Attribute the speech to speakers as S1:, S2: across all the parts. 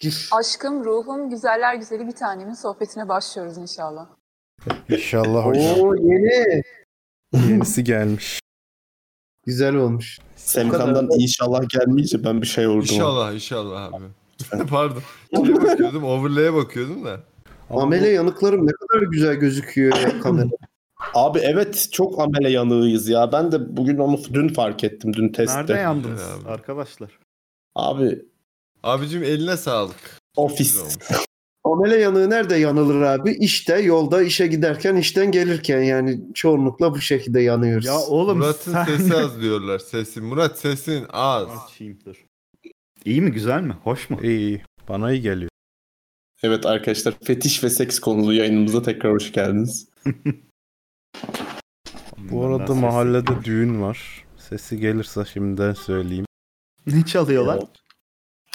S1: Cüş.
S2: Aşkım, ruhum, güzeller güzeli bir tanemin sohbetine başlıyoruz inşallah.
S3: İnşallah hocam.
S1: Oo yeni.
S3: Yenisi gelmiş.
S1: Güzel olmuş.
S4: Semkan'dan inşallah gelmeyince ben bir şey oldum.
S5: İnşallah inşallah abi. Pardon. Şeye bakıyordum, overlay'e bakıyordum da.
S3: Ama
S1: Amele yanıklarım ne kadar güzel gözüküyor ya kamera.
S4: Abi evet çok amele yanığıyız ya. Ben de bugün onu dün fark ettim dün testte.
S6: Nerede yandınız
S5: Güzel abi.
S6: arkadaşlar?
S4: Abi
S5: Abicim eline sağlık.
S4: ofis.
S5: Güzel olmuş.
S1: Amele yanığı nerede yanılır abi? İşte yolda işe giderken işten gelirken yani çoğunlukla bu şekilde yanıyoruz.
S6: Ya oğlum
S5: Murat'ın
S6: sen...
S5: sesi az diyorlar. Sesin. Murat sesin az.
S6: Açayım dur. İyi mi güzel mi? Hoş mu?
S3: iyi. iyi. Bana iyi geliyor.
S4: Evet arkadaşlar fetiş ve seks konulu yayınımıza tekrar hoş geldiniz.
S3: Bu arada
S6: Bundan
S3: mahallede
S6: sesi-
S3: düğün var. Sesi gelirse şimdiden söyleyeyim.
S6: Ne çalıyorlar?
S4: Evet.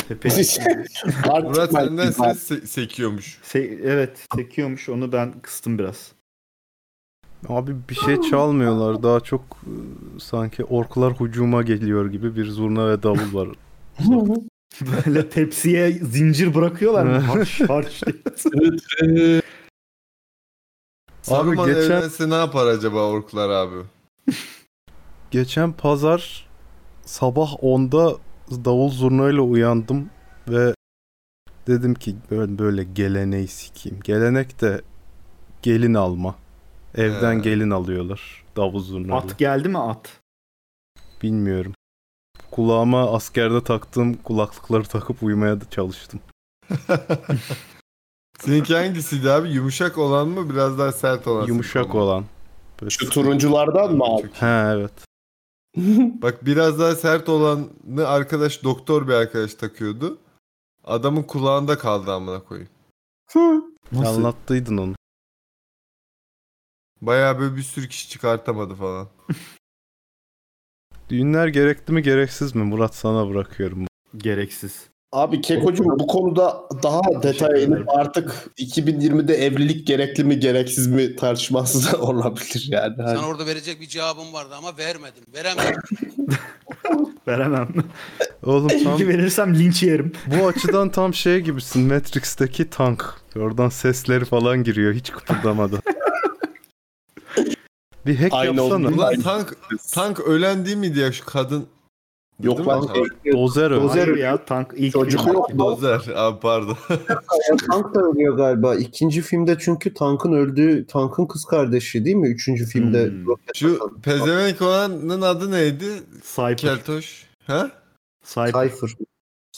S6: Tepe.
S4: Artık
S5: Murat
S4: ben-
S5: senden ses se- sekiyormuş.
S6: Se- evet sekiyormuş onu ben kıstım biraz.
S3: Abi bir şey çalmıyorlar. Daha çok e, sanki orklar hücuma geliyor gibi bir zurna ve davul var.
S6: Böyle tepsiye zincir bırakıyorlar mı? Harç harç diye.
S5: Saruman
S3: geçen-
S5: evlense ne yapar acaba orklar abi?
S3: Geçen pazar sabah 10'da davul zurnayla uyandım ve dedim ki böyle, böyle geleneği sikeyim. Gelenek de gelin alma. Evden
S5: He.
S3: gelin alıyorlar davul zurnayla.
S6: At geldi mi at?
S3: Bilmiyorum. Kulağıma askerde taktığım kulaklıkları takıp uyumaya da çalıştım.
S5: Seninki hangisiydi abi? Yumuşak olan mı? Biraz daha sert olan.
S3: Yumuşak olan. Böyle
S4: Şu
S3: sık-
S4: turunculardan mı abi?
S5: Çok iyi.
S3: He evet.
S5: Bak biraz daha sert olanı arkadaş doktor bir arkadaş takıyordu. Adamın kulağında kaldı amına koyayım.
S3: Anlattıydın onu.
S5: Bayağı böyle bir sürü kişi çıkartamadı falan.
S3: Düğünler gerekli mi gereksiz mi? Murat sana bırakıyorum.
S6: Gereksiz.
S4: Abi Kekocuğum bu konuda daha detaya inip artık 2020'de evlilik gerekli mi gereksiz mi tartışması da olabilir yani. Hani-
S7: Sana orada verecek bir cevabım vardı ama vermedim. Veremedim.
S6: Veremem.
S3: Oğlum tam
S6: Çünkü verirsem linç yerim.
S3: bu açıdan tam şey gibisin. Matrix'teki tank. Oradan sesleri falan giriyor hiç kıpırdamadan. Bir hack
S4: Aynı
S3: yapsana.
S4: oldu.
S5: Ulan tank tank ölen değil miydi ya şu kadın?
S4: Yok
S5: Değil mi?
S4: lan şey,
S3: Dozer öyle.
S6: Hayır ya tank ilk
S1: Çocuk
S6: film.
S1: yok.
S5: Dozer. Abi pardon.
S1: tank da ölüyor galiba. İkinci filmde çünkü tankın öldüğü tankın kız kardeşi değil mi? Üçüncü filmde.
S6: Hmm.
S1: roket atan.
S5: Şu pezevenk olanın adı neydi?
S6: Cypher.
S5: Keltoş. Ha?
S6: Cypher.
S1: Cypher.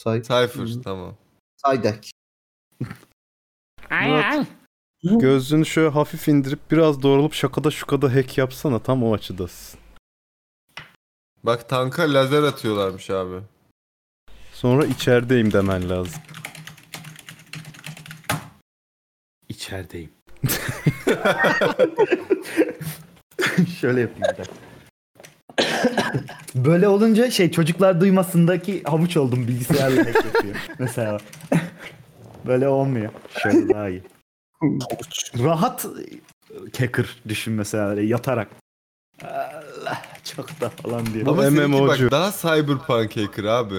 S1: Cy-
S5: Cypher tamam.
S1: Cydack.
S3: Murat, Gözünü şöyle hafif indirip biraz doğrulup şakada şukada hack yapsana. Tam o açıdasın.
S5: Bak tanka lazer atıyorlarmış abi.
S3: Sonra içerideyim demen lazım.
S6: İçerideyim. Şöyle yapayım bir dakika. Böyle olunca şey çocuklar duymasındaki havuç oldum bilgisayarla hack yapıyor. Mesela. Böyle olmuyor. Şöyle daha iyi. Rahat e, hacker düşün mesela öyle yatarak. Allah, çok da falan diye.
S3: Bu
S5: Ama seninki
S3: MMO'cu.
S5: bak daha cyberpunk hacker abi.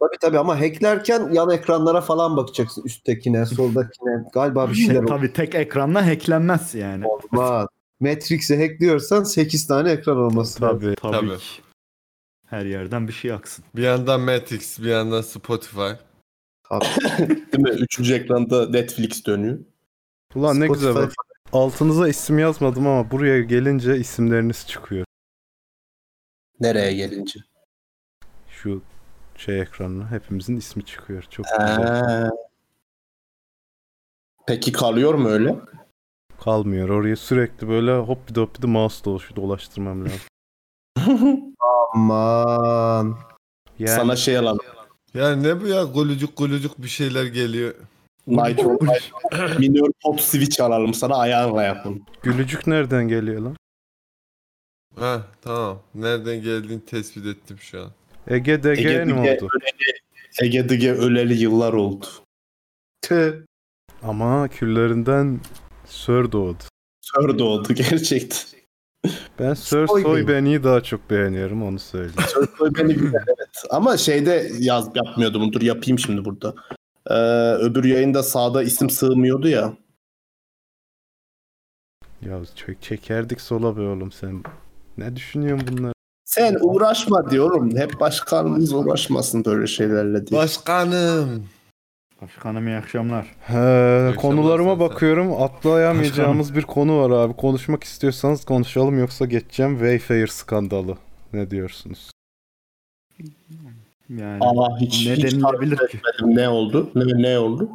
S1: Tabii tabii ama hacklerken yan ekranlara falan bakacaksın. Üsttekine, soldakine. Galiba bir şeyler oldu.
S6: Şey, Tabii tek ekranla hacklenmez yani.
S1: Olmaz. Matrix'i hackliyorsan 8 tane ekran olması lazım.
S3: Tabii.
S6: Tabii.
S5: Tabii.
S6: ki. Her yerden bir şey aksın.
S5: Bir yandan Matrix, bir yandan Spotify.
S4: değil mi? Üçüncü ekranda Netflix dönüyor.
S3: Ulan ne
S1: Spotify
S3: güzel bak. Altınıza isim yazmadım ama buraya gelince isimleriniz çıkıyor.
S4: Nereye gelince?
S3: Şu şey ekranına hepimizin ismi çıkıyor. Çok güzel.
S4: Ha. Peki kalıyor mu öyle?
S3: Kalmıyor. Oraya sürekli böyle hop bir de hop bir de mouse dolaşı dolaştırmam lazım.
S1: Aman.
S3: Yani
S4: Sana şey alalım.
S5: Ya ne bu ya gulucuk gulucuk bir şeyler geliyor.
S4: Nitro minör pot switch alalım sana ayarla yapalım.
S3: gülücük nereden geliyor lan?
S5: Ha tamam. Nereden geldiğini tespit ettim şu an.
S3: Ege dege
S4: Ege
S3: mi
S4: Dige
S3: oldu?
S4: öleli, Ege Dige öleli yıllar oldu.
S1: Tı.
S3: Ama küllerinden Sör doğdu.
S4: Sör doğdu gerçekten.
S3: Ben Sör
S1: Soy
S3: Soy
S1: Bey.
S3: Ben'i daha çok beğeniyorum onu söyleyeyim.
S4: Sör doğu beni güzel evet. Ama şeyde yaz yapmıyordum. Dur yapayım şimdi burada. Ee, öbür yayında sağda isim sığmıyordu ya.
S3: Ya çek çekerdik sola be oğlum sen. Ne düşünüyorsun bunlar?
S4: Sen uğraşma diyorum. Hep başkanımız uğraşmasın böyle şeylerle diye.
S5: Başkanım.
S6: Başkanım iyi akşamlar.
S3: He,
S5: Yoksa
S3: konularıma
S5: bazen sen-
S3: bakıyorum. Atlayamayacağımız bir konu var abi. Konuşmak istiyorsanız konuşalım yoksa geçeceğim. Wayfair skandalı. Ne diyorsunuz?
S6: Yani
S4: Aa, Ah, hiç,
S6: ne
S4: hiç tahmin
S6: denilebilir ki?
S4: etmedim ne oldu? Ne, ne oldu?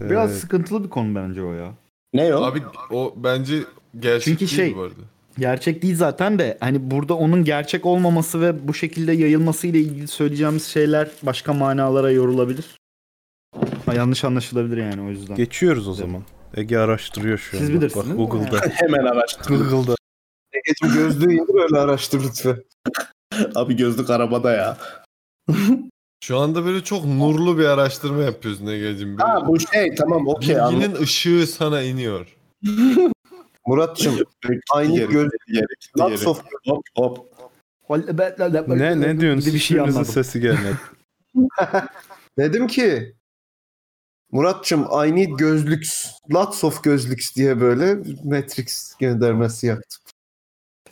S6: Biraz
S3: Ee,
S6: sıkıntılı bir konu bence o ya.
S4: Ne yok?
S5: Abi o bence gerçek
S6: Çünkü
S5: değil
S6: şey-
S5: bu arada.
S6: Gerçek değil zaten de hani burada onun gerçek olmaması ve bu şekilde yayılması ile ilgili söyleyeceğimiz şeyler başka manalara yorulabilir. Ha, yanlış anlaşılabilir yani o yüzden.
S3: Ee, geçiyoruz o zaman. Ege araştırıyor şu an.
S6: Siz bilirsiniz
S3: Bak
S6: değil mi?
S3: Google'da.
S4: Hemen araştır.
S3: Google'da.
S1: Egeciğim gözlüğü indir öyle araştır lütfen.
S4: Abi gözlük arabada ya.
S5: Şu anda böyle çok nurlu bir araştırma yapıyorsun Ege'cim. Böyle
S4: Ha bu şey tamam okey anladım.
S5: Bilginin ışığı sana iniyor.
S1: Muratçım aynı
S4: Diğeri,
S1: göz
S4: diğeri,
S1: Lots
S4: diğeri.
S1: of
S4: Hop hop.
S3: Ne ne diyorsun?
S6: Bir şey
S3: Hiçbirinizin
S6: anladım.
S3: sesi gelmedi.
S1: Dedim ki Muratçım I need gözlüks. Lots of gözlüks diye böyle Matrix göndermesi yaptım.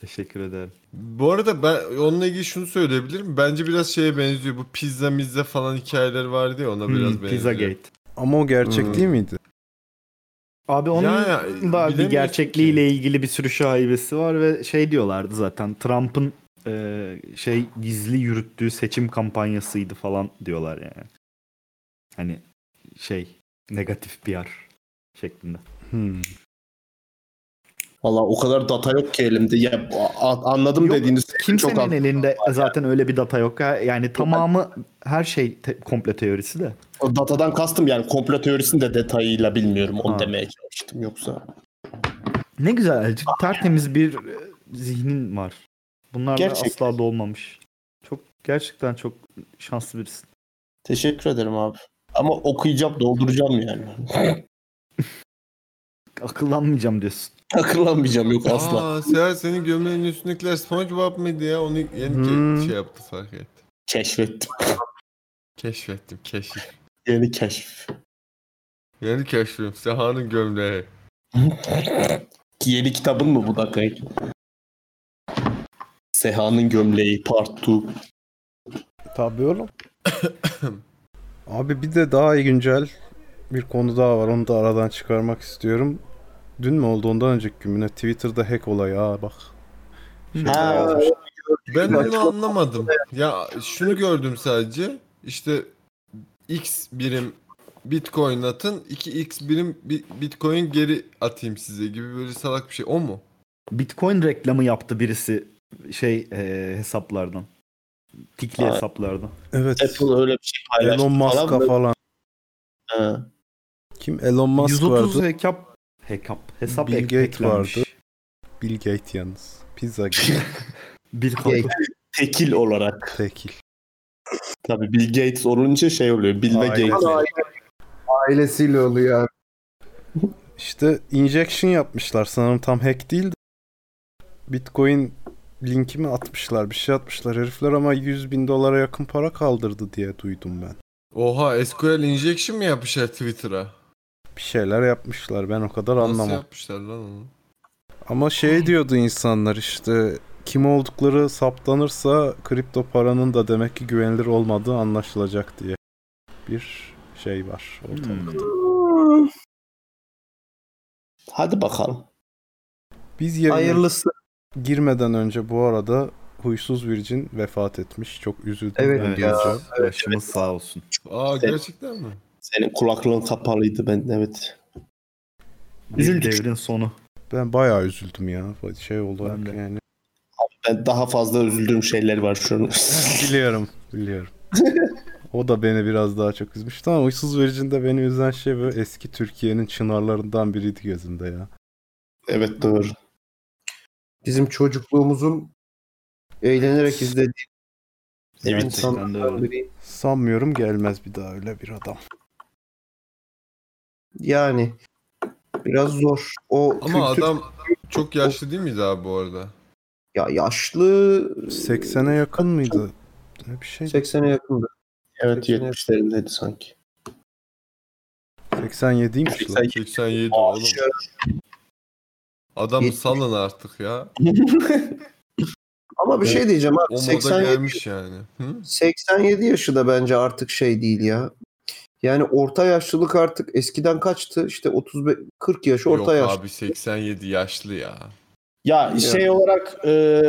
S6: Teşekkür ederim.
S5: Bu arada ben onunla ilgili şunu söyleyebilirim. Bence biraz şeye benziyor. Bu pizza mizza falan hikayeleri vardı ya ona biraz
S6: Hmm,
S5: benziyor.
S6: Pizza Gate.
S3: Ama o gerçek
S5: Hmm.
S3: değil miydi?
S6: Abi onun
S5: Yani
S6: da bir
S5: bilemiyorsun
S6: gerçekliğiyle ilgili bir sürü şaibesi var ve şey diyorlardı zaten Trump'ın e, şey gizli yürüttüğü seçim kampanyasıydı falan diyorlar yani. Hani şey negatif PR şeklinde.
S3: Hmm.
S4: Valla o kadar data yok ki elimde. Ya, a- a- anladım
S6: Yok,
S4: dediğiniz şey
S6: Kimsenin
S4: çok anladım.
S6: elinde zaten öyle bir data yok. Ha- Yani tamamı her şey te- komple teorisi de.
S4: O datadan kastım yani komplo teorisini de detayıyla bilmiyorum. Onu
S6: Ha.
S4: demeye çalıştım yoksa.
S6: Ne güzel tertemiz bir e, zihnin var. Bunlar da
S4: Gerçekten.
S6: asla dolmamış. Çok gerçekten çok şanslı birisin.
S4: Teşekkür ederim abi. Ama okuyacağım dolduracağım yani.
S6: Akıllanmayacağım diyorsun.
S4: Akıllanmayacağım yok asla.
S5: Aa Seher senin gömleğinin üstündekiler Spongebob mıydı ya? Onu yeni ke-
S3: Hmm.
S5: şey yaptı fark etti.
S4: Keşfettim.
S5: Keşfettim keşif.
S4: Yeni keşif.
S5: Yeni keşfim Seha'nın gömleği.
S4: Yeni kitabın mı bu dakika? Seha'nın gömleği part 2.
S3: Tabii oğlum. Abi bir de daha iyi güncel bir konu daha var. Onu da aradan çıkarmak istiyorum. Dün mü oldu ondan önceki gün mü? ne? Twitter'da hack olayı ha bak. Şeyler
S4: Ha.
S3: yazmış.
S5: Ben onu anlamadım. Ya şunu gördüm sadece. İşte x birim bitcoin atın 2x birim bi- bitcoin geri atayım size gibi böyle salak bir şey. O mu?
S6: Bitcoin reklamı yaptı birisi şey e, hesaplardan. Tikli
S4: Aa.
S6: hesaplardan.
S3: Evet.
S4: Apple öyle bir şey paylaştı
S3: Elon Musk'a
S4: falan.
S3: falan.
S4: Ha.
S3: Kim? Elon Musk
S6: 130
S3: vardı.
S6: hesap hesap hesap
S3: Bill
S6: ek-
S3: Gates
S6: eklenmiş.
S3: vardı. Bill Gates yalnız. Pizza Gate.
S6: Bill Gates.
S4: Tekil olarak.
S3: Tekil.
S4: Tabii Bill Gates olunca şey oluyor. Bill ve
S3: Aynen.
S4: Gates.
S1: Ailesiyle oluyor abi.
S3: İşte injection yapmışlar sanırım tam hack değil de. Bitcoin linki mi atmışlar bir şey atmışlar herifler ama 100 bin dolara yakın para kaldırdı diye duydum ben.
S5: Oha SQL injection mi yapmışlar Twitter'a?
S3: Bir şeyler yapmışlar ben o kadar
S5: Nasıl
S3: anlamam.
S5: yapmışlar lan onu?
S3: Ama
S4: Hmm.
S3: şey diyordu insanlar işte kim oldukları saptanırsa kripto paranın da demek ki güvenilir olmadığı anlaşılacak diye bir şey var
S6: Hmm,
S4: Hmm.
S3: ortalıkta.
S4: Hadi bakalım.
S3: Biz yerine
S1: Hayırlısı.
S3: girmeden önce bu arada huysuz virgin vefat etmiş. Çok üzüldüm.
S1: Evet
S3: ben
S6: Evet.
S3: duyunca.
S6: Başımız sağ olsun.
S5: Aa
S4: Sen-
S5: gerçekten mi?
S4: Senin kulaklığın kapalıydı ben evet.
S6: Bir
S4: Üzüldük.
S6: devrin sonu.
S3: Ben bayağı üzüldüm ya. Şey oldu
S6: Ben de.
S3: yani.
S4: Ben daha fazla üzüldüğüm şeyler var şu an.
S3: Biliyorum. Biliyorum. o da beni biraz daha çok üzmüştü ama huysuz virgin de beni üzen şey böyle eski Türkiye'nin çınarlarından biriydi gözümde ya.
S4: evet doğru.
S1: Bizim çocukluğumuzun eğlenerek izlediği
S4: Evet.
S6: Gerçekten de
S1: insanlardan
S6: öyle.
S1: biri.
S3: Sanmıyorum gelmez bir daha öyle bir adam.
S1: Yani biraz zor. O
S5: Ama
S1: kültür
S5: adam çok yaşlı değil miydi abi bu arada?
S1: ya yaşlı
S3: 80'e yakın mıydı? Ne bir şey.
S1: 80'e yakındı.
S4: Evet 70'lerindeydi sanki.
S3: 87'ymiş lan.
S5: 87 oğlum. Adamı salın artık ya.
S1: Ama bir şey diyeceğim abi.
S5: O
S1: 87
S5: moda gelmiş yani. Hı?
S1: 87 yaşı da bence artık şey değil ya. Yani orta yaşlılık artık eskiden kaçtı? İşte 35 40 yaş orta
S5: Yok
S1: yaş.
S5: abi 87 yaşlı ya.
S4: Ya şey olarak e,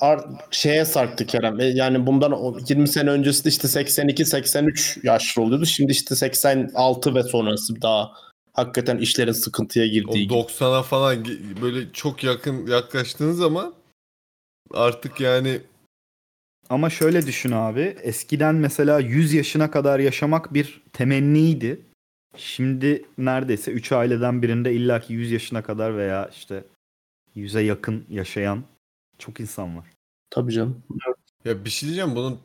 S4: ar- şeye sarktı Kerem. E, Yani bundan o- 20 sene öncesi de işte 82-83 yaşlı oluyordu. Şimdi işte 86 ve sonrası daha hakikaten işlerin sıkıntıya
S5: O
S4: girdiği.
S5: 90'a falan ge- böyle çok yakın yaklaştığın zaman artık yani
S6: Ama şöyle düşün abi. Eskiden mesela 100 yaşına kadar yaşamak bir temenniydi. Şimdi neredeyse 3 aileden birinde illaki 100 yaşına kadar veya işte 100'e yakın yaşayan çok insan var.
S4: Tabii canım.
S5: ya bir şey diyeceğim bunun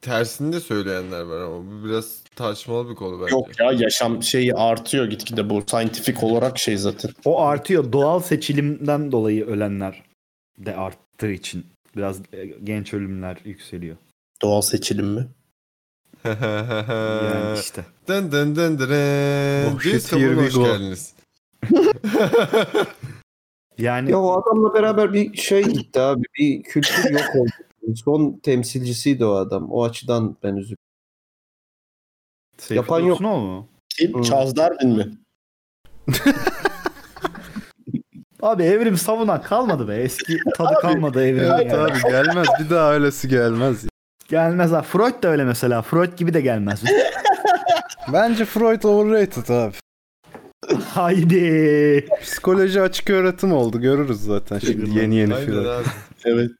S5: tersini de söyleyenler var ama bu biraz tartışmalı bir konu bence.
S4: Yok ya yaşam şeyi artıyor gitgide bu scientific olarak şey zaten.
S6: O artıyor. Doğal seçilimden dolayı ölenler de arttığı için biraz e, genç ölümler yükseliyor.
S4: Doğal seçilim mi?
S5: Ee,
S6: Yani işte.
S5: Dın dın dın dın.
S3: Oh shit,
S5: Biz
S3: here we
S5: hoş
S3: go.
S5: geldiniz.
S6: Yani
S1: Ya o adamla beraber bir şey gitti abi. Bir kültür yok oldu. Son temsilcisiydi o adam. O açıdan ben üzüldüm.
S6: Seyfi
S1: yapan yok.
S6: Dursunoğlu mu?
S4: Kim?
S1: Hmm.
S4: Charles Darwin mi?
S6: Abi evrim savunan kalmadı be. Eski tadı kalmadı evrimin.
S3: Evet
S6: ya.
S3: abi gelmez. Bir daha öylesi gelmez.
S6: Gelmez ha. Freud da öyle mesela. Freud gibi de gelmez.
S3: Bence Freud overrated abi.
S6: Haydi.
S3: Psikoloji açık öğretim oldu. Görürüz zaten şimdi yeni yeni
S5: Aynen
S3: filan.
S5: abi.
S4: Evet.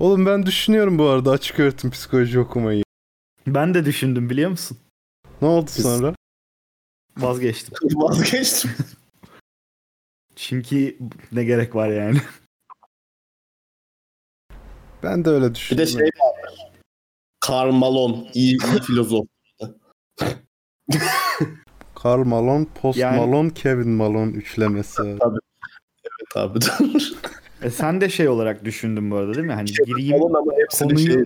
S3: Oğlum ben düşünüyorum bu arada açık öğretim psikoloji okumayı.
S6: Ben de düşündüm biliyor musun?
S3: Ne oldu
S4: Siz-
S3: sonra?
S6: Vazgeçtim.
S4: Vazgeçtim.
S6: Çünkü ne gerek var yani.
S3: Ben de öyle
S4: Bir
S3: düşündüm.
S4: de şey vardır. Karl Malone. iyi, iyi filozof.
S3: Karl Malone, Post
S6: Yani-
S3: Malone, Kevin Malone üçlemesi.
S4: Tabii.
S6: E sen de şey olarak düşündün bu arada değil mi? Hani
S4: Şey,
S6: gireyim
S4: Malone ama hepsini
S6: konuyu
S4: şey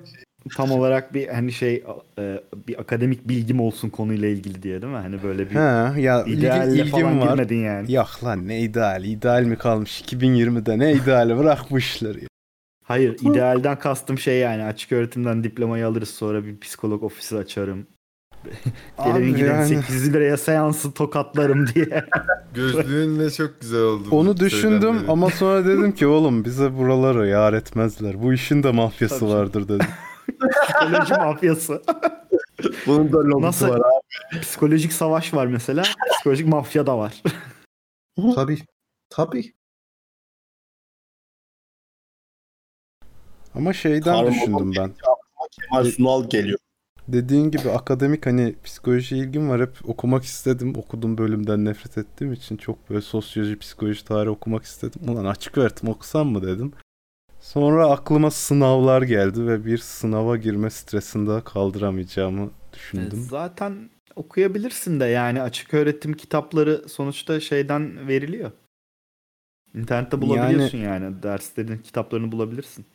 S6: tam olarak bir hani şey e, bir akademik bilgim olsun konuyla ilgili diye değil mi? Hani böyle bir
S3: He ya
S6: idealle
S3: ilgi, ilgim
S6: falan
S3: var.
S6: girmedin yani.
S3: Yok lan ne ideal? İdeal mi kalmış 2020'de? Ne ideali? Bırak bu işleri. ya.
S6: Hayır idealden kastım şey yani açık öğretimden diplomayı alırız sonra bir psikolog ofisi açarım. Gelenin
S3: Abi
S6: giden
S3: yani.
S6: 800 liraya seansı tokatlarım diye.
S5: Gözlüğünle çok güzel oldu. bu
S3: Onu düşündüm
S5: söylemleri.
S3: ama sonra dedim ki oğlum bize buraları yar etmezler. Bu işin de mafyası
S6: Tabii.
S3: vardır dedim.
S6: Psikoloji mafyası.
S1: Bunun da logosu
S6: Nasıl?
S1: var abi.
S6: Psikolojik savaş var mesela. Psikolojik mafya da var.
S1: Tabii. Tabii.
S3: Ama şeyden
S4: Karl Malone
S3: düşündüm ben.
S4: Kemal Sunal geliyor.
S3: Dediğin gibi akademik hani psikoloji ilgim var. Hep okumak istedim. Okuduğum bölümden nefret ettiğim için çok böyle sosyoloji, psikoloji, tarih okumak istedim. Ulan açık öğretim okusam mı dedim. Sonra aklıma sınavlar geldi ve bir sınava girme stresini daha kaldıramayacağımı düşündüm.
S6: E, Zaten okuyabilirsin de yani açık öğretim kitapları sonuçta şeyden veriliyor. İnternette bulabiliyorsun yani, derslerin kitaplarını bulabilirsin.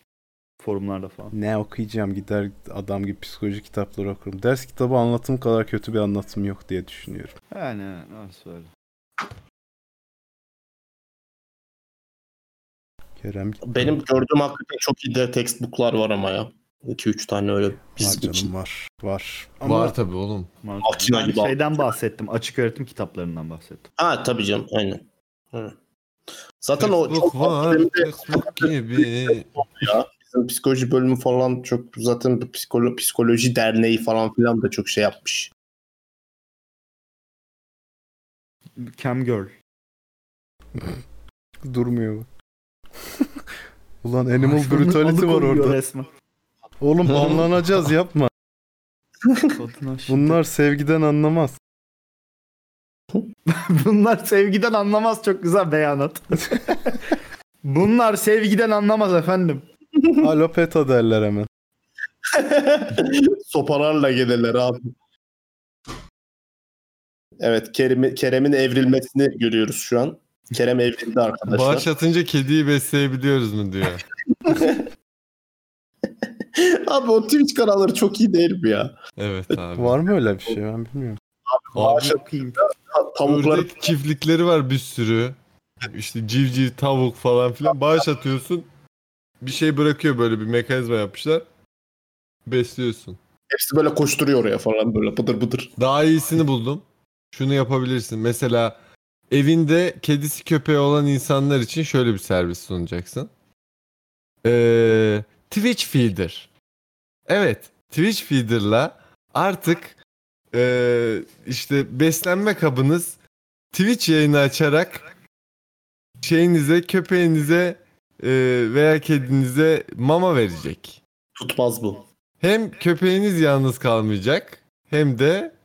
S6: Forumlarda falan.
S3: Ne okuyacağım gider adam gibi psikoloji kitapları okurum. Ders kitabı anlatım kadar kötü bir anlatım yok diye düşünüyorum.
S6: Yani nasıl öyle.
S3: Kerem gitti.
S4: Benim gördüğüm hakikaten çok iyi de textbook'lar var ama ya. 2-3 tane öyle
S3: var
S4: bizim için.
S3: canım var. Var.
S5: Var tabii oğlum.
S4: Makine
S6: Ben
S4: gibi al.
S6: şeyden bahsettim. Açık öğretim kitaplarından bahsettim.
S4: Ha tabii canım aynen. Hı. Zaten o
S5: Facebook
S4: çok
S5: var,
S4: akademide
S5: Facebook gibi.
S4: bizim psikoloji bölümü falan çok zaten bu psikolo psikoloji derneği falan filan da çok şey yapmış.
S6: Cam Girl.
S3: Durmuyor bu. Ulan Animal Brutality var
S6: Alıkoyuyor
S3: orada.
S6: Resmen.
S3: Oğlum banlanacağız yapma.
S6: Kadına şiddet.
S3: Bunlar sevgiden anlamaz.
S6: Bunlar sevgiden anlamaz çok güzel beyanat. Bunlar sevgiden anlamaz efendim.
S3: Alopeta derler hemen.
S4: Sopalarla gelirler abi. Evet Kerim'i- Kerem'in evrilmesini görüyoruz şu an. Kerem evrildi arkadaşlar.
S5: Bağış atınca kediyi besleyebiliyoruz mu diyor.
S4: Abi o Twitch kanalları çok iyi değil mi ya?
S5: Evet abi.
S3: Var mı öyle bir şey ben bilmiyorum.
S5: Abi,
S6: Çok iyi.
S4: Ta- Tavukları
S5: ördek çiftlikleri var bir sürü. İşte civciv, tavuk falan filan. Bağış atıyorsun. Bir şey bırakıyor böyle bir mekanizma yapmışlar. Besliyorsun.
S4: hepsi böyle koşturuyor oraya falan böyle bıdır bıdır.
S5: Daha iyisini buldum. Şunu yapabilirsin. Mesela evinde kedisi köpeği olan insanlar için şöyle bir servis sunacaksın. Ee, Twitch Feeder. Evet, Twitch Feeder'la artık ee, işte beslenme kabınız Twitch yayını açarak şeyinize, köpeğinize ee, veya kedinize mama verecek.
S4: Tutmaz bu.
S5: Hem köpeğiniz yalnız kalmayacak hem de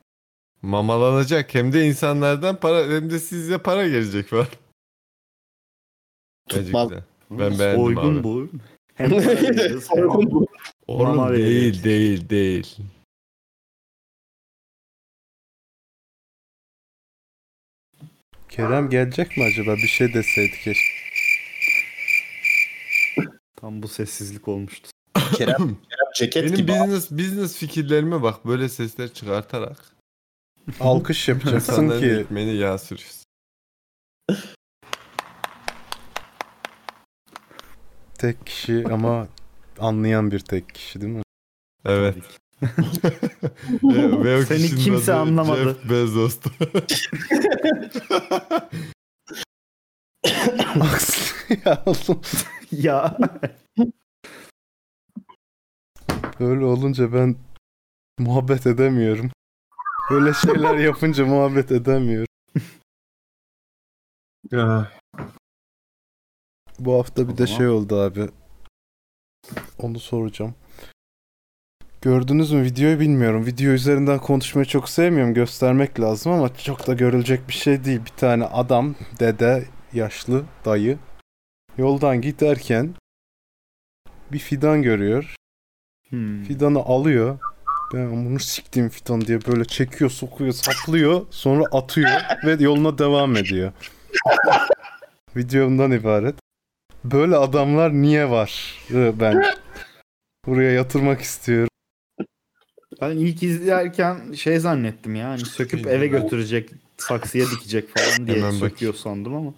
S5: mamalanacak hem de insanlardan para hem de size para gelecek var. Bence
S4: Tutmaz.
S5: güzel. Ben beğendim
S6: Soygun
S5: abi.
S6: bu. Hem para veriyoruz, hem-
S4: Soygun bu.
S5: Oğlum
S6: Mama
S5: değil
S6: verecek.
S5: değil değil.
S3: Kerem gelecek mi acaba? Bir şey deseydi keşke.
S6: Tam bu sessizlik olmuştu.
S4: Kerem, Kerem ceket
S5: Benim
S4: gibi.
S5: business business fikirlerime bak böyle sesler çıkartarak
S3: Alkış yapacaksın
S5: insanların
S3: ki
S5: ekmeğine yağ sürüyorsun.
S3: tek kişi ama anlayan bir tek kişi değil mi?
S5: Evet.
S6: Tabii ki.
S5: Ve- ve o
S6: Seni
S5: kişinin
S6: kimse
S5: adı
S6: anlamadı.
S5: Jeff Bezos'tu.
S3: Aksine ya oğlum.
S6: ya
S3: Böyle olunca ben muhabbet edemiyorum. Böyle şeyler yapınca muhabbet edemiyorum. Bu hafta bir de
S6: zaman-
S3: şey oldu abi. Onu soracağım. Gördünüz mü videoyu bilmiyorum. Video üzerinden konuşmayı çok sevmiyorum. Göstermek lazım ama çok da görülecek bir şey değil. Bir tane adam, dede, yaşlı, dayı yoldan giderken bir fidan görüyor.
S6: Hmm.
S3: Fidanı alıyor. Ben bunu siktiğim fidan diye böyle çekiyor, sokuyor, saplıyor. Sonra atıyor ve yoluna devam ediyor. Videomdan ibaret. Böyle adamlar niye var? Ee, Ben buraya yatırmak istiyorum.
S6: Ben ilk izlerken şey zannettim ya hani söküp eve götürecek saksıya dikecek falan diye
S5: Hemen bak.
S6: söküyor sandım ama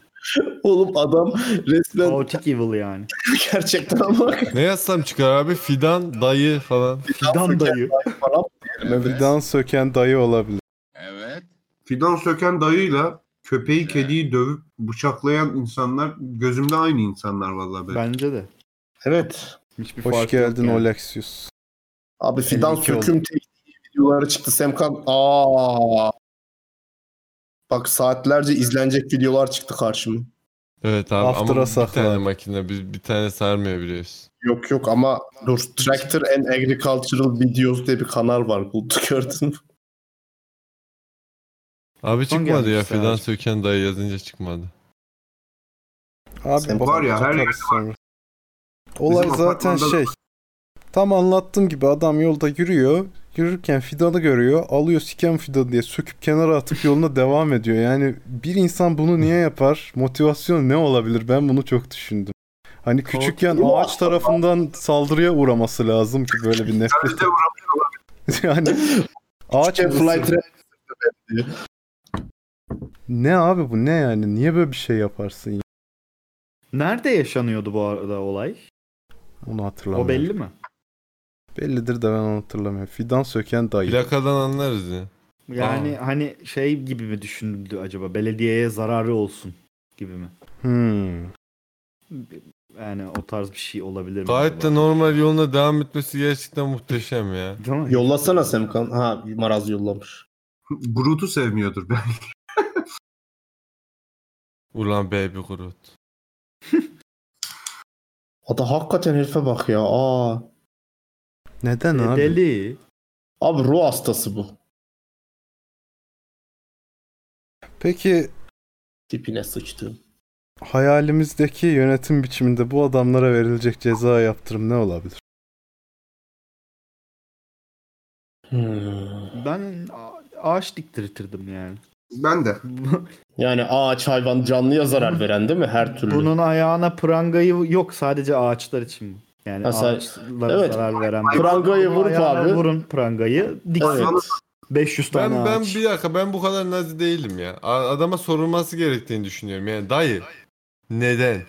S4: Oğlum adam resmen
S6: Chaotic Evil yani.
S4: gerçekten ama
S5: ne yazsam çıkar abi? Fidan, dayı falan.
S6: Fidan dayı.
S3: Fidan söken dayı olabilir.
S8: Evet.
S9: Fidan söken dayıyla köpeği kediyi dövüp bıçaklayan insanlar gözümde aynı insanlar vallahi benim.
S6: Bence de.
S4: Evet.
S6: Hiçbir
S3: Hoş
S6: farkı yok
S3: geldin
S6: yani.
S3: Olexius.
S4: Abi fidan
S3: 52 oldu.
S4: söküm tekniği videoları çıktı. Semkan aa. Bak saatlerce izlenecek videolar çıktı karşıma.
S5: Evet abi
S3: After'a
S5: ama bir
S3: saklan.
S5: tane makine bir, bir tane sarmıyor biliyorsun.
S4: Yok yok ama dur Tractor and Agricultural Videos diye bir kanal var buldu gördün mü?
S5: Abi
S6: Son
S5: çıkmadı ya
S6: gelmiş
S5: fidan
S6: sadece.
S5: söken dayı yazınca çıkmadı.
S3: Abi
S4: Sen
S3: bak-
S9: var ya, her
S3: bakarız
S9: yerde
S3: sonra. Olay
S9: Bizim
S3: zaten
S9: apartmanda da
S3: şey. Tam anlattığım gibi adam yolda yürüyor. Yürürken fidanı görüyor. Alıyor siken fidanı diye söküp kenara atıp yoluna devam ediyor. Yani bir insan bunu niye yapar? Motivasyon ne olabilir? Ben bunu çok düşündüm. Hani küçükken
S4: değil mi?
S3: ağaç tarafından saldırıya uğraması lazım ki böyle bir nefret.
S9: Sadece uğramış
S3: yani ağaç
S4: Flight
S3: mısın?
S4: Trap-
S3: ne abi bu ne yani? Niye böyle bir şey yaparsın? ya?
S6: Nerede yaşanıyordu bu arada olay?
S3: Onu hatırlamıyorum.
S6: O belli mi?
S3: Bellidir de ben onu hatırlamıyorum. Fidan söken dayı.
S5: Plakadan anlarız ya.
S6: Yani hani şey gibi mi düşünüldü acaba? Belediyeye zararı olsun gibi mi?
S3: Hmm.
S6: Yani o tarz bir şey olabilir mi?
S5: Gayet de
S6: acaba?
S5: normal yoluna devam etmesi gerçekten muhteşem ya.
S6: Değil mi?
S4: Yollasana Semkan. Ha Maraz yollamış.
S9: Groot'u sevmiyordur belki.
S5: Ulan baby Groot.
S4: Ada hakikaten herife bak ya. Aa.
S3: Neden
S6: E,
S3: abi?
S6: Deli.
S4: Abi ruh hastası bu.
S3: Peki
S4: Tipine sıçtı.
S3: hayalimizdeki yönetim biçiminde bu adamlara verilecek ceza yaptırım ne olabilir?
S4: Hmm.
S6: Ben a- ağaç diktirtirdim yani.
S9: Ben de.
S4: Yani ağaç hayvan canlıya zarar veren değil mi her türlü?
S6: Bunun ayağına prangayı yok sadece ağaçlar için. bu. Yani
S4: Mesela-
S6: ağaçlara
S4: evet.
S6: zarar veren.
S4: Prangayı vurup
S6: Ayağına
S4: abi.
S6: Vurun prangayı. Diksin.
S4: Evet.
S6: 500 tane
S5: Ben ben
S6: ağaç.
S5: bir dakika ben bu kadar nazi değilim ya. A- Adama sorulması gerektiğini düşünüyorum. Yani dayı neden?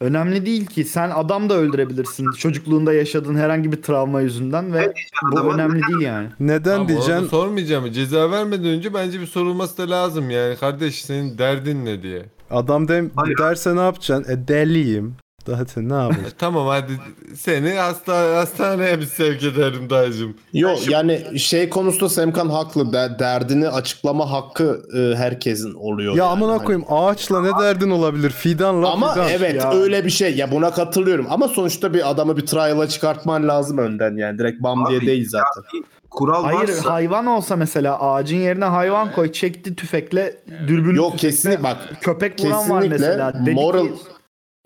S6: Önemli değil ki. Sen adam da öldürebilirsin. Çocukluğunda yaşadığın herhangi bir travma yüzünden ve bu
S9: Adama-
S6: önemli değil yani.
S3: Neden
S5: Ama
S3: diyeceksin?
S5: orada sormayacağım. Ceza vermeden önce bence bir sorulması da lazım yani. Kardeş senin derdin ne diye.
S3: Adam dem
S9: Hayır.
S3: derse ne yapacaksın? E deliyim. Zaten ne yapayım?
S5: E, tamam hadi seni hasta hastaneye bir sevk ederim dayıcım.
S4: Yok yani şey konusunda Semkan haklı. Der- derdini açıklama hakkı e, herkesin oluyor.
S3: ya
S4: yani.
S3: amına
S4: Hani-
S3: koyayım ağaçla ne derdin olabilir? Fidanla
S4: Ama
S3: fidan.
S4: evet
S6: Ya.
S4: öyle bir şey. Ya buna katılıyorum. Ama sonuçta bir adamı bir trial'a çıkartman lazım önden yani. Direkt bam
S9: Abi,
S4: diye değil zaten.
S9: Kural
S6: Hayır
S9: varsa
S6: hayvan olsa mesela ağacın yerine hayvan koy çekti tüfekle dürbün
S4: Yok kesinlikle bak.
S6: köpek vuran var
S4: Kesinlikle
S6: mesela. Dedi
S4: moral
S6: ki,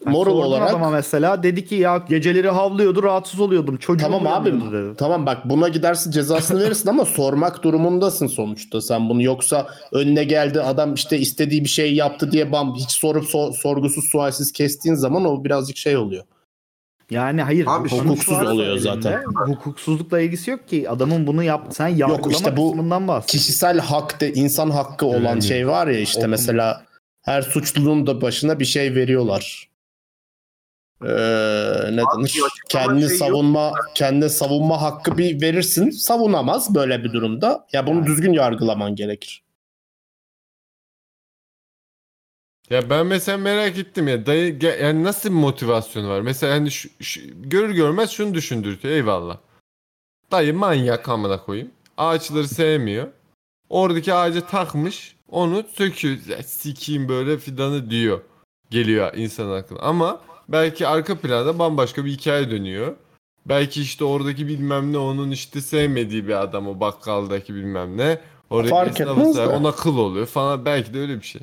S6: Yani
S4: moral
S6: sordum
S4: olarak
S6: adama mesela dedi ki ya geceleri havlıyordu rahatsız oluyordum çocuğum
S4: Tamam abi.
S6: uyanıyordu" dedi.
S4: Tamam bak buna gidersin cezasını verirsin ama sormak durumundasın sonuçta sen bunu. Yoksa önüne geldi adam işte istediği bir şey yaptı diye bam hiç sorup so- sorgusuz sualsiz kestiğin zaman o birazcık şey oluyor.
S6: Yani hayır.
S9: Abi,
S6: hukuk
S4: hukuksuz
S6: varsa
S4: oluyor
S6: elinde,
S4: zaten.
S6: Hukuksuzlukla ilgisi yok ki. Adamın bunu yap sen yargılama
S4: işte bu
S6: kısmından bahsediyor.
S4: Kişisel hak de insan hakkı olan şey var ya işte mesela her suçluluğun da başına bir şey veriyorlar. Ee, ne denir?
S9: bir açıklama
S4: Kendini
S9: şey yok.
S4: savunma kendini savunma hakkı bir verirsin. Savunamaz böyle bir durumda. Ya bunu düzgün yargılaman gerekir.
S5: Ya ben mesela merak ettim ya dayı ge- yani nasıl bir motivasyonu var? Mesela hani şu, şu- görür görmez şunu düşündürtüyor eyvallah. Dayı manyak amına koyayım. Ağaçları sevmiyor. Oradaki ağaca takmış onu söküyor. Ya sikeyim böyle fidanı diyor. Geliyor insan aklına. Ama belki arka planda bambaşka bir hikaye dönüyor. Belki işte oradaki bilmem ne onun işte sevmediği bir adam o bakkaldaki bilmem ne. Oradaki
S4: Fark
S5: esnafı
S4: etmez de.
S5: sev- ona kıl oluyor falan belki de öyle bir şey.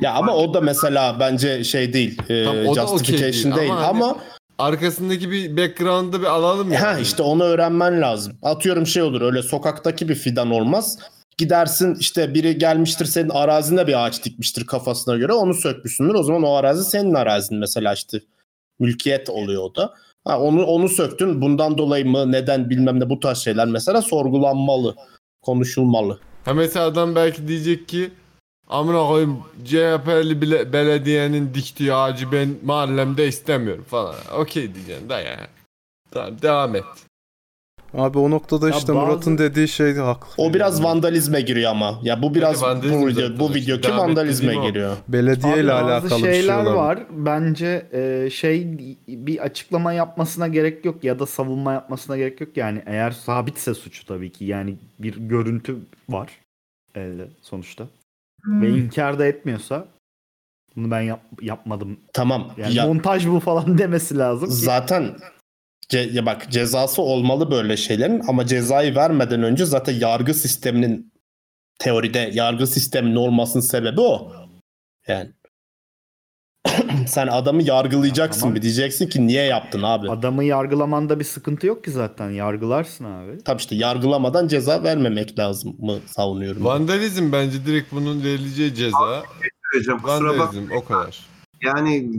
S4: Ya ama o da mesela bence şey değil. e,
S5: Tam o da okey değil
S4: justification
S5: ama
S4: değil.
S5: hani-
S4: Ama,
S5: arkasındaki bir background'ı bir alalım ya.
S4: ha işte onu öğrenmen lazım. Atıyorum şey olur öyle sokaktaki bir fidan olmaz. Gidersin işte biri gelmiştir senin arazine bir ağaç dikmiştir kafasına göre onu sökmüşsündür. O zaman o arazi senin arazin mesela işte mülkiyet oluyor o da. Ha, onu onu söktün bundan dolayı mı neden bilmem ne bu tarz şeyler mesela sorgulanmalı konuşulmalı.
S5: Ha mesela adam belki diyecek ki amına koyayım CHP'li bile, belediyenin diktiği ağacı ben mahallemde istemiyorum falan. Okey diyeceksin da ya. Tamam devam et.
S3: Abi o noktada
S6: Ya
S3: işte
S6: bazı-
S3: Murat'ın dediği şey haklı.
S4: O biraz
S3: Yani.
S4: vandalizme giriyor ama. Ya bu biraz
S5: vandalizm
S4: bu video,
S5: zaten.
S4: bu videoki
S5: Devam
S4: vandalizme
S5: ettiğim o.
S4: giriyor.
S3: Belediye ile
S6: Abi
S3: alakalı
S6: bazı
S3: bir şey
S6: şeyler
S3: olabilir.
S6: var. Bence e, şey bir açıklama yapmasına gerek yok ya da savunma yapmasına gerek yok yani eğer sabitse suçu tabii ki yani bir görüntü var elde sonuçta ve inkar da etmiyorsa bunu ben yap- yapmadım
S4: Tamam.
S6: yani
S4: ya-
S6: montaj bu falan demesi lazım. ki-
S4: Zaten ce- ya bak cezası olmalı böyle şeylerin ama cezayı vermeden önce zaten yargı sisteminin teoride yargı sisteminin olmasının sebebi o. Yani sen adamı yargılayacaksın
S6: Ya tamam.
S4: bir diyeceksin ki niye yaptın abi?
S6: Adamı yargılamanda bir sıkıntı yok ki zaten yargılarsın abi.
S4: Tabii işte yargılamadan ceza vermemek lazım mı savunuyorum.
S5: Vandalizm bence direkt bunun verileceği ceza.
S9: vereceğim. Kusura bak.
S5: Vandalizm o kadar.
S9: Yani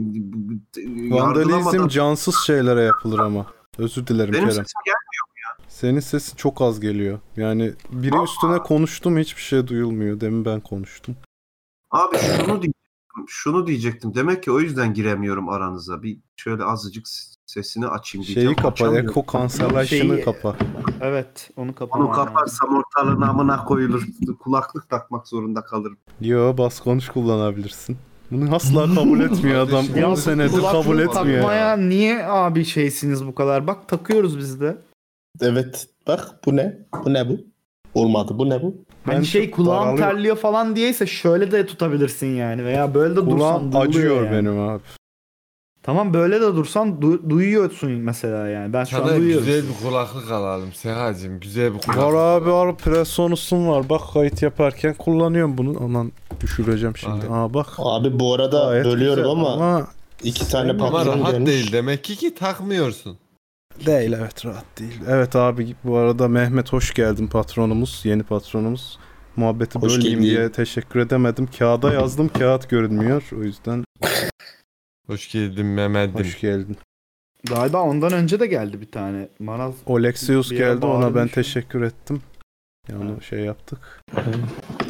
S3: Vandalizm
S9: yargılamadan-
S3: cansız şeylere yapılır ama. Özür dilerim
S9: Benim
S3: Kerem.
S9: sesim gel-
S3: Senin sesin çok az geliyor. Yani biri üstüne konuştum hiçbir şey duyulmuyor. Demin ben konuştum.
S9: Abi şunu diyecektim. Şunu diyecektim. Demek ki o yüzden giremiyorum aranıza. Bir şöyle azıcık sesini açayım diyeceğim.
S3: Şeyi kapa,
S9: Açamıyorum.
S3: Echo Cancellation'ı
S6: Şeyi-
S3: kapa.
S6: Evet onu kapat.
S9: Onu kaparsam ortalığın amına koyulur. Kulaklık takmak zorunda kalırım.
S3: Yo bas konuş kullanabilirsin. Bunu asla kabul etmiyor adam.
S5: Kardeşim,
S3: 10
S5: ya
S3: senedir
S5: kulaklık
S3: kabul etmiyor.
S5: takma
S6: Takmaya niye abi şeysiniz bu kadar? Bak takıyoruz biz de.
S4: Evet. Bak bu ne? Bu ne bu? Olmadı. Bu ne bu?
S6: Hani
S3: Ben
S6: şey
S3: çok
S6: kulağım
S3: daralıyor.
S6: terliyor falan diyeyse şöyle de tutabilirsin yani veya böyle de dursan
S3: Kulağım
S6: duyuluyor
S3: acıyor
S6: yani.
S3: benim abi.
S6: Tamam böyle de dursan du- duyuyorsun mesela yani. Ben şu
S5: Sana
S6: an duyuyorum.
S5: güzel bir kulaklık alalım Sehacım. Güzel bir kulaklık.
S3: Var abi var Presonus'un var. Bak kayıt yaparken kullanıyorum bunu. Aman düşüreceğim şimdi.
S5: Aynen.
S3: Aa bak.
S4: Abi bu arada
S3: Gayet
S4: bölüyorum
S3: güzel
S4: ama, iki tane
S3: Ama
S5: Ama
S4: patron
S5: rahat
S4: gelmiş.
S5: değil demek ki ki takmıyorsun.
S3: Değil evet rahat değil. Evet abi bu arada Mehmet hoş geldin patronumuz. Yeni patronumuz. Muhabbeti
S4: Hoş
S3: bölmeyeyim
S4: geldin.
S3: diye teşekkür edemedim. Kağıda yazdım kağıt görünmüyor. O yüzden
S5: Hoş geldin Mehmet'im.
S3: hoş geldin.
S6: Galiba ondan önce de geldi bir tane. Maraz
S3: Olexius
S6: Bir yere
S3: geldi ona ben
S6: bağırmış.
S3: teşekkür ettim. Yani şey yaptık.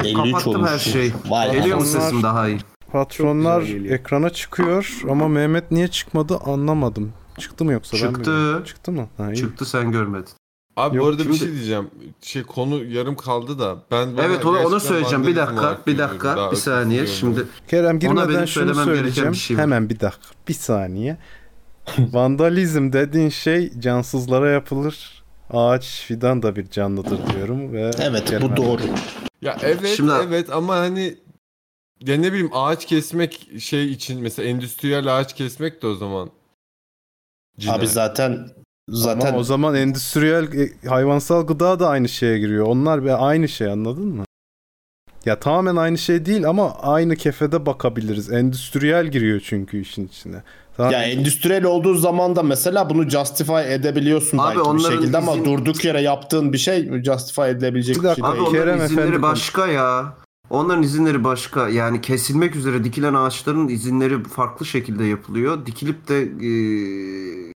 S4: 53
S9: Kapattım
S4: olmuş.
S9: her şeyi.
S4: Vay
S9: Geliyor mu
S3: Onlar-
S9: sesim daha iyi?
S3: Patronlar
S6: güzel geliyor.
S3: ekrana çıkıyor ama Mehmet niye çıkmadı anlamadım. Çıktı mı yoksa ben mi?
S9: Çıktı.
S3: gördüm? Çıktı mı? Ha, iyi.
S9: Çıktı sen görmedin.
S5: Abi
S3: Yok,
S5: bu arada bir
S3: şimdi-
S5: şey diyeceğim. Şey konu yarım kaldı da. Ben, ben
S9: Evet ona, ona
S5: gerçekten
S9: söyleyeceğim. Bir
S5: vandalizm
S9: dakika,
S5: olarak
S9: bir
S5: görüyorum. Daha
S9: dakika, bir
S5: ötesi
S9: saniye.
S5: görmüyorum.
S9: Şimdi
S3: Kerem girmeden
S9: benim
S3: şunu
S9: söylemem gereken
S3: söyleyeceğim.
S9: bir şey var.
S3: Hemen bir dakika. Bir saniye. Vandalizm dediğin şey cansızlara yapılır. Ağaç fidan da bir canlıdır diyorum ve
S4: Evet
S3: Kerem
S4: bu doğru.
S5: Ya evet
S9: Şimdi-
S5: evet ama hani ya ne bileyim ağaç kesmek şey için mesela endüstriyel ağaç kesmek de o zaman. cinayet.
S4: Abi zaten
S3: Ama
S4: zaten
S3: o zaman endüstriyel e, hayvansal gıda da aynı şeye giriyor. Onlar ve aynı şey anladın mı? Ya tamamen aynı şey değil ama aynı kefede bakabiliriz. Endüstriyel giriyor çünkü işin içine. Tamam.
S4: ya endüstriyel olduğu zaman da mesela bunu justify edebiliyorsun
S9: Abi
S4: belki bir
S9: onların
S4: şekilde ama
S9: bizim-
S4: durduk yere yaptığın bir şey justify edilebilecek
S3: Bir
S4: bir,
S3: dakika,
S4: şey
S9: abi
S4: değil.
S9: onların
S3: Kerem
S9: izinleri
S3: Efendi
S9: başka ya. Onların izinleri başka. Yani kesilmek üzere dikilen ağaçların izinleri farklı şekilde yapılıyor. Dikilip de eee,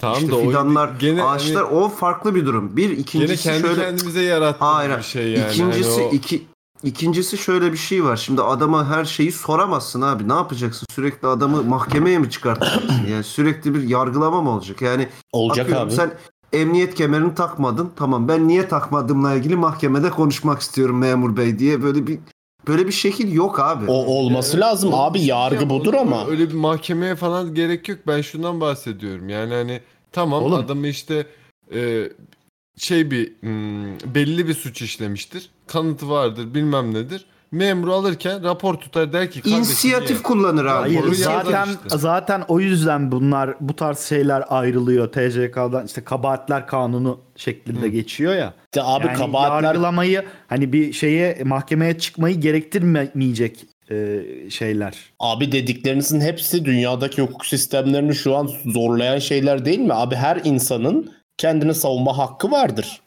S5: Tamam
S9: işte
S5: da o-
S9: fidanlar,
S5: gene hani-
S9: ağaçlar o farklı bir durum. Bir
S5: gene
S9: ikincisi
S5: kendi
S9: şöyle
S5: kendimize yarattığımız
S9: Hayır,
S5: bir şey yani.
S9: İkincisi
S5: Hani o-
S9: iki ikincisi şöyle bir şey var. Şimdi adama her şeyi soramazsın abi. Ne yapacaksın? Sürekli adamı mahkemeye mi çıkartacaksın? Yani sürekli bir yargılama mı olacak? Yani
S4: Olacak
S9: atıyorum
S4: abi.
S9: sen emniyet kemerini takmadın. Tamam ben niye takmadımla ilgili mahkemede konuşmak istiyorum memur bey diye böyle bir böyle bir şekil yok abi.
S4: O olması
S9: Ee,
S5: Evet,
S4: lazım
S5: o-
S9: şey
S4: abi yargı
S5: Ya,
S4: budur
S5: o-
S4: ama.
S5: Öyle bir mahkemeye falan gerek yok. Ben şundan bahsediyorum. Yani hani tamam
S6: Oğlum.
S5: adamı işte e, şey bir hmm, belli bir suç işlemiştir. Kanıtı vardır bilmem nedir. Memur alırken rapor tutar der ki kardeşim
S9: İnisiyatif
S5: ye.
S9: kullanır abi.
S5: Hayır,
S6: Hayır
S5: Koru
S6: zaten
S5: yazar işte.
S6: zaten o yüzden bunlar bu tarz şeyler ayrılıyor TCK'dan işte kabahatler kanunu şeklinde geçiyor ya.
S4: De abi
S6: yani
S4: kabahatler
S6: yargılamayı hani bir şeye mahkemeye çıkmayı gerektirmeyecek e, şeyler.
S4: Abi dediklerinizin hepsi dünyadaki hukuk sistemlerini şu an zorlayan şeyler değil mi? Abi her insanın kendini savunma hakkı vardır.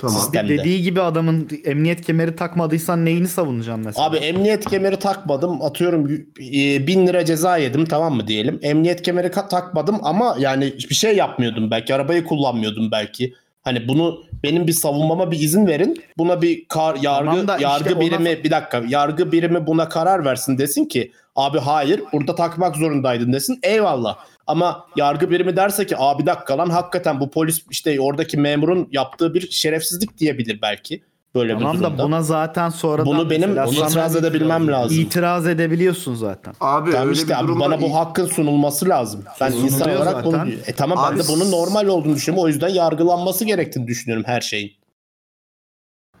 S9: Tamam.
S6: Bir
S4: Hem de.
S6: dediği gibi adamın emniyet kemeri takmadıysan neyini savunacaksın mesela?
S4: Abi e, emniyet kemeri takmadım atıyorum e, bin lira ceza yedim tamam mı diyelim. Emniyet kemeri ka- takmadım ama yani bir şey yapmıyordum belki arabayı kullanmıyordum belki. Hani bunu benim bir savunmama bir izin verin. Buna bir kar, yargı
S6: Tamam da işte
S4: yargı
S6: ona-
S4: birimi bir dakika yargı birimi buna karar versin desin ki abi hayır burada takmak zorundaydın desin. Eyvallah. Ama yargı birimi derse ki abi bir dakika lan hakikaten bu polis işte oradaki memurun yaptığı bir şerefsizlik diyebilir belki. Böyle bir
S6: tamam
S4: durumda.
S6: da buna zaten sonradan
S4: Bunu benim
S6: mesela
S5: Bunu
S6: sana
S4: itiraz
S5: sen-
S4: edebilmem lazım.
S6: itiraz edebiliyorsun zaten.
S9: Abi
S4: Tamam
S9: öyle
S4: işte
S9: bir
S4: abi
S9: durumda
S4: bana bu hakkın sunulması lazım. Ben
S6: Sunuluyor
S4: insan olarak
S6: zaten.
S4: bunu e tamam ben
S9: Abi-
S4: de bunun normal olduğunu düşünüyorum. O yüzden yargılanması gerektiğini düşünüyorum her şeyin.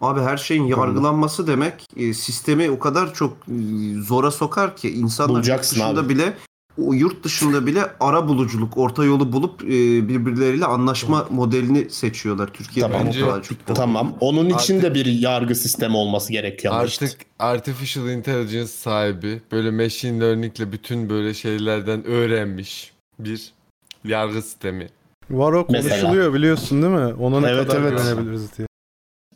S9: Abi her şeyin yargılanması demek e, sistemi o kadar çok e, zora sokar ki insanlar
S4: Bulacaksın
S9: yurt dışında
S4: abi.
S9: bile o yurt dışında bile ara buluculuk, orta yolu bulup e, birbirleriyle anlaşma modelini seçiyorlar Türkiye'de.
S4: Tamam.
S9: bu daha çok.
S4: Tamam. Onun için de
S5: Artık-
S4: bir yargı sistemi olması gerekiyor ama işte.
S5: Artık artificial intelligence sahibi böyle machine learningle bütün böyle şeylerden öğrenmiş bir yargı sistemi.
S3: Var o
S4: Mesela.
S3: konuşuluyor biliyorsun değil mi? Ona ne
S4: Evet,
S3: kadar
S4: evet.
S3: güvenebiliriz diye.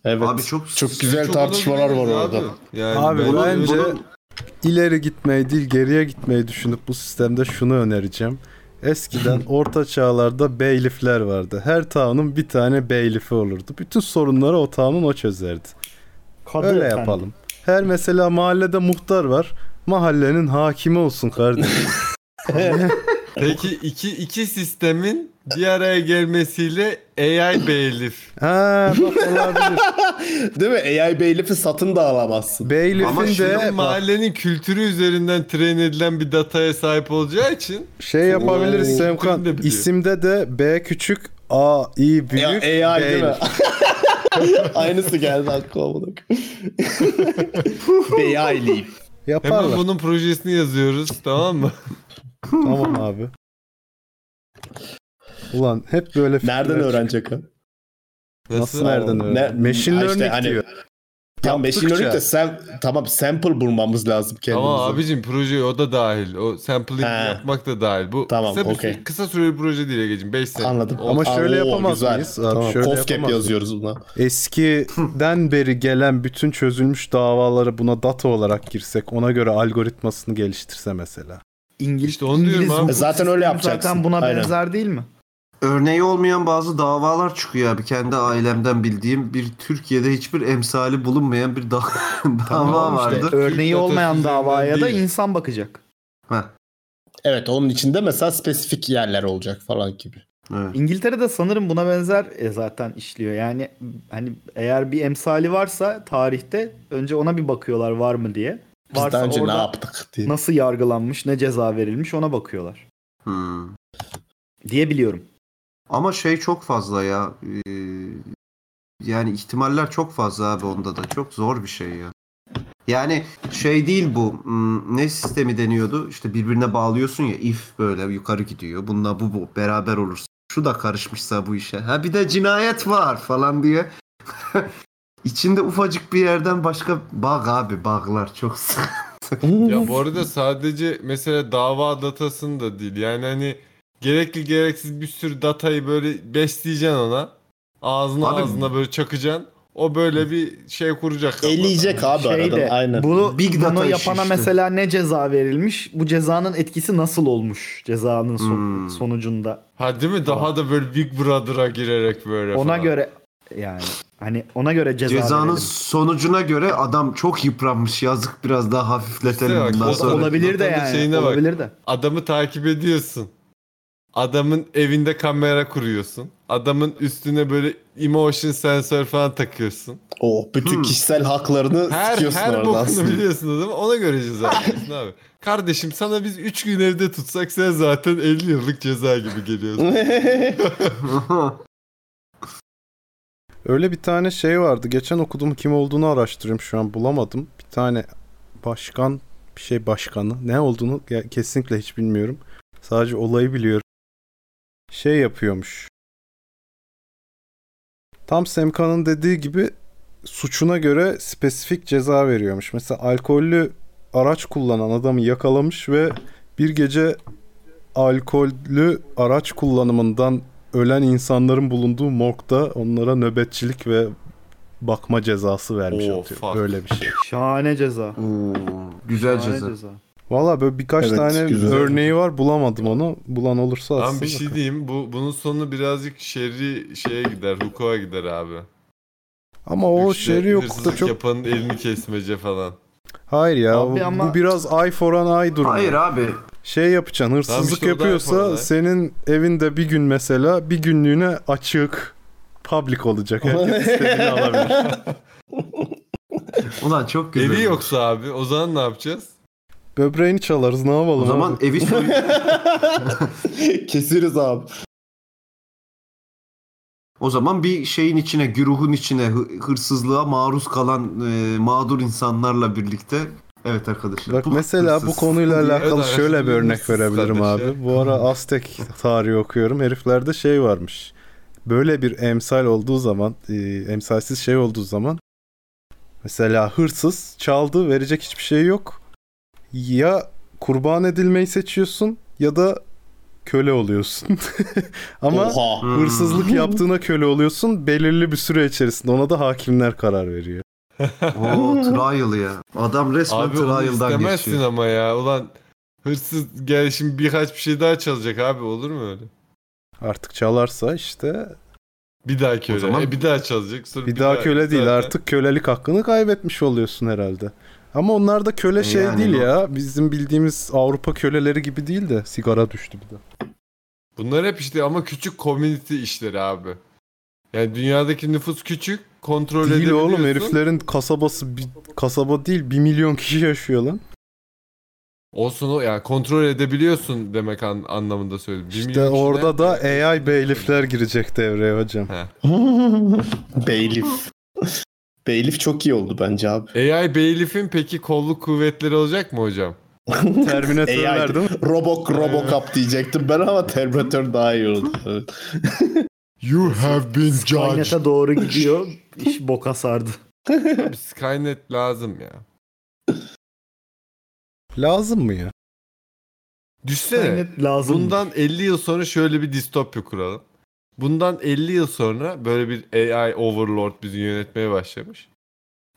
S4: Evet.
S9: Abi çok
S4: Çok güzel tartışmalar var
S5: olabiliriz
S4: orada.
S5: abi. Yani
S3: Abi
S5: ben-
S3: bence
S9: bunun-
S3: ileri gitmeyi değil geriye gitmeyi düşünüp bu sistemde şunu önereceğim. Eskiden orta çağlarda beylifler vardı. Her taunun bir tane beylifi olurdu. Bütün sorunları o taunun o çözerdi.
S6: Kadı
S3: Öyle
S6: efendim.
S3: yapalım. Her mesela mahallede muhtar var. Mahallenin hakimi olsun kardeşim.
S5: Peki iki iki sistemin bir araya gelmesiyle AI beylif.
S3: ha bak olabilir.
S4: Değil mi? AI beylifi satın da alamazsın.
S9: Ama
S3: Beylifin
S9: şimdi
S3: de
S5: Şimdi
S3: bak,
S5: mahallenin kültürü üzerinden train edilen bir dataya sahip olacağı için
S3: şey yapabiliriz
S5: Oo,
S3: Semkan.
S5: kim de biliyor.
S3: İsimde de B küçük A i
S4: Ya,
S3: büyük.
S4: AI değil mi?
S3: beylif.
S4: Aynısı geldi aklıma bunu. AI leyim.
S3: Yaparlar.
S5: hemen bunun projesini yazıyoruz tamam mı?
S3: Tamam abi. Ulan hep böyle fikirler
S4: Nereden
S3: çıkıyor.
S4: öğrenecek ha?
S3: Nasıl nereden
S4: Ne-
S3: öğren? Machine
S4: Ha işte
S3: learning
S4: hani-
S3: diyor.
S4: Tam machine
S3: Yaptıkça.
S4: learning de sen tamam sample bulmamız lazım kendimize.
S5: Ama abicim projeye o da dahil. O sampling
S4: He.
S5: yapmak da dahil. Bu
S4: Tamam,
S5: kısa, bir
S4: okey.
S5: süre, kısa süreli bir proje değil Ege'cim. 5 sene.
S4: Anladım.
S5: O-
S3: Ama şöyle
S4: Oo,
S3: yapamaz
S4: güzel.
S3: mıyız? Abi
S4: Tamam,
S3: şöyle
S4: Kofkep
S3: yapamaz mıyız?
S4: yazıyoruz buna.
S3: Eskiden beri gelen bütün çözülmüş davaları buna data olarak girsek ona göre algoritmasını geliştirse mesela.
S6: İngiliz,
S5: İşte onu diyorum
S6: İngiliz
S5: abi.
S6: hukuk
S4: Zaten öyle
S6: sistemi
S4: yapacaksın.
S6: Zaten buna
S4: Aynen.
S6: benzer değil mi?
S9: Örneği olmayan bazı davalar çıkıyor abi. Kendi ailemden bildiğim bir Türkiye'de hiçbir emsali bulunmayan bir da- dava
S6: Tamam işte,
S9: vardı.
S6: Örneği
S5: Türk
S6: olmayan
S5: datası
S6: davaya da
S5: üzerinden değil.
S6: insan bakacak.
S9: Ha,
S4: Evet onun içinde mesela spesifik yerler olacak falan gibi.
S9: evet.
S6: İngiltere'de sanırım buna benzer e, zaten işliyor. Yani hani eğer bir emsali varsa tarihte önce ona bir bakıyorlar var mı diye.
S4: Biz
S6: Varsa
S4: daha önce
S6: orada
S4: ne yaptık diye.
S6: nasıl yargılanmış, ne ceza verilmiş ona bakıyorlar
S9: Hmm.
S6: diye biliyorum.
S9: Ama şey çok fazla ya. Ee, yani ihtimaller çok fazla abi onda da. Çok zor bir şey ya. Yani şey değil bu. Hmm, Ne sistemi deniyordu? İşte birbirine bağlıyorsun ya. If böyle yukarı gidiyor. Bununla bu bu beraber olursa. Şu da karışmışsa bu işe. Ha bir de cinayet var falan diye. İçinde ufacık bir yerden başka bug abi buglar çok sık.
S5: Ya bu arada sadece mesela dava datasını da değil. Yani hani gerekli gereksiz bir sürü datayı böyle besleyeceksin ona. Ağzına
S9: Abi-
S5: ağzına böyle çakacaksın. O böyle bir şey kuracak. kafada.
S4: Eleyecek abi
S3: Şey
S6: Şeyde,
S4: arada. Aynen.
S6: Şey Bunu,
S9: Big
S6: bunu
S9: data işi
S6: yapana
S9: işte.
S6: mesela ne ceza verilmiş? Bu cezanın etkisi nasıl olmuş cezanın son-
S9: Hmm.
S6: sonucunda?
S5: Ha değil mi? Daha da böyle Big Brother'a girerek böyle
S6: Ona
S5: falan.
S6: göre yani hani ona göre ceza
S9: Cezanın
S6: verelim.
S9: sonucuna göre adam çok yıpranmış. Yazık biraz daha hafifletelim
S5: İşte bak,
S9: bundan
S5: o da
S9: sonra.
S6: olabilir de
S5: Zaten
S6: yani.
S5: şeyine bak.
S6: Olabilir de.
S5: Adamı takip ediyorsun. Adamın evinde kamera kuruyorsun. Adamın üstüne böyle emotion sensör falan takıyorsun.
S4: Oh, bütün
S9: Hmm.
S4: kişisel haklarını
S5: Her
S4: sıkıyorsun
S5: her
S4: orada
S5: bokunu
S4: aslında.
S5: biliyorsun değil mi? Ona göre ceza veriyorsun abi. Kardeşim sana biz 3 gün evde tutsak sen zaten 50 yıllık ceza gibi geliyorsun.
S3: Öyle bir tane şey vardı. Geçen okudum kim olduğunu araştırıyorum şu an bulamadım. Bir tane başkan bir şey başkanı. Ne olduğunu ge- kesinlikle hiç bilmiyorum. Sadece olayı biliyorum. Şey yapıyormuş. Tam Semkan'ın dediği gibi suçuna göre spesifik ceza veriyormuş. Mesela alkollü araç kullanan adamı yakalamış ve bir gece alkollü araç kullanımından ölen insanların bulunduğu morgda onlara nöbetçilik ve bakma cezası vermiş
S5: Oo,
S3: atıyor.
S5: fuck.
S3: Öyle bir şey.
S6: Şahane ceza.
S9: Oo, güzel
S6: Şahane
S9: ceza.
S6: ceza.
S3: Valla böyle birkaç
S4: Evet,
S3: tane
S4: güzel.
S3: örneği var bulamadım onu. Bulan olursa aslında.
S5: Tam bir şey diyeyim. Bu bunun sonu birazcık şerri şeye gider, hukuka gider abi.
S3: Ama o
S5: İşte
S3: şeri
S5: hırsızlık
S3: yoktu çok.
S5: yapanın elini kesmece falan.
S3: Hayır ya
S6: Abi
S3: bu,
S6: ama-
S3: bu biraz ay for an eye durumu.
S9: Hayır abi.
S3: Şey yapacaksın hırsızlık
S5: işte o da eye for an
S3: yapıyorsa
S5: eye.
S3: senin evinde bir gün mesela bir günlüğüne açık public olacak. Herkes istediğini alabilir.
S9: Ulan çok güzel.
S5: Evi yoksa abi o zaman ne yapacağız?
S3: Böbreğini çalarız ne yapalım
S9: O zaman
S3: abi?
S9: evi soy...
S4: Keseriz abi.
S9: o zaman bir şeyin içine, güruhun içine hı- hırsızlığa maruz kalan e, mağdur insanlarla birlikte Evet arkadaşlar.
S3: Bak mesela bu
S9: hırsız.
S3: konuyla
S5: Evet
S3: alakalı
S5: arkadaşlar,
S3: şöyle bir
S5: bu
S3: örnek
S5: hırsız
S3: verebilirim
S5: kardeş
S3: abi. Bu ara Aztek tarihi okuyorum. Heriflerde şey varmış. Böyle bir emsal olduğu zaman, e, emsalsiz şey olduğu zaman mesela hırsız çaldı, verecek hiçbir şey yok. Ya kurban edilmeyi seçiyorsun ya da köle oluyorsun. Ama
S4: Oha.
S9: Hmm.
S3: hırsızlık yaptığına köle oluyorsun. Belirli bir süre içerisinde ona da hakimler karar veriyor.
S9: Oo trial ya. Adam resmen
S5: Abi onu
S9: trial'dan
S5: istemezsin
S9: geçiyor.
S5: ama ya. Ulan hırsız gel şimdi birkaç bir şey daha çalacak abi olur mu öyle?
S3: Artık çalarsa işte
S5: Bir daha köle.
S9: zaman-
S5: E, bir daha çalacak. Sonra
S3: Bir daha köle değil
S5: Zaten-
S3: artık kölelik hakkını kaybetmiş oluyorsun herhalde. Ama onlar da köle
S9: E
S3: şey
S9: yani
S3: değil
S9: bu-
S3: ya. Bizim bildiğimiz Avrupa köleleri gibi değil de sigara düştü bir de.
S5: Bunlar hep işte ama küçük community işleri abi. Yani dünyadaki nüfus küçük. Kontrol
S3: Değil
S5: edebiliyorsun.
S3: oğlum heriflerin kasabası bir, kasaba değil 1 milyon kişi yaşıyor lan.
S5: Olsun o yani kontrol edebiliyorsun demek an- anlamında söyledim. Bir
S3: İşte
S5: milyon kişiden-
S3: orada da AI beylifler girecek devreye hocam.
S4: Beylif. Beylif çok iyi oldu bence abi.
S5: AI beylifin peki kolluk kuvvetleri olacak mı hocam?
S3: Terminatörler
S4: AI
S3: değil mi?
S4: Robok Robocop diyecektim ben ama Terminator daha iyi oldu. Evet.
S5: You have been
S6: Kaynete doğru gidiyor. İş boka sardı.
S5: Abi Skynet lazım ya.
S3: Lazım mı ya?
S5: Düşsene.
S6: Kaynet lazım.
S5: Bundan 50 yıl sonra şöyle bir distopya kuralım. Bundan 50 yıl sonra böyle bir AI overlord bizi yönetmeye başlamış.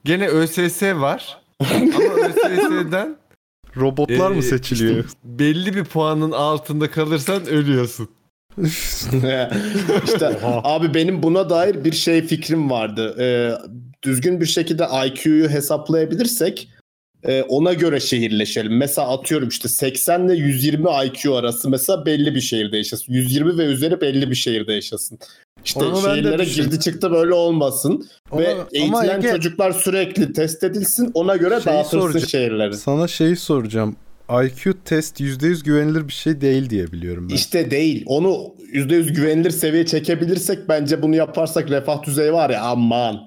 S5: Gene ÖSS var. Ama ÖSS'den
S3: Robotlar
S5: Ee,
S3: mı seçiliyor?
S5: işte belli bir puanın altında kalırsan ölüyorsun.
S4: işte abi benim buna dair bir şey fikrim vardı. Ee, düzgün bir şekilde IQ'yu hesaplayabilirsek e, ona göre şehirleşelim. Mesela atıyorum işte 80 ile 120 IQ arası mesela belli bir şehirde yaşasın. 120 ve üzeri belli bir şehirde yaşasın. İşte
S3: Onu ben de
S4: şehirlere
S3: düşündüm.
S4: girdi çıktı böyle olmasın. ve
S3: Ama- ama
S4: eğitilen
S3: Ege,
S4: çocuklar sürekli test edilsin. Ona göre
S3: Şeyi
S4: dağıtırsın
S3: soracağım.
S4: şehirleri.
S3: Sana şeyi soracağım. IQ test %100 güvenilir bir şey değil diye biliyorum ben.
S4: İşte değil. Onu %100 güvenilir seviyeye çekebilirsek bence bunu yaparsak refah düzeyi var ya aman.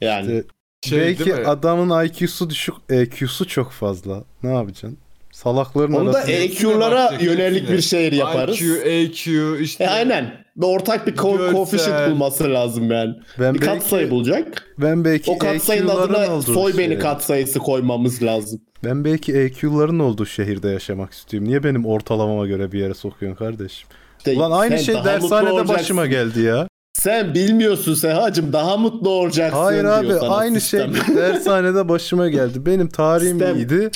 S4: Yani
S3: İşte
S5: Şey
S3: Belki
S5: değil mi?
S3: adamın IQ'su düşük, EQ'su çok fazla. Ne yapacaksın? Salakların
S4: onu da
S3: arasında...
S4: EQ'lara
S5: bakacak,
S4: yönelik
S5: hepsine.
S4: bir şehir yaparız.
S5: IQ, EQ işte.
S4: E, aynen. Bir ortak bir ko-
S5: Görsel.
S4: coefficient bulması lazım yani.
S3: ben
S4: E- Bir katsayı bulacak.
S3: Ben belki E
S4: O katsayının
S3: EQ'ların
S4: adına
S3: olduğu
S4: soy beni
S3: şehir-
S4: katsayısı koymamız lazım.
S3: Ben belki EQ'ların olduğu şehirde yaşamak istiyorum. Niye benim ortalamama göre bir yere sokuyorsun kardeşim?
S4: İşte
S3: Ulan aynı
S4: E, sen
S3: şey
S4: daha mutlu
S3: dershanede
S4: olacaksın.
S3: başıma geldi ya.
S4: Sen bilmiyorsun Sehacım daha mutlu olacaksın
S3: Hayır
S4: diyor
S3: abi
S4: sana
S3: aynı
S4: sistem.
S3: şey dershanede başıma geldi. Benim tarihim
S4: Sistem.
S3: iyiydi.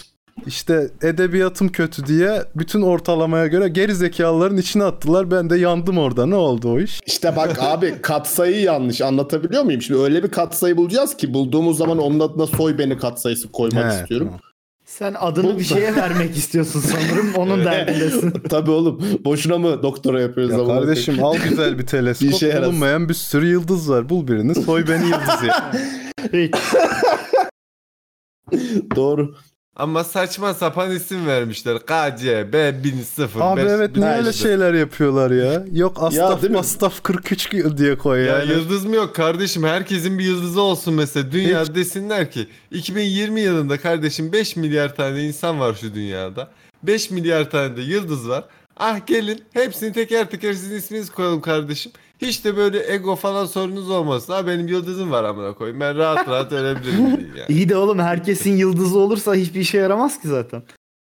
S3: İşte edebiyatım kötü diye bütün ortalamaya göre geri zekalıların içine attılar. Ben de yandım orada. Ne oldu o iş?
S4: İşte bak abi katsayı yanlış anlatabiliyor muyum? Şimdi öyle bir katsayı bulacağız ki bulduğumuz zaman onun adına soy beni katsayısı koymak
S3: He,
S4: istiyorum.
S3: tamam.
S6: Sen adını bir şeye vermek istiyorsun sanırım. Onun derdindesin.
S4: Tabii oğlum boşuna mı doktora yapıyoruz?
S3: Ya
S4: amına koyayım?
S3: kardeşim al güzel bir teleskop.
S4: işe yarar.
S3: Bulunmayan bir sürü yıldız var. Bul birini soy beni yıldız ya.
S6: Hiç.
S4: Doğru.
S5: Ama saçma sapan isim vermişler. KCB 1005.
S3: Abi evet niye öyle şey şeyler yapıyorlar ya? Yok astaf
S4: değil mi?
S3: astaf 43 diye koy
S5: Ya
S3: yani.
S5: yıldız mı yok kardeşim? Herkesin bir yıldızı olsun mesela. Dünya desinler ki 2020 yılında kardeşim 5 milyar tane insan var şu dünyada. 5 milyar tane de yıldız var. Ah gelin hepsini teker teker sizin isminizi koyalım kardeşim. Hiç de böyle ego falan sorunuz olmasın. Ha benim yıldızım var amına koyayım. Ben rahat rahat ölebilirim deyin yani.
S6: İyi de oğlum herkesin yıldızı olursa hiçbir işe yaramaz ki zaten.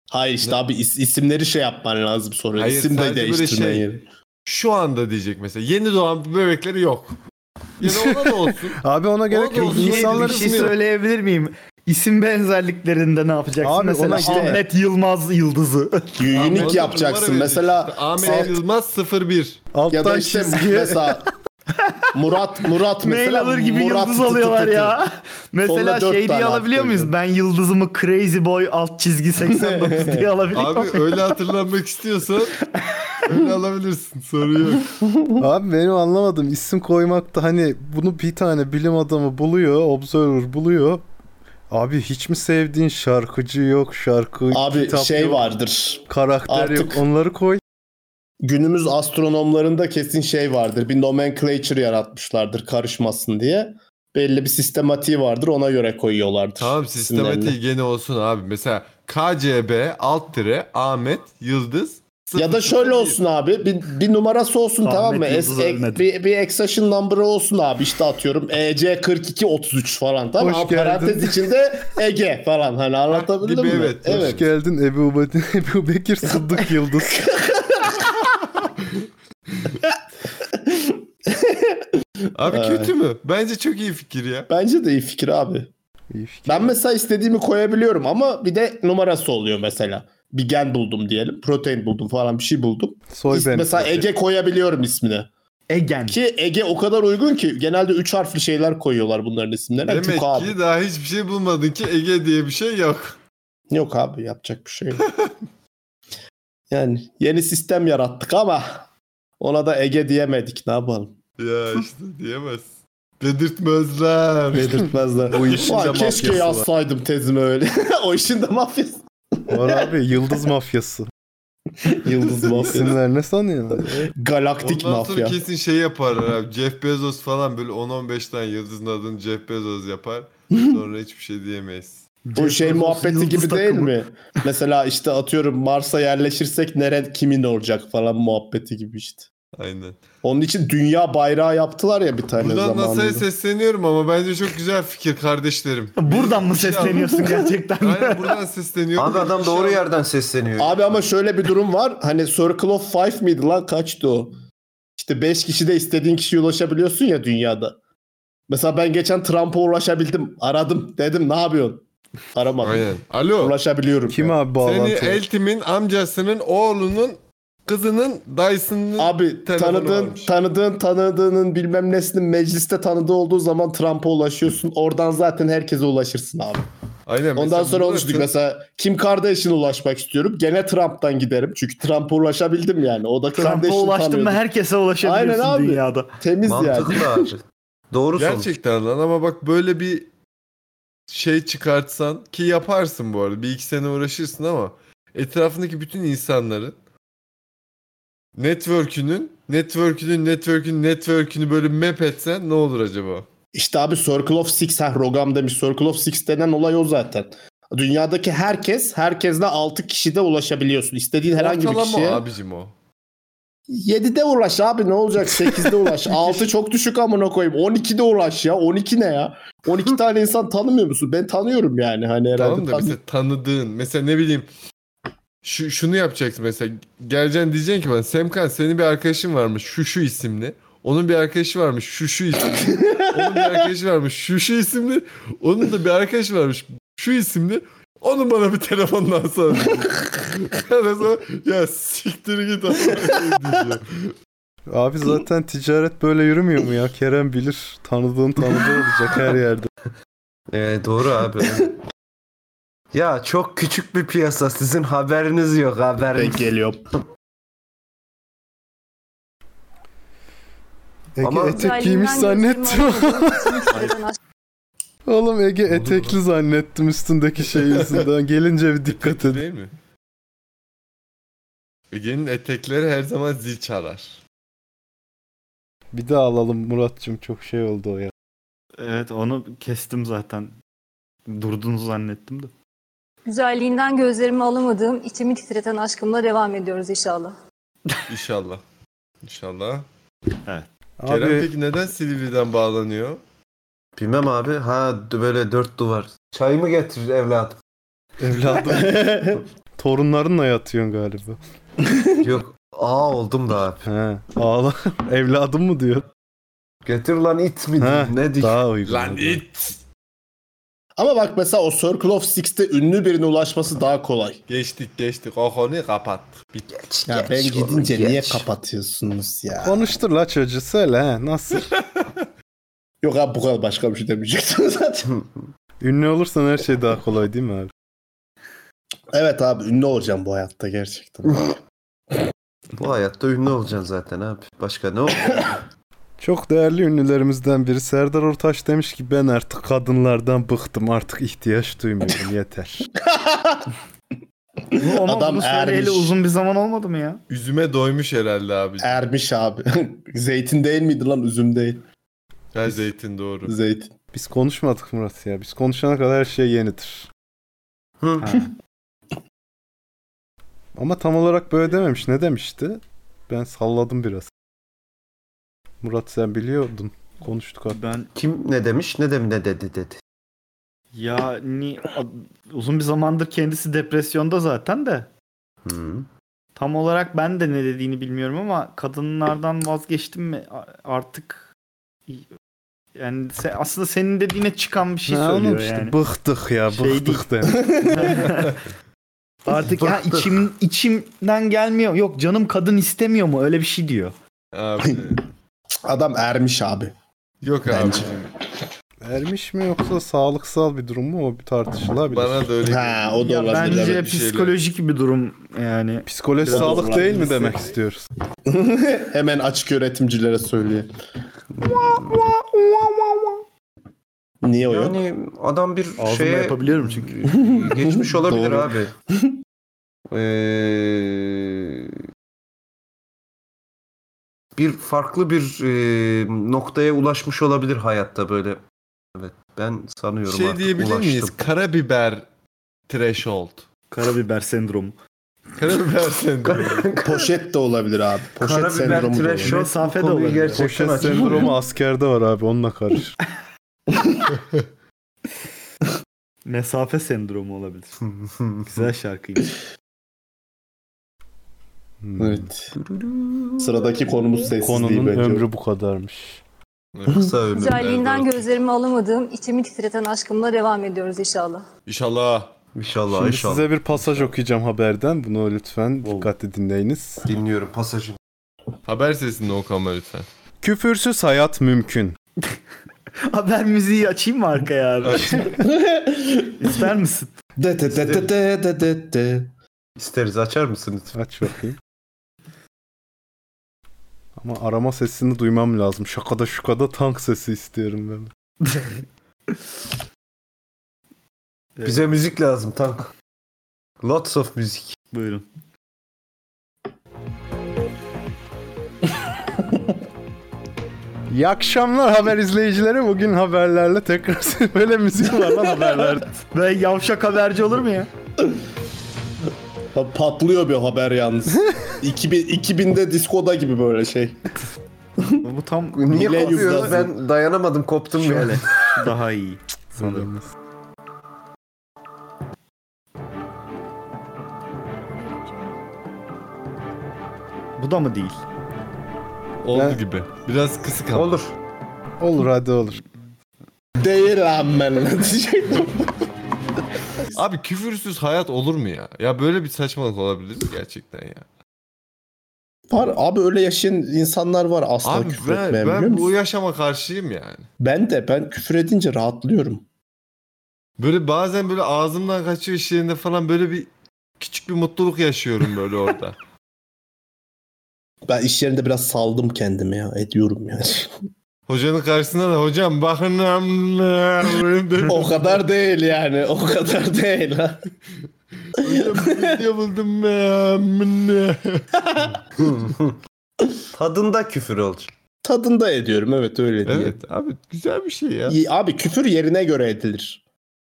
S4: Hayır işte abi is- isimleri şey yapman lazım sonra.
S5: Hayır,
S4: İsim de
S5: sadece böyle
S4: değiştirmen
S5: şey-
S4: yeri.
S5: Şu anda diyecek mesela. Yeni doğan bebekleri yok. Ya da ona da olsun.
S3: Abi ona gerek
S5: Peki,
S3: yok.
S5: Oğlum, niye
S6: İnsanlar
S3: İnsanlar
S6: bir şey
S5: bilmiyor.
S6: söyleyebilir miyim? İsim benzerliklerinde ne yapacaksın?
S3: Abi
S6: Mesela
S3: ona işte-
S6: Ahmet Yıldız yıldızı.
S5: Ahmet
S4: Unique
S5: Yıldız'a
S4: yapacaksın.
S5: numara
S4: Mesela
S5: vereceksin. Ahmet
S4: Salt-
S5: Yılmaz 01.
S3: alttan
S4: ya da işte
S3: çizgi.
S4: mesela Murat Murat mesela
S6: Mail alır gibi
S4: Murat
S6: yıldız
S4: tı tı tı
S6: alıyorlar
S4: tı.
S6: ya. Mesela
S4: Sonuna dört
S6: şey diye
S4: tane alt
S6: alabiliyor muyuz?
S4: koyacağım.
S6: Ben yıldızımı Crazy Boy alt çizgi 89 diye alabiliyor
S5: Abi
S6: muyuz?
S5: öyle hatırlanmak istiyorsan öyle alabilirsin. Sorun yok.
S3: Abi benim anlamadım. İsim koymakta hani bunu bir tane bilim adamı buluyor, observer buluyor. Abi hiç mi sevdiğin şarkıcı yok, şarkı,
S4: Abi
S3: kitap
S4: şey
S3: yok,
S4: vardır.
S3: karakter yok.
S4: artık-
S3: Onları koy.
S4: Günümüz astronomlarında kesin şey vardır. Bir nomenclature yaratmışlardır karışmasın diye. Belli bir sistematiği vardır ona göre koyuyorlardır.
S5: Tamam
S4: isimlerini.
S5: sistematiği gene olsun abi. Mesela KCB alt tire Ahmet Yıldız.
S4: Ya da şöyle olsun abi. Bir, bir numarası olsun
S6: Ahmet
S4: tamam mı?
S6: Yıldız
S4: Es- ek-
S6: ölmedi.
S4: bir, bir exception number'ı olsun abi. İşte atıyorum E EC 42 33 falan tamam mı?
S3: Hoş
S4: Ama
S3: geldin.
S4: Parantez içinde Ege falan hani anlatabildim
S5: Gibi
S4: mi?
S5: evet, hoş
S3: Hoş geldin Ebu, Be- Ebu Bekir Sıddık Yıldız.
S5: Abi
S4: Evet.
S5: kötü mü? Bence çok iyi fikir ya.
S4: Bence de iyi fikir abi.
S3: İyi fikir.
S4: Ben mesela istediğimi koyabiliyorum ama bir de numarası oluyor mesela. Bir gen buldum diyelim. Protein buldum falan bir şey buldum.
S3: Soy
S4: İs-
S3: ben.
S4: mesela Ege koyabiliyorum ismini.
S6: Egen.
S4: Ki Ege o kadar uygun ki genelde 3 harfli şeyler koyuyorlar bunların isimlerine.
S5: Demek
S4: Tük abi.
S5: ki daha hiçbir şey bulmadın ki Ege diye bir şey yok.
S4: Yok abi yapacak bir şey yok. yani yeni sistem yarattık ama ona da Ege diyemedik ne yapalım.
S5: Ya işte diyemez. Dedirtmezler.
S4: Belirtmezler.
S3: Bu işin
S4: Ulan
S3: de
S4: keşke
S3: mafyası var.
S4: yazsaydım tezimi öyle. o işin de mafyası.
S3: Var abi Yıldız Mafyası.
S4: Yıldız mafyası.
S3: İsimler ne sanıyorsun?
S4: Galaktik
S5: Ondan sonra
S4: mafya.
S5: kesin şey yaparlar abi. Jeff Bezos falan böyle 10-15 tane yıldızın adını Jeff Bezos yapar. Sonra hiçbir şey diyemeyiz.
S4: Bu şey
S6: Yıldız
S4: muhabbeti gibi
S6: takımı.
S4: değil mi? Mesela işte atıyorum Mars'a yerleşirsek nere kimin olacak falan muhabbeti gibi işte.
S5: Aynen.
S4: Onun için dünya bayrağı yaptılar ya bir tane
S5: Buradan NASA'ya
S4: zamanında.
S5: sesleniyorum ama bence çok güzel fikir kardeşlerim.
S6: Buradan mı sesleniyorsun gerçekten?
S5: Aynen buradan sesleniyorum.
S9: Abi adam doğru yerden sesleniyor.
S4: Abi ama şöyle bir durum var. Hani Circle of Five miydi lan? Kaçtı o? İşte 5 kişide istediğin kişiye ulaşabiliyorsun ya dünyada. Mesela ben geçen Trump'a ulaşabildim. Aradım. Dedim ne yapıyorsun? Aramadım.
S5: Aynen. Alo.
S4: Ulaşabiliyorum.
S3: Kim
S4: ya.
S3: abi
S5: Seni
S3: bağlantı?
S5: Eltim'in amcasının oğlunun kızının dayısının
S4: Abi
S5: Telefonu
S4: tanıdığın
S5: varmış.
S4: tanıdığın tanıdığının bilmem nesinin mecliste tanıdığı olduğu zaman Trump'a ulaşıyorsun. Oradan zaten herkese ulaşırsın abi.
S5: Aynen.
S4: Ondan
S5: mesela
S4: sonra
S5: burada
S4: olmuştuk
S5: çok-
S4: mesela Kim Kardashian'a ulaşmak istiyorum. Gene Trump'tan giderim. Çünkü Trump'a ulaşabildim yani. O da
S6: Trump'a
S4: Kardashian'ı
S6: ulaştın mı
S4: tanıyordu.
S6: herkese ulaşabiliyorsun
S4: Aynen abi.
S6: dünyada.
S4: Temiz yani.
S9: Mantıklı abi. Doğru sonuç.
S5: Gerçekten lan ama bak böyle bir şey çıkartsan ki yaparsın bu arada. Bir iki sene uğraşırsın ama etrafındaki bütün insanların network'ünün network'ünün network'ünün network'ünü böyle map etsen ne olur acaba?
S4: İşte abi Circle of Six. Ha Rogam demiş. Circle of Six denen olay o zaten. Dünyadaki herkes, herkesle 6 kişide ulaşabiliyorsun. İstediğin herhangi bir
S5: Ortalama
S4: kişiye.
S5: abicim o.
S4: 7'de ulaş abi ne olacak 8'de ulaş 6 çok düşük amına koyayım 12'de ulaş ya 12 ne ya 12 tane insan tanımıyor musun ben tanıyorum yani hani herhalde
S5: Tamam da
S4: tanı-
S5: mesela tanıdığın mesela ne bileyim şu, şunu yapacaksın mesela geleceksin diyeceksin ki bana Semkan senin bir arkadaşın varmış şu şu isimli. Onun bir arkadaşı varmış şu şu isimli. Onun bir arkadaşı varmış şu şu isimli. Onun da bir arkadaşı varmış şu isimli. Onu bana bir telefondan sonra. ben de sana ya siktir git. amına koyayım" diyeceğim.
S3: Abi zaten ticaret böyle yürümüyor mu ya? Kerem bilir. Tanıdığın tanıdığı olacak her yerde.
S9: Ee, doğru abi. ya çok küçük bir piyasa. Sizin haberiniz yok
S4: ben
S9: haberiniz.
S4: geliyorum
S3: Ege
S9: Ama-
S3: etek giymiş zannettim. Oğlum Ege etekli zannettim üstündeki şey yüzünden. Gelince bir dikkat edin.
S5: Değil mi? Ege'nin etekleri her zaman zil çalar.
S3: Bir daha alalım Murat'cığım çok şey oldu o ya.
S6: Evet onu kestim zaten. Durdunuz zannettim de.
S8: Güzelliğinden gözlerimi alamadığım, içimi titreten aşkımla devam ediyoruz inşallah.
S5: İnşallah. İnşallah.
S3: Abi
S5: Kerem peki neden Silivri'den bağlanıyor?
S9: Bilmem abi. Ha d- böyle dört duvar. Çay mı getirir evladım?
S3: evladım torunlarınla yatıyorsun galiba.
S9: yok. Aa oldum da abi.
S3: He. Ağla. evladım mı diyor.
S9: Getir lan it mi?
S3: Ha,
S9: diyeyim, Ne diyeyim?
S3: Daha uygun.
S5: Lan
S3: oldu.
S5: it!
S4: ama bak mesela o Circle of Six'te ünlü birine ulaşması daha kolay
S5: Geçtik geçtik. O konuyu kapattık. Bitti.
S4: ya ben
S9: geç oğlum,
S4: gidince niye
S9: geç.
S4: kapatıyorsunuz ya
S3: Konuştur la çocuğu söyle he. Nasıl?
S4: yok abi bu kadar başka bir şey demeyecektim zaten
S3: Ünlü olursan her şey daha kolay değil mi abi?
S4: evet abi ünlü olacağım bu hayatta gerçekten
S9: Bu hayatta ünlü olacaksın zaten abi. Başka ne olur?
S3: Çok değerli ünlülerimizden biri Serdar Ortaç demiş ki ben artık kadınlardan bıktım artık ihtiyaç duymuyorum yeter.
S6: Bu Ona
S4: Adam
S6: bunu söyleyeli
S4: ermiş.
S6: uzun bir zaman olmadı mı ya?
S5: Üzüme doymuş herhalde abi.
S4: ermiş abi zeytin değil miydi lan üzüm değil
S5: Her zeytin doğru.
S4: zeytin
S3: Biz konuşmadık Murat ya biz konuşana kadar her şey yenidir.
S9: Hı.
S6: Ha.
S3: Ama tam olarak böyle dememiş ne demişti? Ben salladım biraz. Murat sen biliyordun konuştuk abi.
S6: Ben
S9: Kim ne demiş? Ne dem ne dedi dedi.
S6: yani a- uzun bir zamandır kendisi depresyonda zaten de.
S9: Hı.
S6: Tam olarak ben de ne dediğini bilmiyorum ama kadınlardan vazgeçtim mi a- artık yani se- aslında senin dediğine çıkan bir şey
S3: Ha, oğlum
S6: söylüyor
S3: işte
S6: yani.
S3: Bıktık ya
S6: Şey
S3: bıktık demiş.
S6: artık ya
S9: Bıktık.
S6: içim içimden gelmiyor. Yok canım kadın istemiyor mu? Öyle bir şey diyor.
S5: Abi.
S4: adam ermiş abi
S5: Yok abi.
S4: Bence.
S3: Ermiş mi yoksa sağlıksal bir durum mu o bir tartışılabilir.
S5: Bana da öyle
S4: ha o da
S6: Ya
S4: olabilir
S6: bence
S4: evet. şey
S5: bir şeyler.
S6: psikolojik bir durum yani.
S3: Psikoloji
S4: Biraz
S3: sağlık değil mi
S4: zorlandıysa.
S3: demek istiyoruz?
S4: Hemen açık öğretimcilere söylüyor. Niye o yok?
S9: Yani adam bir
S6: Ağzımla
S9: şeye
S6: yapabiliyorum çünkü.
S9: geçmiş olabilir
S4: Doğru.
S9: abi. Ee, bir farklı bir e, noktaya ulaşmış olabilir hayatta böyle. Evet ben sanıyorum
S5: Şey
S9: artık
S5: diyebilir
S9: ulaştım.
S5: miyiz? Karabiber threshold.
S6: Karabiber sendromu.
S5: Karabiber sendromu.
S4: Poşet de olabilir abi. Poşet
S9: Karabiber
S4: sendromu da olabilir.
S9: trash
S6: olabilir.
S9: yok.
S6: Mesafe de
S9: Konuyu
S6: olabilir.
S9: gerçekten
S3: Poşet
S9: açık-
S3: sendromu askerde var abi onunla karışır.
S6: Mesafe sendromu olabilir. Güzel şarkıymış.
S3: Hmm.
S4: Evet. Sıradaki konumuz sessizliği
S3: Konunun
S4: bence.
S3: ömrü bu kadarmış.
S9: Kısa ömürler.
S8: Güzelliğinden
S9: evet.
S8: gözlerimi alamadığım, içimi titreten aşkımla devam ediyoruz inşallah.
S5: İnşallah.
S9: İnşallah
S3: Şimdi
S9: inşallah.
S3: size bir pasaj okuyacağım haberden. Bunu lütfen
S9: Wow.
S3: dikkatli dinleyiniz.
S9: Dinliyorum pasajını.
S5: Haber sesinde oku ama lütfen.
S3: Küfürsüz hayat mümkün.
S6: Haber müziği açayım mı arkaya abi? İster misin?
S4: De de de de de de de de.
S9: İsteriz açar mısın lütfen?
S3: Aç bakayım. Ama arama sesini duymam lazım. Şakada şukada tank sesi istiyorum ben.
S9: Bize müzik lazım tank. Lots of müzik.
S6: Buyurun.
S3: İyi akşamlar haber izleyicileri. Bugün haberlerle tekrar böyle müzik var lan haberlerde.
S6: Böyle yavşak haberci olur mu ya?
S4: Pa- Patlıyor bir haber yalnız. 2000, 2000'de diskoda gibi böyle şey.
S6: Bu tam
S1: Niye
S4: Milenyum
S1: kopuyoruz?
S4: gazı.
S1: Ben dayanamadım koptum yani.
S6: Şu daha iyi. Sanırım. Bu da mı değil?
S5: Oldu
S3: Ya.
S5: gibi. Biraz kısık ama.
S9: Olur.
S3: Olur hadi olur.
S4: Değil ammen diyecektim.
S5: Abi küfürsüz hayat olur mu ya? Ya böyle bir saçmalık olabilir mi gerçekten ya?
S4: Var abi öyle yaşayan insanlar var asla
S5: Abi
S4: küfür
S5: ben,
S4: etmeyen biliyor
S5: ben
S4: musun?
S5: bu yaşama karşıyım yani.
S4: Ben de ben küfür edince rahatlıyorum.
S5: Böyle bazen böyle ağzımdan kaçıyor iş yerinde falan böyle bir küçük bir mutluluk yaşıyorum böyle orada.
S4: Ben iş yerinde biraz saldım kendimi ya ediyorum yani.
S5: Hocanın karşısında da hocam bakın
S4: o kadar değil yani o kadar değil. ha.
S5: video buldum. ben.
S9: Tadında küfür olacak.
S4: Tadında ediyorum evet öyle diye.
S5: evet abi güzel bir şey ya.
S4: İyi, Abi küfür yerine göre edilir.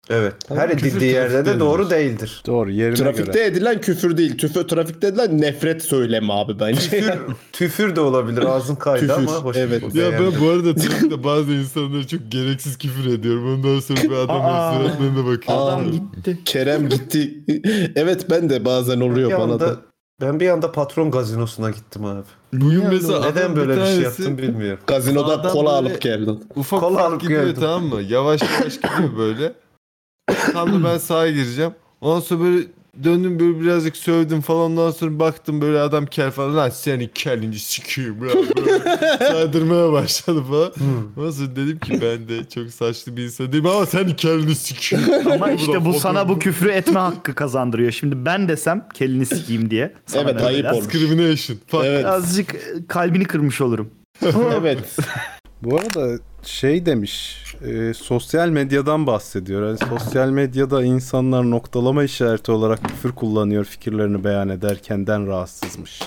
S9: Evet. Her
S5: küfür
S9: edildiği yerde de
S5: trafikte
S9: doğru değildir.
S3: Doğru yerine
S4: Trafikte
S3: göre.
S4: edilen küfür değil. Tüfe, trafikte edilen nefret söylemi abi bence.
S9: Tüfür, tüfür de olabilir. Ağzın kaydı
S4: Tüfür,
S9: ama hoş.
S4: evet.
S9: o da
S5: Ya
S9: yani.
S5: ben bu arada trafikte bazı insanlara çok gereksiz küfür ediyorum. Ondan sonra bir
S6: Aa.
S5: adamın suratlarına bakıyorum.
S4: Adam gitti. Kerem gitti. evet ben de bazen oluyor
S9: bir
S4: bana da.
S9: anda, ben bir anda patron gazinosuna gittim abi.
S5: Bugün mesela
S9: Neden
S5: adam
S9: böyle bir şey
S5: tanesi
S9: yaptım bilmiyorum.
S4: Gazinoda
S5: Adam
S4: kola
S5: böyle-
S4: alıp geldin.
S5: Ufak
S9: Kola
S5: ufak
S9: alıp
S5: gidiyor
S9: geldim.
S5: tamam mı? Yavaş yavaş gidiyor böyle. Tam da ben sağa gireceğim. Ondan sonra böyle döndüm böyle birazcık sövdüm falan. Ondan sonra baktım böyle adam kel falan. Lan seni kelinci sikiyim. Böyle saydırmaya başladı falan.
S9: Hmm.
S5: Ondan sonra dedim ki ben de çok saçlı bir insan değilim ama seni kelini sikiyim.
S6: Ama işte bu sana bu küfrü etme hakkı kazandırıyor. Şimdi ben desem kelini sikeyim diye. sana
S4: Evet,
S6: da
S4: ayıp
S6: biraz-
S4: olmuş.
S5: Discrimination. Fuck.
S4: Evet.
S6: Azıcık e, kalbini kırmış olurum.
S4: evet.
S3: Bu arada şey demiş. e, sosyal medyadan bahsediyor. Yani sosyal medyada insanlar noktalama işareti olarak küfür kullanıyor fikirlerini beyan ederkenden rahatsızmış.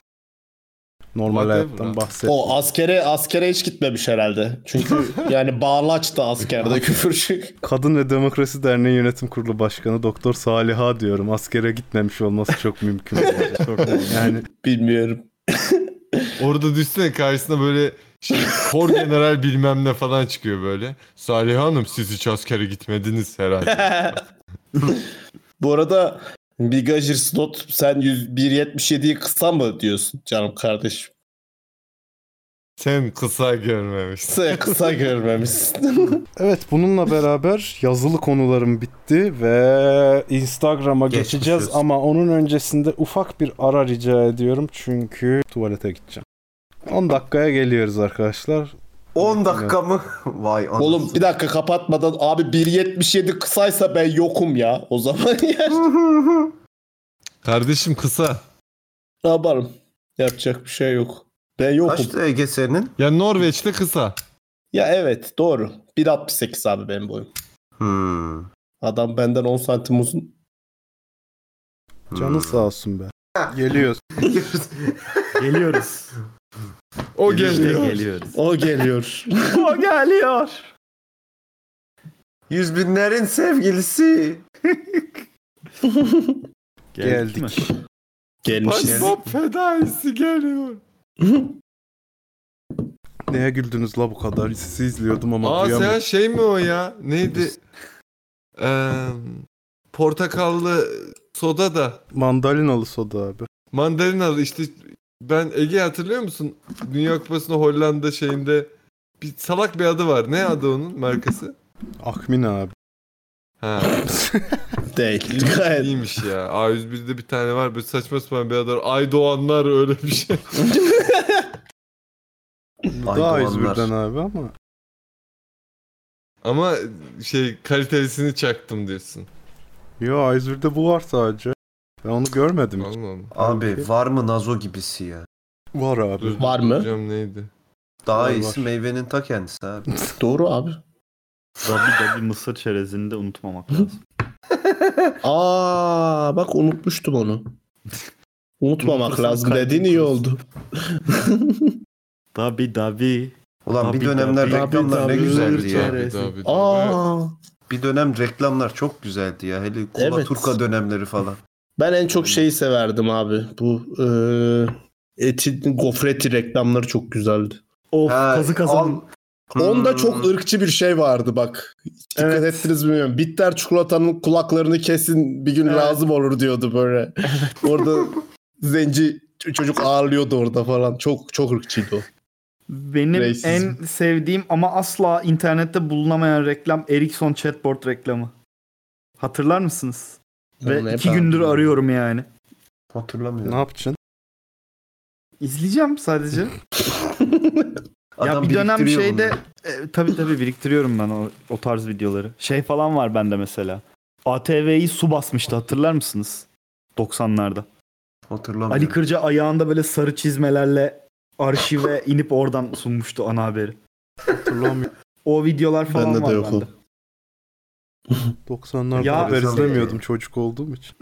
S3: Normal
S5: Whatever
S3: hayattan
S5: abi.
S3: bahset.
S4: O askere askere hiç gitmemiş herhalde. Çünkü yani bağlaç da askerde küfürcük.
S3: Kadın ve Demokrasi Derneği Yönetim Kurulu Başkanı Doktor Saliha diyorum. Askere gitmemiş olması çok mümkün. Çok- yani
S4: Bilmiyorum.
S5: Orada düşsene karşısına böyle şey, kor general bilmem ne falan çıkıyor böyle. Salih Hanım siz hiç askere gitmediniz herhalde.
S4: Bu arada Bigajir Slot sen 177'yi kısa mı diyorsun canım kardeşim?
S5: Sen kısa görmemişsin.
S4: Kısa kısa görmemişsin.
S3: Evet bununla beraber yazılı konularım bitti ve Instagram'a
S9: Geçmiş
S3: geçeceğiz
S9: olsun.
S3: ama onun öncesinde ufak bir ara rica ediyorum çünkü tuvalete gideceğim. 10 dakikaya geliyoruz arkadaşlar.
S9: 10 dakika mı? Vay anasını.
S4: Oğlum bir dakika kapatmadan abi 1.77 kısaysa ben yokum ya. O zaman yani
S5: Kardeşim kısa.
S4: ne yaparım? Yapacak bir şey yok. Ben yokum.
S9: Kaçtı Ege senin?
S5: Ya Norveç'te kısa.
S4: Ya evet doğru. 1.68 abi benim boyum.
S9: Hmm.
S4: Adam benden 10 santim uzun.
S3: Canın sağ olsun be. Geliyoruz.
S6: Geliyoruz.
S5: O
S6: İşte
S5: geliyor.
S6: geliyoruz.
S4: O geliyor.
S6: o geliyor.
S9: Yüz binlerin sevgilisi.
S3: Geldik.
S4: Gelmişiz.
S5: Hop fedaisi geliyor.
S3: Neye güldünüz la bu kadar? Sizi izliyordum ama
S5: Aa
S3: duyamadım.
S5: sen şey mi o ya? Neydi? Ee, portakallı soda da.
S3: Mandalinalı soda abi.
S5: Mandalinalı işte ben Ege hatırlıyor musun? Dünya Kupası'nda Hollanda şeyinde bir salak bir adı var. Ne adı onun markası?
S3: Akmin abi.
S5: Ha.
S4: Değil.
S5: İyiymiş,
S4: Gayet.
S5: iyiymiş ya. A101'de bir tane var böyle saçma sapan bir adı var. Ay Doğanlar öyle bir şey.
S3: Bu
S9: Ay
S3: daha
S9: doğanlar.
S3: İzmir'den abi ama.
S5: Ama şey kalitelisini çaktım diyorsun.
S3: Yo İzmir'de bu var sadece. Ben onu görmedim. hiç.
S5: Allah Allah.
S9: Abi var mı Nazo gibisi ya?
S3: Var abi.
S5: Dur,
S4: Var mı?
S5: Hocam neydi?
S9: Daha
S3: Var,
S9: iyisi
S3: var.
S9: meyvenin ta kendisi abi.
S4: Doğru abi.
S6: Dabi dabi mısır çerezini de unutmamak lazım.
S4: Aa bak unutmuştum onu. Unutmamak
S6: Unutursan
S4: lazım dediğin iyi
S6: kaybediyorsun.
S4: oldu.
S6: Dabi dabi.
S9: Ulan
S6: Tabii,
S9: bir dönemler
S6: tabii.
S9: reklamlar ne
S6: Tabii,
S9: güzeldi
S6: tabii.
S9: ya.
S5: Abi,
S6: Neresi?
S5: abi, abi.
S4: Aa
S9: Bir dönem reklamlar çok güzeldi ya. Hele Kula
S4: Evet.
S9: Turka dönemleri falan.
S4: ben en çok şeyi severdim abi. Bu e, etin gofreti reklamları çok güzeldi.
S6: Of
S9: Ha,
S6: kazı kazan.
S9: al-
S4: Onda
S9: Hmm.
S4: çok ırkçı bir şey vardı bak. Dikkat
S6: Evet.
S4: ettiniz mi bilmiyorum. Bitter çikolatanın kulaklarını kesin bir gün
S6: Evet.
S4: lazım olur diyordu böyle. orada zenci ç- çocuk ağırlıyordu orada falan. Çok çok ırkçıydı o.
S6: Benim
S4: Reisizm.
S6: en sevdiğim ama asla internette bulunamayan reklam Ericsson chatboard reklamı. Hatırlar mısınız?
S4: Onu
S6: Ve
S4: hep
S6: iki gündür
S4: anlıyorum.
S6: arıyorum yani.
S3: Ne
S9: Hatırlamıyorum.
S3: yapacaksın?
S6: İzleyeceğim sadece. ya
S9: Adam
S6: bir dönem
S9: biriktiriyor
S6: şeyde
S9: bunları.
S6: e, tabii tabii biriktiriyorum ben o, o tarz videoları. Şey falan var bende mesela. ATV'yi su basmıştı hatırlar mısınız? 90'larda. Ali
S9: Hatırlamıyorum.
S6: Kırca ayağında böyle sarı çizmelerle arşive inip oradan sunmuştu ana haberi. Hatırlamıyorum. O videolar falan
S4: Bende de
S6: var
S4: yok o.
S6: bende.
S3: 90'larda
S6: Ya-
S3: haber izlemiyordum çocuk olduğum için.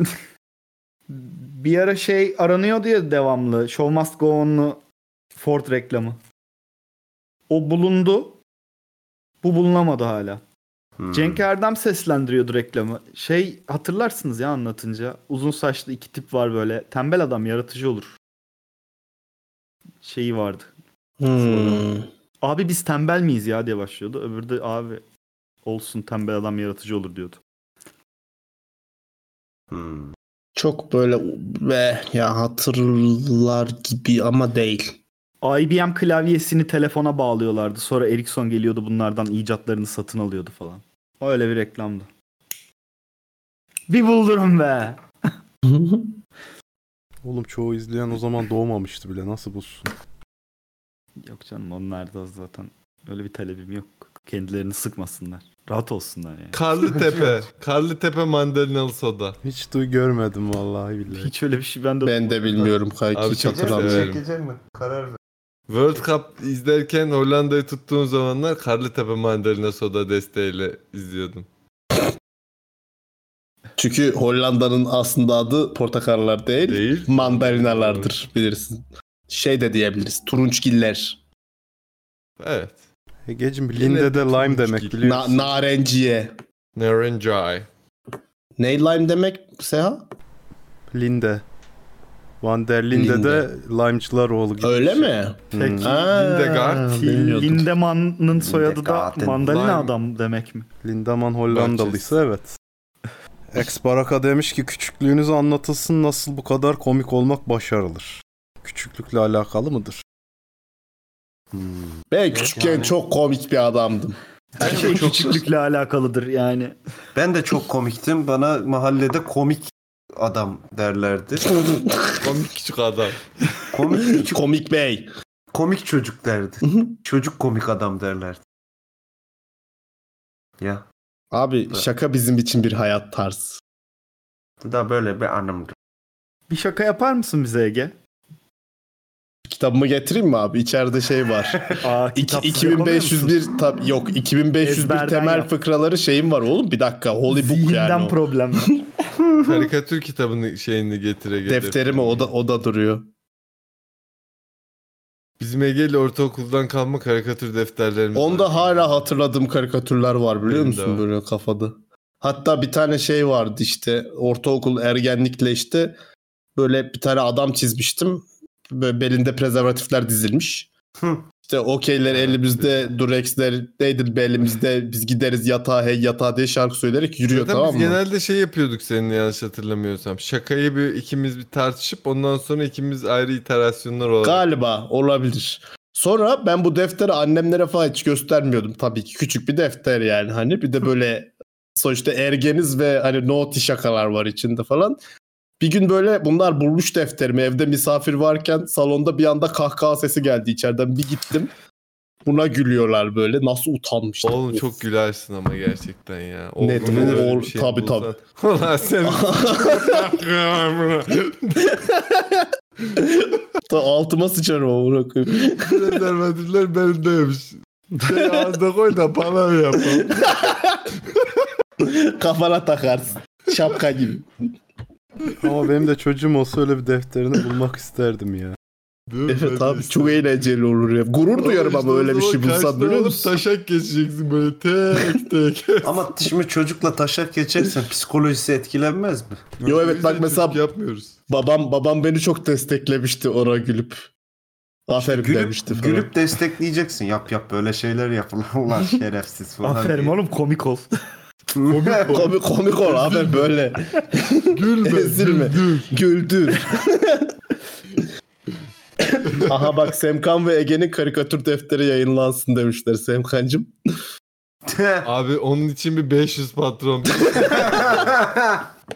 S6: Bir ara şey aranıyordu ya devamlı. Show Must Go On'lu Ford reklamı. O bulundu. Bu bulunamadı hala.
S9: Hmm.
S6: Cenk Erdem seslendiriyordu reklamı. Şey hatırlarsınız ya anlatınca. Uzun saçlı iki tip var böyle. Tembel adam yaratıcı olur. Şeyi vardı.
S4: Hmm.
S6: Abi biz tembel miyiz ya diye başlıyordu. Öbürü de abi olsun tembel adam yaratıcı olur diyordu.
S9: Hmm.
S4: Çok böyle ve ya hatırlar gibi ama değil.
S6: IBM klavyesini telefona bağlıyorlardı. Sonra Ericsson geliyordu bunlardan icatlarını satın alıyordu falan. Öyle bir reklamdı. Bir buldurun be.
S3: Oğlum çoğu izleyen o zaman doğmamıştı bile. Nasıl bulsun?
S6: Yok canım onlar da zaten öyle bir talebim yok. Kendilerini sıkmasınlar. Rahat olsunlar yani.
S5: Karlı Tepe. Karlı Tepe mandalinalı soda.
S3: Hiç duy görmedim vallahi billahi.
S6: Hiç öyle bir şey bende
S4: ben de bilmiyorum kanki
S5: Abi
S4: hiç
S5: çok
S4: hatırlamıyorum.
S5: severim.
S9: mi? Karar ver.
S5: World Cup izlerken Hollanda'yı tuttuğum zamanlar Karlı Tepe mandalina soda desteğiyle izliyordum.
S4: Çünkü Hollanda'nın aslında adı portakallar değil,
S5: Değil.
S4: mandalinalardır bilirsin. Şey de diyebiliriz. Turunçgiller.
S5: Evet.
S3: Egeciğim
S5: Yine
S3: E, Linde de lime
S5: tutmuş
S3: demek
S5: gibi.
S3: biliyorsun.
S4: Na- narenciye.
S5: Narinjai.
S4: Ne lime demek Seha?
S3: Linde. Van der Linde, de limecılar oğlu gibi.
S4: Öyle
S3: bir şey.
S4: mi?
S3: Hmm.
S4: Ha,
S5: Hildegard.
S4: bilmiyordum.
S6: Lindemann'ın soyadı da
S9: Garten.
S6: mandalina
S5: Lime-
S6: adam demek mi?
S3: Lindemann Hollandalıysa evet. Ex Baraka demiş ki küçüklüğünüz anlatılsın nasıl bu kadar komik olmak başarılır. Küçüklükle alakalı mıdır?
S4: Ben küçükken çok komik bir adamdım.
S6: Her şey
S9: Çok-
S6: küçüklükle alakalıdır yani.
S9: Ben de çok komiktim. Bana mahallede komik adam derlerdi.
S5: Komik küçük adam.
S9: komik küçük-
S4: komik bey.
S9: komik çocuk derdi. Çocuk komik adam derlerdi. Ya
S4: Abi şaka bizim için bir hayat tarzı.
S9: bu da böyle bir anımdı.
S6: Bir şaka yapar mısın bize Ege?
S4: Kitabımı getireyim mi abi? İçeride şey var.
S6: Aa,
S4: İki-
S6: kitapsız yapamıyor musun?
S4: 2501 tab yok 2501
S6: Ezberden
S4: temel
S6: yap.
S4: fıkraları şeyim var oğlum. Bir dakika. Holy book
S6: Zihinden
S4: yani. o.
S6: problem.
S5: Karikatür kitabını şeyini getire getir.
S4: Defterime o da o da duruyor.
S5: Bizim Ege'yle ortaokuldan kalma karikatür defterlerimiz
S4: Onda
S5: var.
S4: hala hatırladığım karikatürler var biliyor
S5: Benim de
S4: musun
S5: var.
S4: böyle kafada. Hatta bir tane şey vardı işte ortaokul ergenlikle işte böyle bir tane adam çizmiştim. Böyle belinde prezervatifler dizilmiş.
S9: Hı.
S4: İşte okeyler elimizde, durexler neydi belimizde biz gideriz yatağa hey yatağa diye şarkı söyleyerek yürüyor
S5: Zaten
S4: tamam
S5: biz
S4: mı?
S5: genelde şey yapıyorduk seninle yanlış hatırlamıyorsam. Şakayı bir ikimiz bir tartışıp ondan sonra ikimiz ayrı iterasyonlar olarak.
S4: Galiba olabilir. Sonra ben bu defteri annemlere falan hiç göstermiyordum tabii ki. Küçük bir defter yani hani bir de böyle sonuçta ergeniz ve hani naughty şakalar var içinde falan. Bir gün böyle bunlar bulmuş defterimi evde misafir varken salonda bir anda kahkaha sesi geldi içeriden bir gittim. Buna gülüyorlar böyle nasıl utanmışlar.
S5: Oğlum çok gülersin ama gerçekten ya. Oğlum,
S4: Net,
S5: böyle bir şey
S4: oğul- tabii,
S5: bulsan- Ulan sen...
S4: Altıma sıçarım amına koyayım.
S5: Rezervatifler benimdeymiş. Şey ağzına koy da bana yapalım.
S4: Kafana takarsın. Şapka gibi.
S3: Ama benim de çocuğum olsa öyle bir defterini bulmak isterdim ya.
S5: Değil mi? Ben
S4: Evet
S5: de
S4: abi
S5: isterim.
S4: çok eğlenceli olur ya. Gurur duyarım ama
S5: işte
S4: öyle
S5: o
S4: bir şey
S5: zaman
S4: bulsam
S5: karşına
S4: biliyor
S5: alıp
S4: musun?
S5: Taşak geçeceksin böyle tek tek.
S9: Ama şimdi çocukla taşak geçersen psikolojisi etkilenmez mi?
S4: Yo evet bak
S5: Biz de
S4: mesela
S5: çocuk yapmıyoruz.
S4: babam babam beni çok desteklemişti ona gülüp. Aferin demişti
S9: Gülüp,
S4: falan.
S9: gülüp destekleyeceksin. Yap yap böyle şeyler yap. Ulan, Ulan şerefsiz falan.
S6: Aferin
S9: diye.
S6: oğlum komik ol.
S4: komik komik ol aferin böyle.
S5: Gülme.
S4: Ezilme.
S5: güldür.
S4: Güldür. Aha bak Semkan ve Ege'nin karikatür defteri yayınlansın demişler Semkancım.
S5: Abi onun için bir 500 patron.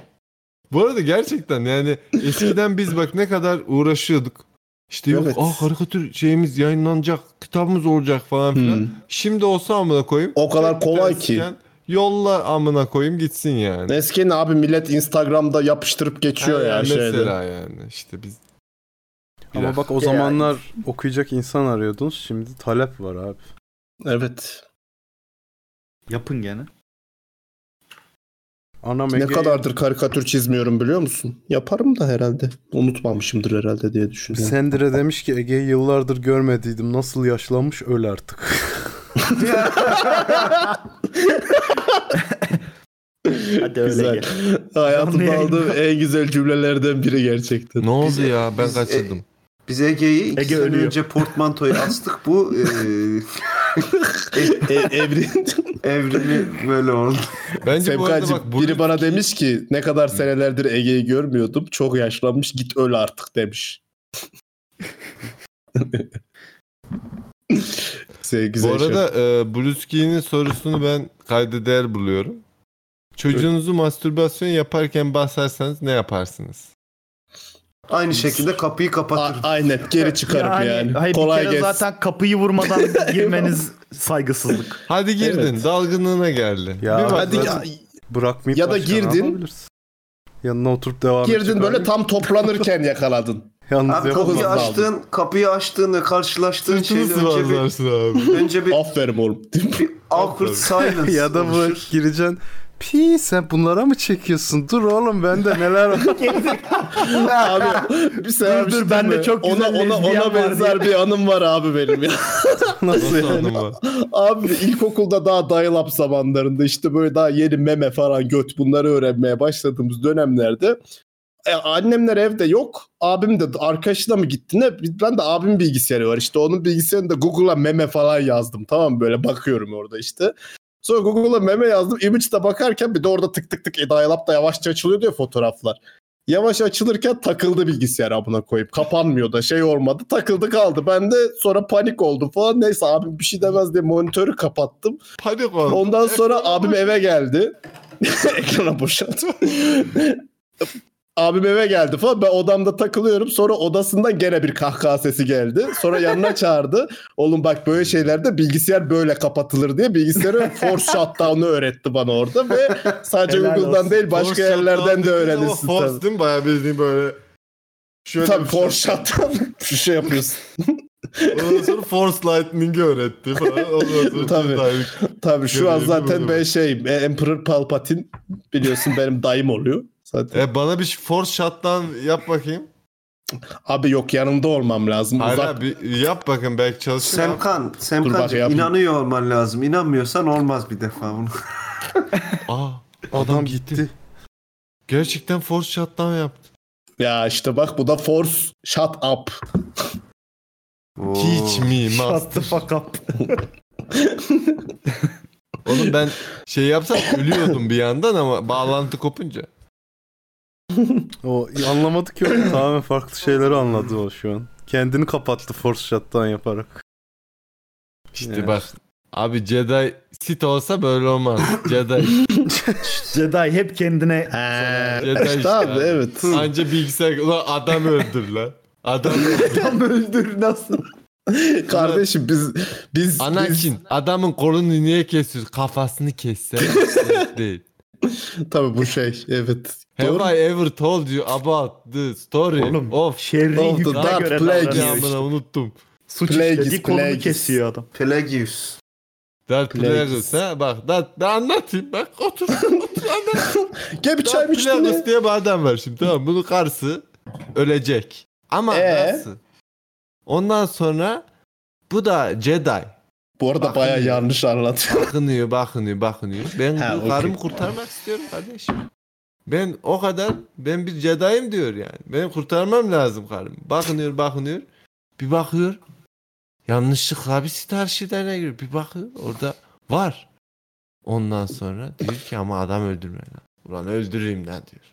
S5: Bu arada gerçekten yani eskiden biz bak ne kadar uğraşıyorduk. İşte yok
S4: Evet.
S5: ah karikatür şeyimiz yayınlanacak, kitabımız olacak falan filan.
S4: Hmm.
S5: Şimdi olsa amına koyayım.
S4: O kadar
S5: Tek
S4: kolay
S5: prensken
S4: ki.
S5: Yolla amına koyayım gitsin yani.
S4: Eskiden abi millet Instagram'da yapıştırıp geçiyor
S5: Ha,
S4: ya şeyde.
S5: Mesela yani işte biz
S3: Ama bak o zamanlar okuyacak insan arıyordunuz. Şimdi talep var abi.
S4: Evet.
S6: Yapın gene.
S3: Anam
S4: Ne
S3: Ege'yi-
S4: kadardır karikatür çizmiyorum biliyor musun? Yaparım da herhalde. Unutmamışımdır herhalde diye düşünüyorum.
S3: Sendire demiş ki Ege'yi yıllardır görmediydim. Nasıl yaşlanmış öl artık.
S6: Hadi öyle
S4: Güzel.
S6: gel. Canlı
S4: Hayatımda
S6: yayında.
S4: aldığım en güzel cümlelerden biri gerçekten.
S5: ne oldu ya ben
S4: e,
S9: biz-
S5: kaçırdım.
S9: Biz Ege'yi iki
S6: Ege
S9: sene
S6: ölüyor.
S9: önce portmantoya astık. Bu e,
S4: E, evrim.
S9: evrimi böyle oldu.
S5: Bence bu arada
S4: Semkancığım
S5: bak bunu
S4: biri bana demiş ki ne kadar senelerdir Ege'yi görmüyordum. Çok yaşlanmış git öl artık demiş. Sevgili güzel
S5: Bu arada e, Bluski'nin sorusunu ben kayda değer buluyorum. Çocuğunuzu mastürbasyon yaparken bahserseniz ne yaparsınız?
S9: Aynı şekilde kapıyı
S4: şey.
S9: kapatır.
S4: A- aynen geri çıkarım yani.
S6: Hayır,
S4: Kolay
S6: bir kere
S4: gelsin.
S6: zaten kapıyı vurmadan girmeniz saygısızlık.
S5: Hadi girdin,
S4: Evet.
S5: dalgınlığına geldi.
S3: Ya
S5: Bir bak-
S4: Hadi
S3: zaten- Bırakmayıp
S4: Ya da
S3: başka ne
S4: girdin.
S3: yapabilirsin? Yanına oturup devam edecek
S4: girdin böyle
S3: abi.
S4: tam toplanırken yakaladın.
S3: Yalnız
S9: Abi
S3: yapamazsın.
S9: kapıyı
S4: hızlı
S9: açtığın, kapıyı açtığını karşılaştığın
S5: Sırtını
S4: şey
S9: şeyle önce bir,
S5: sıvazlarsın abi.
S9: önce bir,
S4: Aferin oğlum.
S9: bir awkward silence
S3: ya da bu
S9: oluşur.
S3: gireceksin. Pi sen bunlara mı çekiyorsun? Dur oğlum bende neler var.
S4: abi bir sefer
S6: Dur, dur, ben de çok güzel
S4: ona, ona,
S6: lezbiyen var
S4: ona benzer bir anım var abi benim ya.
S3: Nasıl
S5: Nasıl
S3: yani?
S5: anladın mı?
S4: Abi ilkokulda daha dial-up zamanlarında işte böyle daha yeni meme falan göt bunları öğrenmeye başladığımız dönemlerde e, annemler evde yok. Abim de arkadaşına mı gitti ne? Ben de abim bilgisayarı var. İşte onun bilgisayarında Google'a meme falan yazdım. Tamam mı? böyle bakıyorum orada işte. Sonra Google'a meme yazdım. Image'de bakarken bir de orada tık tık tık e, dial-up da yavaşça açılıyor diyor fotoğraflar. Yavaş açılırken takıldı bilgisayar abına koyup. Kapanmıyor da şey olmadı. Takıldı kaldı. Ben de sonra panik oldum falan. Neyse abim bir şey demez diye monitörü kapattım.
S5: Panik ol.
S4: Ondan sonra abim eve geldi. Ekrana boşaltma. abim eve geldi falan. Ben odamda takılıyorum. Sonra odasından gene bir kahkaha sesi geldi. Sonra yanına çağırdı. Oğlum bak böyle şeylerde bilgisayar böyle kapatılır diye bilgisayarı force shutdown'ı öğretti bana orada ve sadece
S6: Helal
S4: Google'dan
S6: olsun.
S4: değil başka
S5: Force
S4: yerlerden
S5: shutdown
S4: de
S5: dediğiniz ama
S4: öğrenirsin
S5: Force
S4: tabii.
S5: değil mi? Bayağı bildiğin böyle. Şöyle
S4: Tabii
S5: bir şey.
S4: force shutdown şey bir şey yapıyorsun.
S5: Ondan sonra Force Lightning'i öğretti falan. Ondan sonra
S4: Tabii.
S5: Jedi-
S4: Tabii şu an
S5: Görüyorum,
S4: zaten
S5: görüyorum.
S4: ben şeyim e, Emperor Palpatine biliyorsun benim dayım oluyor. Zaten.
S5: E, bana bir Force Shutdown yap bakayım.
S4: Abi yok yanında olmam lazım. Uzak
S5: Hala bir yap bakın belki çalışır. abi.
S9: Semkan,
S4: bak
S9: Semkancığım
S4: yapayım.
S9: inanıyor olman lazım. İnanmıyorsan olmaz bir defa bunu.
S5: Aa,
S3: Adam gitti.
S5: gerçekten Force Shutdown yaptı.
S4: Ya işte bak bu da force shut up.
S9: Oo.
S5: Teach me
S6: Shut the
S5: master.
S6: fuck up.
S5: Oğlum ben şey yapsam ölüyordum bir yandan ama bağlantı kopunca.
S3: O anlamadı ki o. Tamamen farklı şeyleri anladı o şu an. Kendini kapattı force shut'tan yaparak.
S5: İşte
S3: Evet.
S5: bak. Abi Jedi Sith olsa böyle olmaz. Jedi.
S6: Jedi hep kendine
S5: Jedi
S4: işte
S5: işte
S4: abi
S5: abi.
S4: evet.
S5: Anca bilgisayar... Ulan adam öldür lan. Adam öldür.
S4: Tam öldür nasıl? Kardeşim biz biz biz,
S5: Anakin adamın kolunu niye kesiyorsun? Kafasını kessen. değil.
S4: tabii bu şey evet.
S5: Have
S4: Doğru.
S5: I ever told you about the story
S6: Oğlum,
S5: of
S6: şerri
S4: Oldu,
S6: yüküne
S4: daha
S6: göre
S4: plague
S6: davranıyor.
S5: Amına
S6: işte.
S5: unuttum.
S6: Suç
S4: Plagueis,
S6: işlediği kolunu
S4: Plagueis.
S6: kesiyor adam.
S9: Pelagius.
S5: Darth
S4: Plagueis.
S5: Plagueis ha bak Darth ben anlatayım bak otur otur anlat.
S4: Gel bir çay mı
S5: Darth
S4: içtin ya?
S5: Plagueis diye bir adam var şimdi tamam mı? bunun karısı ölecek ama
S4: Ee?
S5: nasıl? Ondan sonra bu da Jedi.
S4: Bu arada
S5: Bak,
S4: bayağı
S5: iyi.
S4: yanlış anlatıyor.
S5: Bakınıyor bakınıyor bakınıyor. Ben
S4: Ha,
S5: bu
S4: okey.
S5: karımı kurtarmak istiyorum kardeşim. Ben o kadar ben bir Jedi'yim diyor yani. Benim kurtarmam lazım karımı. Bakınıyor bakınıyor. Bir bakıyor. Yanlışlıkla bir sit arşivlerine giriyor. Bir bakıyor orada var. Ondan sonra diyor ki ama adam öldürme lan. Ulan öldüreyim lan diyor.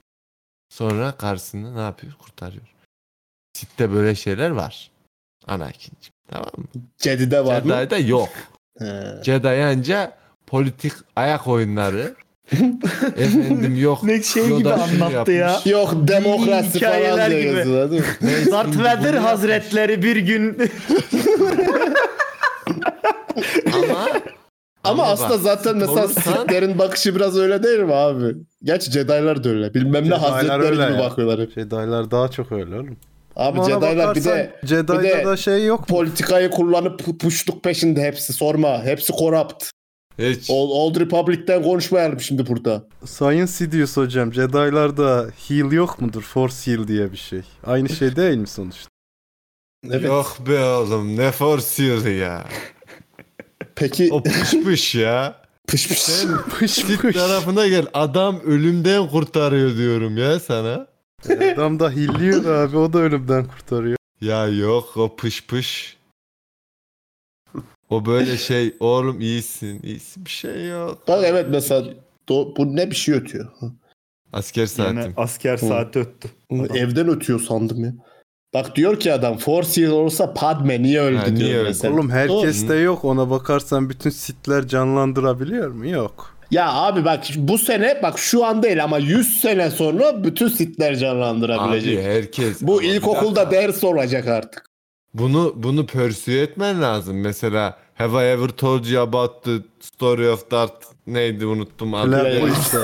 S5: Sonra karşısını ne yapıyor? Kurtarıyor. Sit'te böyle şeyler var. Anakin'cim. Tamam mı?
S4: Jedi'de var mı?
S5: Jedi'de yok.
S4: He.
S5: Jedi anca politik ayak oyunları. Efendim yok.
S6: Ne şey
S5: Yoda
S6: gibi
S5: şunu
S6: anlattı ya.
S5: yapmış.
S4: Yok demokrasi
S6: Hikayeler
S4: falan diye
S6: gibi.
S4: yazıyorlar değil mi?
S6: Darth
S5: Bunu
S6: Vader
S5: yapmış.
S6: hazretleri bir gün
S5: Ama
S4: Ama
S5: bak,
S4: aslında zaten mesela
S5: olursan-
S4: Sith'lerin bakışı biraz öyle değil mi abi? Gerçi Jedi'lar da öyle. Bilmem ne
S3: Jedi'lar
S4: hazretleri
S3: öyle
S4: gibi
S3: ya.
S4: bakıyorlar hep.
S3: Jedi'lar daha çok öyle oğlum.
S4: Abi
S3: Ama ona
S4: Jedi'lar bir
S3: bakarsan
S4: de
S3: Jedi'da
S4: bir de-
S3: da şey yok mu?
S4: politikayı kullanıp pu- puşluk peşinde hepsi sorma. Hepsi corrupt.
S5: hiç.
S4: Old, Old Republic'ten konuşmayalım şimdi burada.
S3: Sayın Sidious hocam Jedi'larda heal yok mudur? Force heal diye bir şey. Aynı şey değil mi sonuçta?
S4: Evet.
S5: Yok be oğlum ne forsiyor ya.
S4: Peki
S5: O şey pış pış ya.
S4: pış pış.
S5: Sen
S3: Pış
S5: Sith
S3: pış.
S5: tarafına gel. Adam ölümden kurtarıyor diyorum ya sana.
S3: Adam da healliyor abi o da ölümden kurtarıyor.
S5: Ya yok o pış pış. O böyle şey oğlum iyisin iyisin bir şey yok.
S4: Bak evet mesela do- bu ne bir şey ötüyor.
S5: Asker
S6: Yine
S5: saatim.
S6: asker saati öttü.
S4: Bunu Evden ötüyor sandım ya. Bak diyor ki adam Force Heal olsa Padme niye öldü
S5: Ha,
S4: diyor
S5: niye öldü?
S4: mesela.
S3: Oğlum
S5: Doğru.
S3: herkeste yok ona bakarsan bütün sitler canlandırabiliyor mu? Yok.
S4: Ya abi bak bu sene bak şu an değil ama 100 sene sonra bütün sitler canlandırabilecek.
S5: Abi herkes.
S4: bu
S5: Ama bir dakika.
S4: ilkokulda ders olacak artık.
S5: Bunu bunu pursue etmen lazım. Mesela Have I ever told you about the story of Darth neydi unuttum adı.
S3: Plan
S5: Yani
S3: bu işte.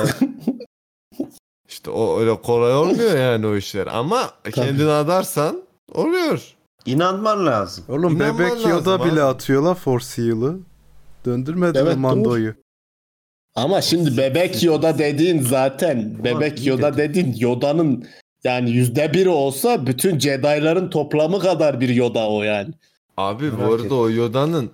S5: İşte o öyle kolay olmuyor yani o işler ama kendini adarsan oluyor.
S9: İnanman lazım.
S3: Oğlum
S5: İnanman
S3: bebek Yoda
S5: lazım
S3: bile
S5: abi.
S3: atıyor la Force Heal'ı. Döndürmedi
S4: Evet,
S3: mi Mando'yu?
S4: Ama şimdi bebek Yoda dediğin zaten bebek
S3: iyi
S4: Yoda dediğin Yoda'nın yani yüzde biri olsa bütün Jedi'ların toplamı kadar bir Yoda o yani.
S5: Abi bu
S9: Merak
S5: arada
S9: ettim.
S5: o Yoda'nın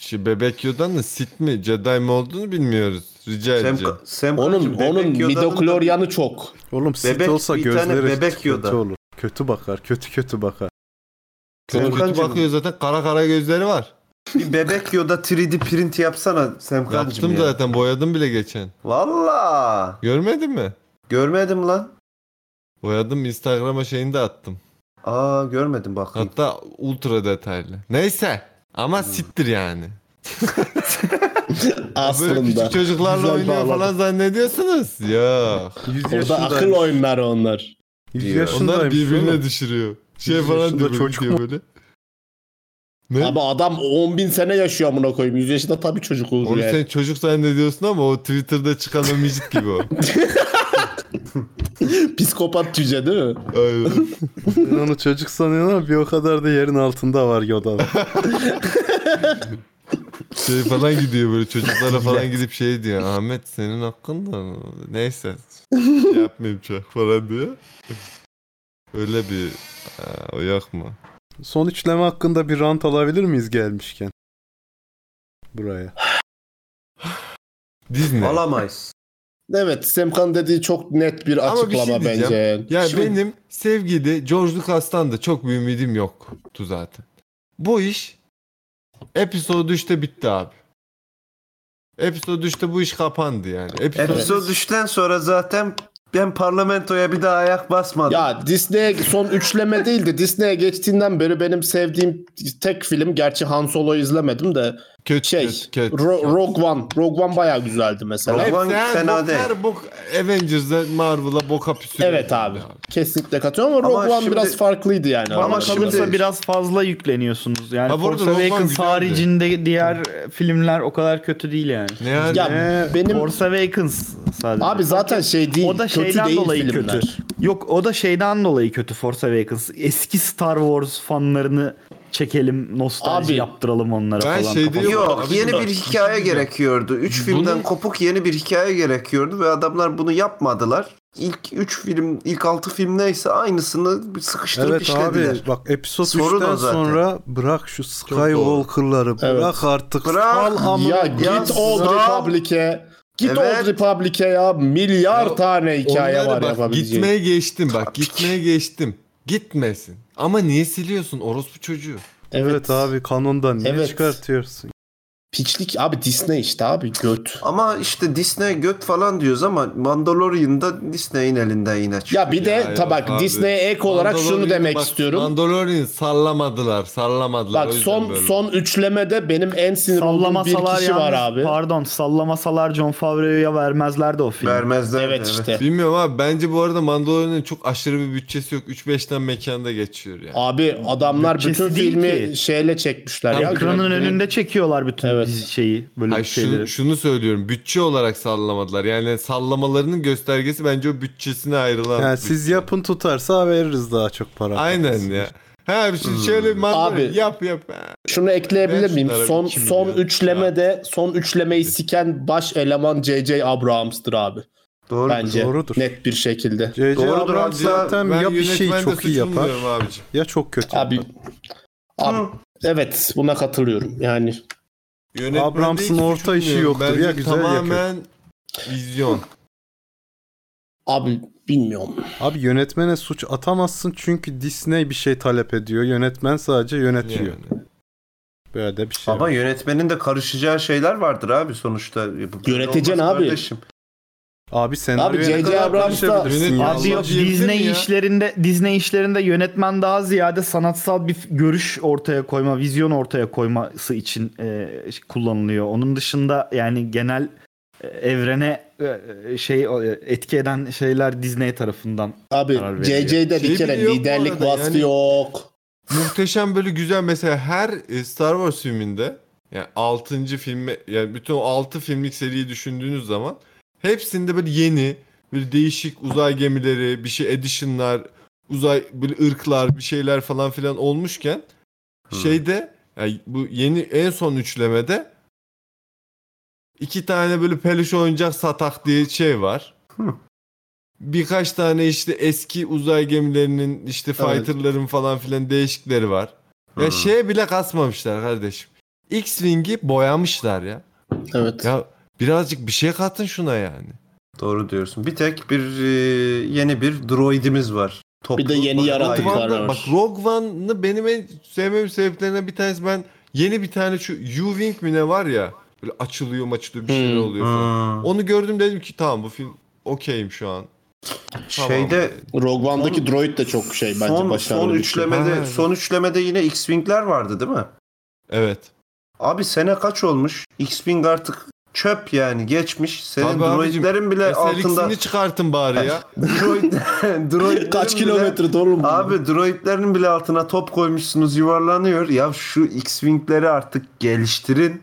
S5: şu bebek Yoda'nın Sith mi Jedi mi olduğunu bilmiyoruz. Rica
S9: Sem,
S5: edeceğim.
S9: Sem
S4: Onun
S9: Bebek Yoda'nın
S4: onun
S9: da-
S4: midochlorian'ı çok.
S3: Oğlum Sith
S9: Bebek-
S3: olsa
S9: bir tane
S3: gözleri
S9: bebek
S3: kötü
S9: Yoda.
S3: olur. Kötü bakar. Kötü kötü bakar.
S5: Kötü kötü
S9: Semkancığım.
S5: bakıyor zaten kara kara gözleri var.
S9: Bir bebek Yoda 3D print yapsana Semkancım
S5: Yaptım
S9: ya.
S5: zaten boyadım bile geçen.
S9: Valla.
S5: Görmedin mi?
S9: Görmedim lan.
S5: Boyadım Instagram'a şeyini de attım.
S9: Aa görmedim bakayım.
S5: Hatta ultra detaylı. Neyse ama
S4: Hmm.
S5: sittir yani. Böyle
S4: Aslında.
S5: küçük çocuklarla
S4: Güzel
S5: oynuyor
S4: bağladın.
S5: falan zannediyorsunuz. Ya.
S3: 100
S4: Orada
S3: yaşındaymış.
S4: akıl oyunları onlar.
S3: 100
S9: diyor.
S5: Onlar
S3: yaşındaymış.
S5: birbirine
S3: oğlum.
S5: düşürüyor. Şey
S3: Yüz
S5: falan
S3: yaşında
S5: diyor
S3: çocuk
S5: çocuk diyor böyle. Ne?
S4: Abi adam 10 bin sene yaşıyor amına koyayım. 100 yaşında tabii çocuk olur
S5: Onu
S4: yani.
S5: sen çocuk zannediyorsun ama o Twitter'da çıkan o micit gibi o.
S4: Psikopat cüce değil mi?
S5: Aynen.
S3: Ben onu çocuk sanıyorum ama bir o kadar da yerin altında var Yoda'nın.
S5: Şey falan gidiyor böyle çocuklara falan gidip şey diyor. Ahmet senin hakkın da neyse şey yapmayayım çok falan diyor. Öyle bir ha, o yok mu?
S3: Son üçleme hakkında bir rant alabilir miyiz gelmişken? Buraya.
S5: Disney.
S9: Alamayız.
S4: Evet Semkan dediği çok net bir
S5: Ama bir şey
S4: açıklama bence. yani.
S5: Ya
S4: Şimdi-
S5: benim sevgili George Lucas'tan da çok bir ümidim yoktu zaten. Bu iş episode 3'te bitti abi. Episode 3'te bu iş kapandı yani. Episode
S9: Episode 3'ten sonra zaten Ben parlamentoya bir daha ayak basmadım.
S4: Ya Disney'e son üçleme değil de Disney'e geçtiğinden beri benim sevdiğim tek film gerçi Han Solo'yu izlemedim de
S5: Kötü
S4: şey
S5: kötü kötü.
S4: Ro- Rogue One. Rogue One bayağı güzeldi mesela.
S9: Rogue-
S5: Hep
S9: Ulan
S5: sen
S9: fena
S5: bok-
S9: değil.
S5: Her bok Avengers'da Marvel'a boka püsürüyor.
S4: Evet abi. Kesinlikle katılıyorum ama
S9: Ama
S4: Rogue One
S9: şimdi-
S4: biraz farklıydı yani.
S9: Ama
S6: Bana
S4: Ama
S9: şimdi-
S6: kalırsa biraz fazla yükleniyorsunuz. Yani
S5: Ha, bu arada
S6: Force
S5: Rogue One
S6: Awakens
S5: güzeldi.
S6: haricinde diğer filmler o kadar kötü değil yani.
S5: Ne yani?
S4: Ya
S6: Ee,
S4: benim-
S6: Force Awakens sadece.
S4: Abi zaten şey değil.
S6: o da
S4: kötü
S6: şeyden
S4: değil
S6: dolayı
S4: filmler.
S6: kötü. Yok o da şeyden dolayı kötü Force Awakens. Eski Star Wars fanlarını çekelim, nostalji
S4: Abi,
S6: yaptıralım onlara
S5: ben
S6: falan.
S5: şey
S6: kafası.
S5: diyorum-
S9: Yok
S5: Abi
S9: yeni
S5: bak,
S9: bir hikaye gerekiyordu. Üç filmden kopuk yeni bir hikaye gerekiyordu ve adamlar bunu yapmadılar. İlk üç film, ilk altı film neyse aynısını bir sıkıştırıp
S3: Evet
S9: işlediler.
S3: abi bak episode
S9: Sorun o
S3: 3'ten
S9: zaten.
S3: sonra bırak şu Skywalker'ları
S4: Evet.
S3: bırak artık.
S9: Bırak.
S3: Sal amına
S4: Ya
S3: koyayım.
S4: git
S9: sağ-
S4: Old Republic'e. Git
S9: Evet.
S4: Old Republic'e ya milyar
S5: Ya
S4: tane hikaye
S5: Onları
S4: var
S5: bak,
S4: yapabileceğin.
S5: Gitmeye geçtim bak gitmeye geçtim. Gitmesin. Ama niye siliyorsun orospu çocuğu?
S3: Evet. abi kanondan niye
S4: Evet.
S3: çıkartıyorsun?
S4: Piçlik abi Disney işte abi göt.
S9: Ama işte Disney göt falan diyoruz ama Mandalorian'da Disney'in elinden yine çıktı.
S4: Ya bir de
S5: Ya
S4: tabak
S5: yok abi.
S4: Disney'e ek olarak şunu
S5: Mandalorian'ı
S4: demek
S5: bak,
S4: istiyorum.
S5: Mandalorian sallamadılar sallamadılar.
S4: Bak
S5: o yüzden
S4: son
S5: böyle.
S4: son üçlemede benim en sinir olduğum bir
S6: Sallamasalar
S4: kişi var
S6: yalnız-
S4: abi.
S6: Pardon, sallamasalar John Favreau'ya vermezlerdi o filmi.
S9: Vermezler.
S4: Evet işte.
S5: Bilmiyorum abi bence bu arada Mandalorian'ın çok aşırı bir bütçesi yok. 3-5'ten mekanda geçiyor yani.
S4: Abi adamlar
S6: Bütçesi
S4: bütün
S6: değil
S4: filmi
S6: ki.
S4: şeyle çekmişler
S5: Tam
S4: ya.
S5: kral-
S6: Ekranın
S5: direkt-
S6: önünde çekiyorlar bütün
S4: Evet.
S6: dizi şeyi, böyle
S5: Hayır,
S6: şeyleri.
S5: şunu, şunu söylüyorum bütçe olarak sallamadılar. Yani sallamalarının göstergesi bence o bütçesine ayrılan.
S3: Yani
S5: bütçe.
S3: siz yapın tutarsa veririz daha çok para.
S5: Aynen ya. Ha bir şey şöyle Mandalorian
S4: Abi.
S5: yap yap. Ha,
S4: Şunu ekleyebilir
S5: Ben
S4: miyim?
S5: şunlara
S4: Son
S5: bir kim
S4: son
S5: diyor?
S4: üçlemede son üçlemeyi siken baş eleman JJ Abrams'tır abi.
S9: Doğru.
S4: Bence
S3: doğrudur.
S4: net bir şekilde.
S3: C.C.
S9: Doğrudur
S3: Abrams
S9: abi ya.
S3: zaten
S5: ben
S3: ya bir şeyi
S5: yönetmende
S3: çok iyi
S5: suçum
S3: yapar
S5: buluyorum abicim.
S3: ya çok kötü
S4: Abi
S3: yapar.
S4: Abi evet buna katılıyorum. Yani
S5: Yönetmende
S3: Abrams'ın
S5: hiç
S3: orta
S5: suçum
S3: işi
S5: yok.
S3: yoktur
S5: Bence
S3: ya, güzel
S5: tamamen vizyon.
S4: abi bilmiyorum.
S3: Abi yönetmene suç atamazsın çünkü Disney bir şey talep ediyor. Yönetmen sadece yönetiyor.
S5: Yani.
S3: Böyle de bir şey.
S9: Ama
S3: var.
S9: yönetmenin de karışacağı şeyler vardır abi sonuçta. Bu böyle
S4: Yöneteceksin
S9: olmaz
S4: abi.
S9: Kardeşim.
S3: Abi senaryoya
S4: J.J.
S3: ne kadar
S4: Abrams da-
S3: karışabilirsin şey ya?
S5: Yönet-
S6: Abi yok
S5: Allah diyebilir mi
S6: Disney
S5: ya?
S6: işlerinde Disney işlerinde yönetmen daha ziyade sanatsal bir görüş ortaya koyma, vizyon ortaya koyması için e, kullanılıyor. Onun dışında yani genel e, evrene e, şey e, etki eden şeyler Disney tarafından.
S4: Abi
S6: Karar veriyor.
S4: JJ'de bir
S5: Şey
S4: kere
S5: bile yok bu
S4: liderlik
S5: arada,
S4: vasfı
S5: yani-
S4: yok.
S5: Muhteşem böyle güzel mesela her e, Star Wars filminde yani 6. filmi yani bütün o 6 filmlik seriyi düşündüğünüz zaman hepsinde böyle yeni böyle değişik uzay gemileri bir şey editionlar uzay böyle ırklar bir şeyler falan filan olmuşken şeyde yani bu yeni en son üçlemede iki tane böyle peluş oyuncak satak diye şey var.
S9: Hı.
S5: Birkaç tane işte eski uzay gemilerinin işte fighterların falan filan değişikleri var. Ya
S9: Hı.
S5: şeye bile kasmamışlar kardeşim. X-Wing'i boyamışlar ya.
S4: Evet.
S5: Ya birazcık bir şey katın şuna yani.
S9: Doğru diyorsun. Bir tek bir e, yeni bir droidimiz var. Toplu
S4: Bir de yeni
S9: bayağı
S4: yaratık
S9: iyi.
S4: var.
S5: One'da- bak Rogue One'ı benim en sevmemin sebeplerinden bir tanesi ben yeni bir tane şu U-Wing mi ne var ya böyle açılıyor açılıyor bir şeyler
S4: Hmm.
S5: oluyor falan.
S9: Hmm.
S5: Onu gördüm dedim ki tamam bu film okeyim şu an. Tamam.
S9: Şeyde
S4: Rogue One'daki
S9: Son-
S4: droid de çok şey bence
S9: son,
S4: başarılı.
S9: son
S4: bir şey.
S9: üçlemede
S5: Ha.
S9: son üçlemede yine X-Wing'ler vardı değil mi?
S5: Evet.
S9: Abi sene kaç olmuş? X-Wing artık çöp yani geçmiş. Senin
S5: Tabii abicim,
S9: droidlerin bile altında
S5: SLX'ini çıkartın bari ya.
S9: droid, droidlerin
S4: şey. Kaç
S9: bile-
S4: kilometre doğru
S9: Abi droidlerin bile altına top koymuşsunuz yuvarlanıyor. Ya şu X-Wing'leri artık geliştirin.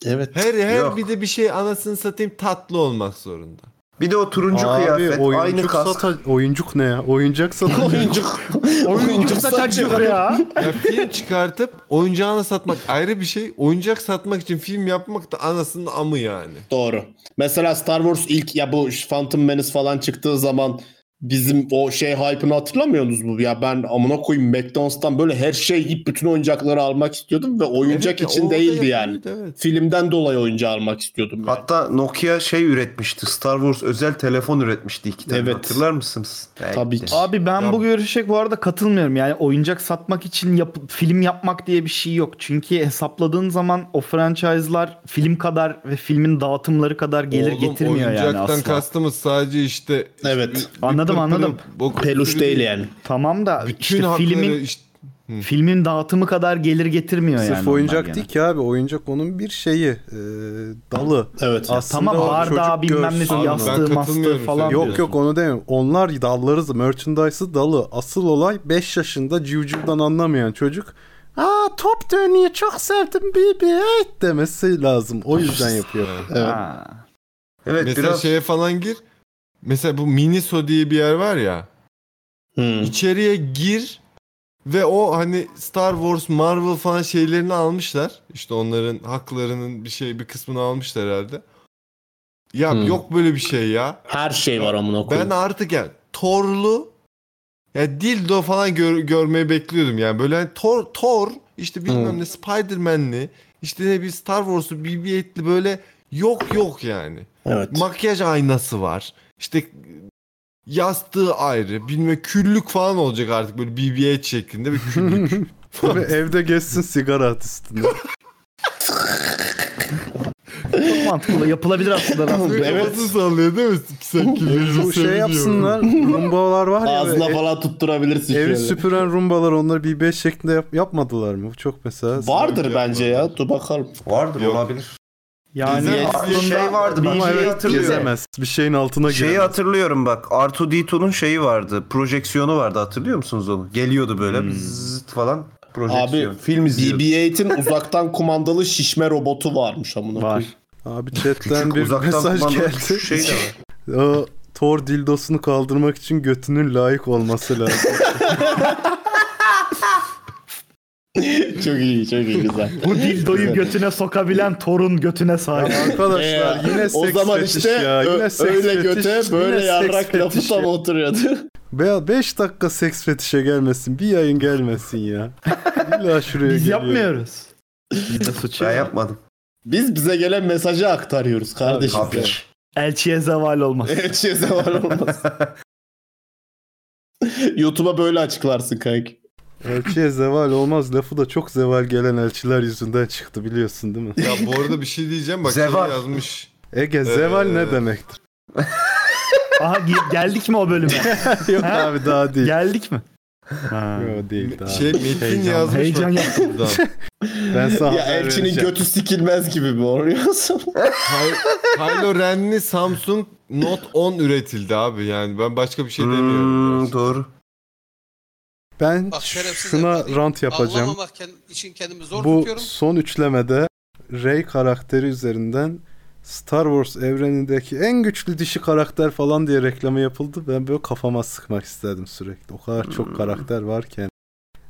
S4: Evet.
S5: Her her
S9: Yok.
S5: bir de bir şey anasını satayım tatlı olmak zorunda.
S9: Bir de o turuncu kıyafet,
S3: oyuncuk
S9: aynı kask.
S3: sata- oyuncuk ne ya? Oyuncak satacak.
S4: Oyuncuk. Oyuncuk saçı.
S6: ya.
S5: Ya film çıkartıp oyuncağını satmak ayrı bir şey. Oyuncak satmak için film yapmak da anasının amı yani.
S4: Doğru. Mesela Star Wars ilk ya bu Phantom Menace falan çıktığı zaman bizim o şey hype'ını hatırlamıyorsunuz mu? Ya ben amına koyayım McDonald's'tan böyle her şey ip bütün oyuncakları almak istiyordum ve oyuncak
S5: Evet,
S4: için
S5: orada
S4: değildi yani.
S5: yapılıyordu, Evet.
S4: Filmden dolayı oyuncağı almak istiyordum. Yani.
S9: Hatta Nokia şey üretmişti. Star Wars özel telefon üretmişti iki tane.
S4: Evet.
S9: Hatırlar mısınız? Belki
S4: Tabii
S9: de.
S4: ki.
S6: Abi ben
S5: Ya-
S6: bu görüşe bu arada katılmıyorum. Yani oyuncak satmak için yap- film yapmak diye bir şey yok. Çünkü hesapladığın zaman o franchise'lar film kadar ve filmin dağıtımları kadar gelir
S5: Oğlum,
S6: getirmiyor yani
S5: oyuncaktan
S6: asla.
S5: kastımız sadece işte.
S4: Evet.
S6: Anladım, anladım.
S5: Bu
S4: Peluş değil yani.
S6: Tamam da
S5: Bütün
S6: işte
S5: hakları
S6: filmin
S5: işte-
S6: filmin dağıtımı kadar gelir getirmiyor yani.
S3: Sırf
S6: onlar
S3: oyuncak
S6: gene.
S3: değil ki abi. Oyuncak onun bir şeyi. e, dalı.
S4: Evet.
S3: Aslında
S6: Tamam
S3: o
S6: bardağı
S3: çocuk
S6: bilmem
S3: görsün.
S6: nesi
S5: Abi, ben
S6: yastığı mastığı
S5: katılmıyorum
S6: falan.
S5: seninle.
S3: Yok
S5: diyorsun.
S3: yok onu demiyorum. Onlar dallarız. Merchandise'ı dalı. Asıl olay 5 yaşında civcivden anlamayan çocuk. Aa top dönüyor çok sevdim bibi hey" demesi lazım. O yüzden yapıyor.
S4: Evet.
S6: Ha.
S9: Evet
S5: Mesela şey-
S9: biraz
S5: şeye falan gir. Mesela bu Miniso diye bir yer var ya.
S4: Hmm.
S5: İçeriye gir ve o hani Star Wars, Marvel falan şeylerini almışlar. İşte onların haklarının bir şey bir kısmını almışlar herhalde. Ya
S4: Hmm.
S5: yok böyle bir şey ya.
S4: Her şey var amına
S5: Ben
S4: koyayım.
S5: artık yani Torlu ya Dildo falan gör- görmeyi bekliyordum yani. Böyle hani Tor, Tor işte bilmem ne Spider-Man'li işte ne bir Star Wars'lu BB-8'li böyle yok yok yani.
S4: Evet.
S5: Makyaj aynası var. İşte yastığı ayrı. Bilme küllük falan olacak artık böyle BB-8 şeklinde bir küllük.
S3: Tabii e, evde geçsin sigara at üstünde.
S6: Çok mantıklı yapılabilir aslında.
S5: evet. Nasıl sallıyor değil mi? Sen küllüğünü
S3: Bu şey
S5: seviyorum.
S3: yapsınlar. Rumbalar var ya.
S4: Ağzına
S3: e-
S4: falan tutturabilirsin
S3: Evi
S4: şöyle.
S3: süpüren rumbalar onları bir beş şeklinde yap- yapmadılar mı? Bu Çok mesela.
S4: Vardır bence ya. Dur bakalım.
S9: vardır
S5: Yok.
S9: olabilir.
S6: Yani
S4: Yes.
S9: Bir şey vardı.
S6: bir
S9: Bak,
S3: Ama
S9: şeyi
S3: evet
S9: hatırlıyorum. Şey
S3: gezemez. Bir şeyin altına
S9: Şeyi
S3: giremez.
S9: hatırlıyorum bak. R2D2'nun şeyi vardı. Projeksiyonu vardı. Hatırlıyor musunuz onu? Geliyordu böyle
S6: Hmm.
S9: zıt falan. Projeksiyon.
S4: Abi
S9: film izliyorduk.
S4: BB-8'in uzaktan kumandalı şişme robotu varmış amına
S6: var.
S4: koyayım.
S3: Abi
S9: Küçük
S3: chatten bir
S9: uzaktan
S3: mesaj
S9: kumandalı
S3: geldi.
S9: küçük Şey de var.
S3: O Thor dildosunu kaldırmak için götünün layık olması lazım.
S4: çok iyi, çok iyi güzel.
S6: Bu dildoyu
S4: Güzel.
S6: götüne sokabilen torun götüne sahip.
S3: Arkadaşlar
S4: Ee,
S3: yine seks
S4: o zaman
S3: fetiş
S4: işte
S3: ya.
S4: ö-
S3: Yine seks
S4: öyle
S3: fetiş,
S4: göte böyle
S3: yine
S4: yarrak
S3: seks
S4: lafı
S3: fetiş
S4: tam
S3: ya.
S4: oturuyordu.
S3: Be 5 dakika seks fetişe gelmesin. Bir yayın gelmesin ya. İlla şuraya
S6: Biz
S3: geliyor.
S6: yapmıyoruz. Yine suçu.
S9: Ben yapmadım.
S4: Biz bize gelen mesajı aktarıyoruz kardeşim.
S9: Tabii.
S6: Elçiye zeval olmaz.
S4: Evet şey zeval olmaz. YouTube'a böyle açıklarsın kanki.
S3: Elçiye zeval olmaz. Lafı da çok zeval gelen elçiler yüzünden çıktı biliyorsun değil mi?
S5: Ya bu arada bir şey diyeceğim bak şey
S9: Zeval.
S5: yazmış.
S3: Ege zeval ne
S5: Ee,
S3: demektir?
S6: Aha ge- geldik mi o bölüme?
S3: Yok abi daha değil.
S6: geldik mi? Ha.
S3: Yok değil daha.
S5: Şey Metin
S6: Heyecan-
S5: yazmış. bak
S6: heyecan yaptım.
S5: buradan.
S3: ben sana
S4: ya
S3: haber
S4: elçinin
S3: vereceğim.
S4: götü sikilmez gibi mi oluyorsun?
S5: Ky- Kylo Ren'li Samsung Note 10 üretildi abi yani ben başka bir şey demiyorum.
S9: Hmm, doğru.
S3: Ben
S7: Bak şerefsiz
S3: şuna
S7: evladım.
S3: rant yapacağım.
S7: Anlamamak kend- için kendimi zor
S3: Bu
S7: tutuyorum.
S3: son üçlemede Rey karakteri üzerinden Star Wars evrenindeki en güçlü dişi karakter falan diye reklamı yapıldı. Ben böyle kafama sıkmak istedim sürekli. O kadar çok karakter varken.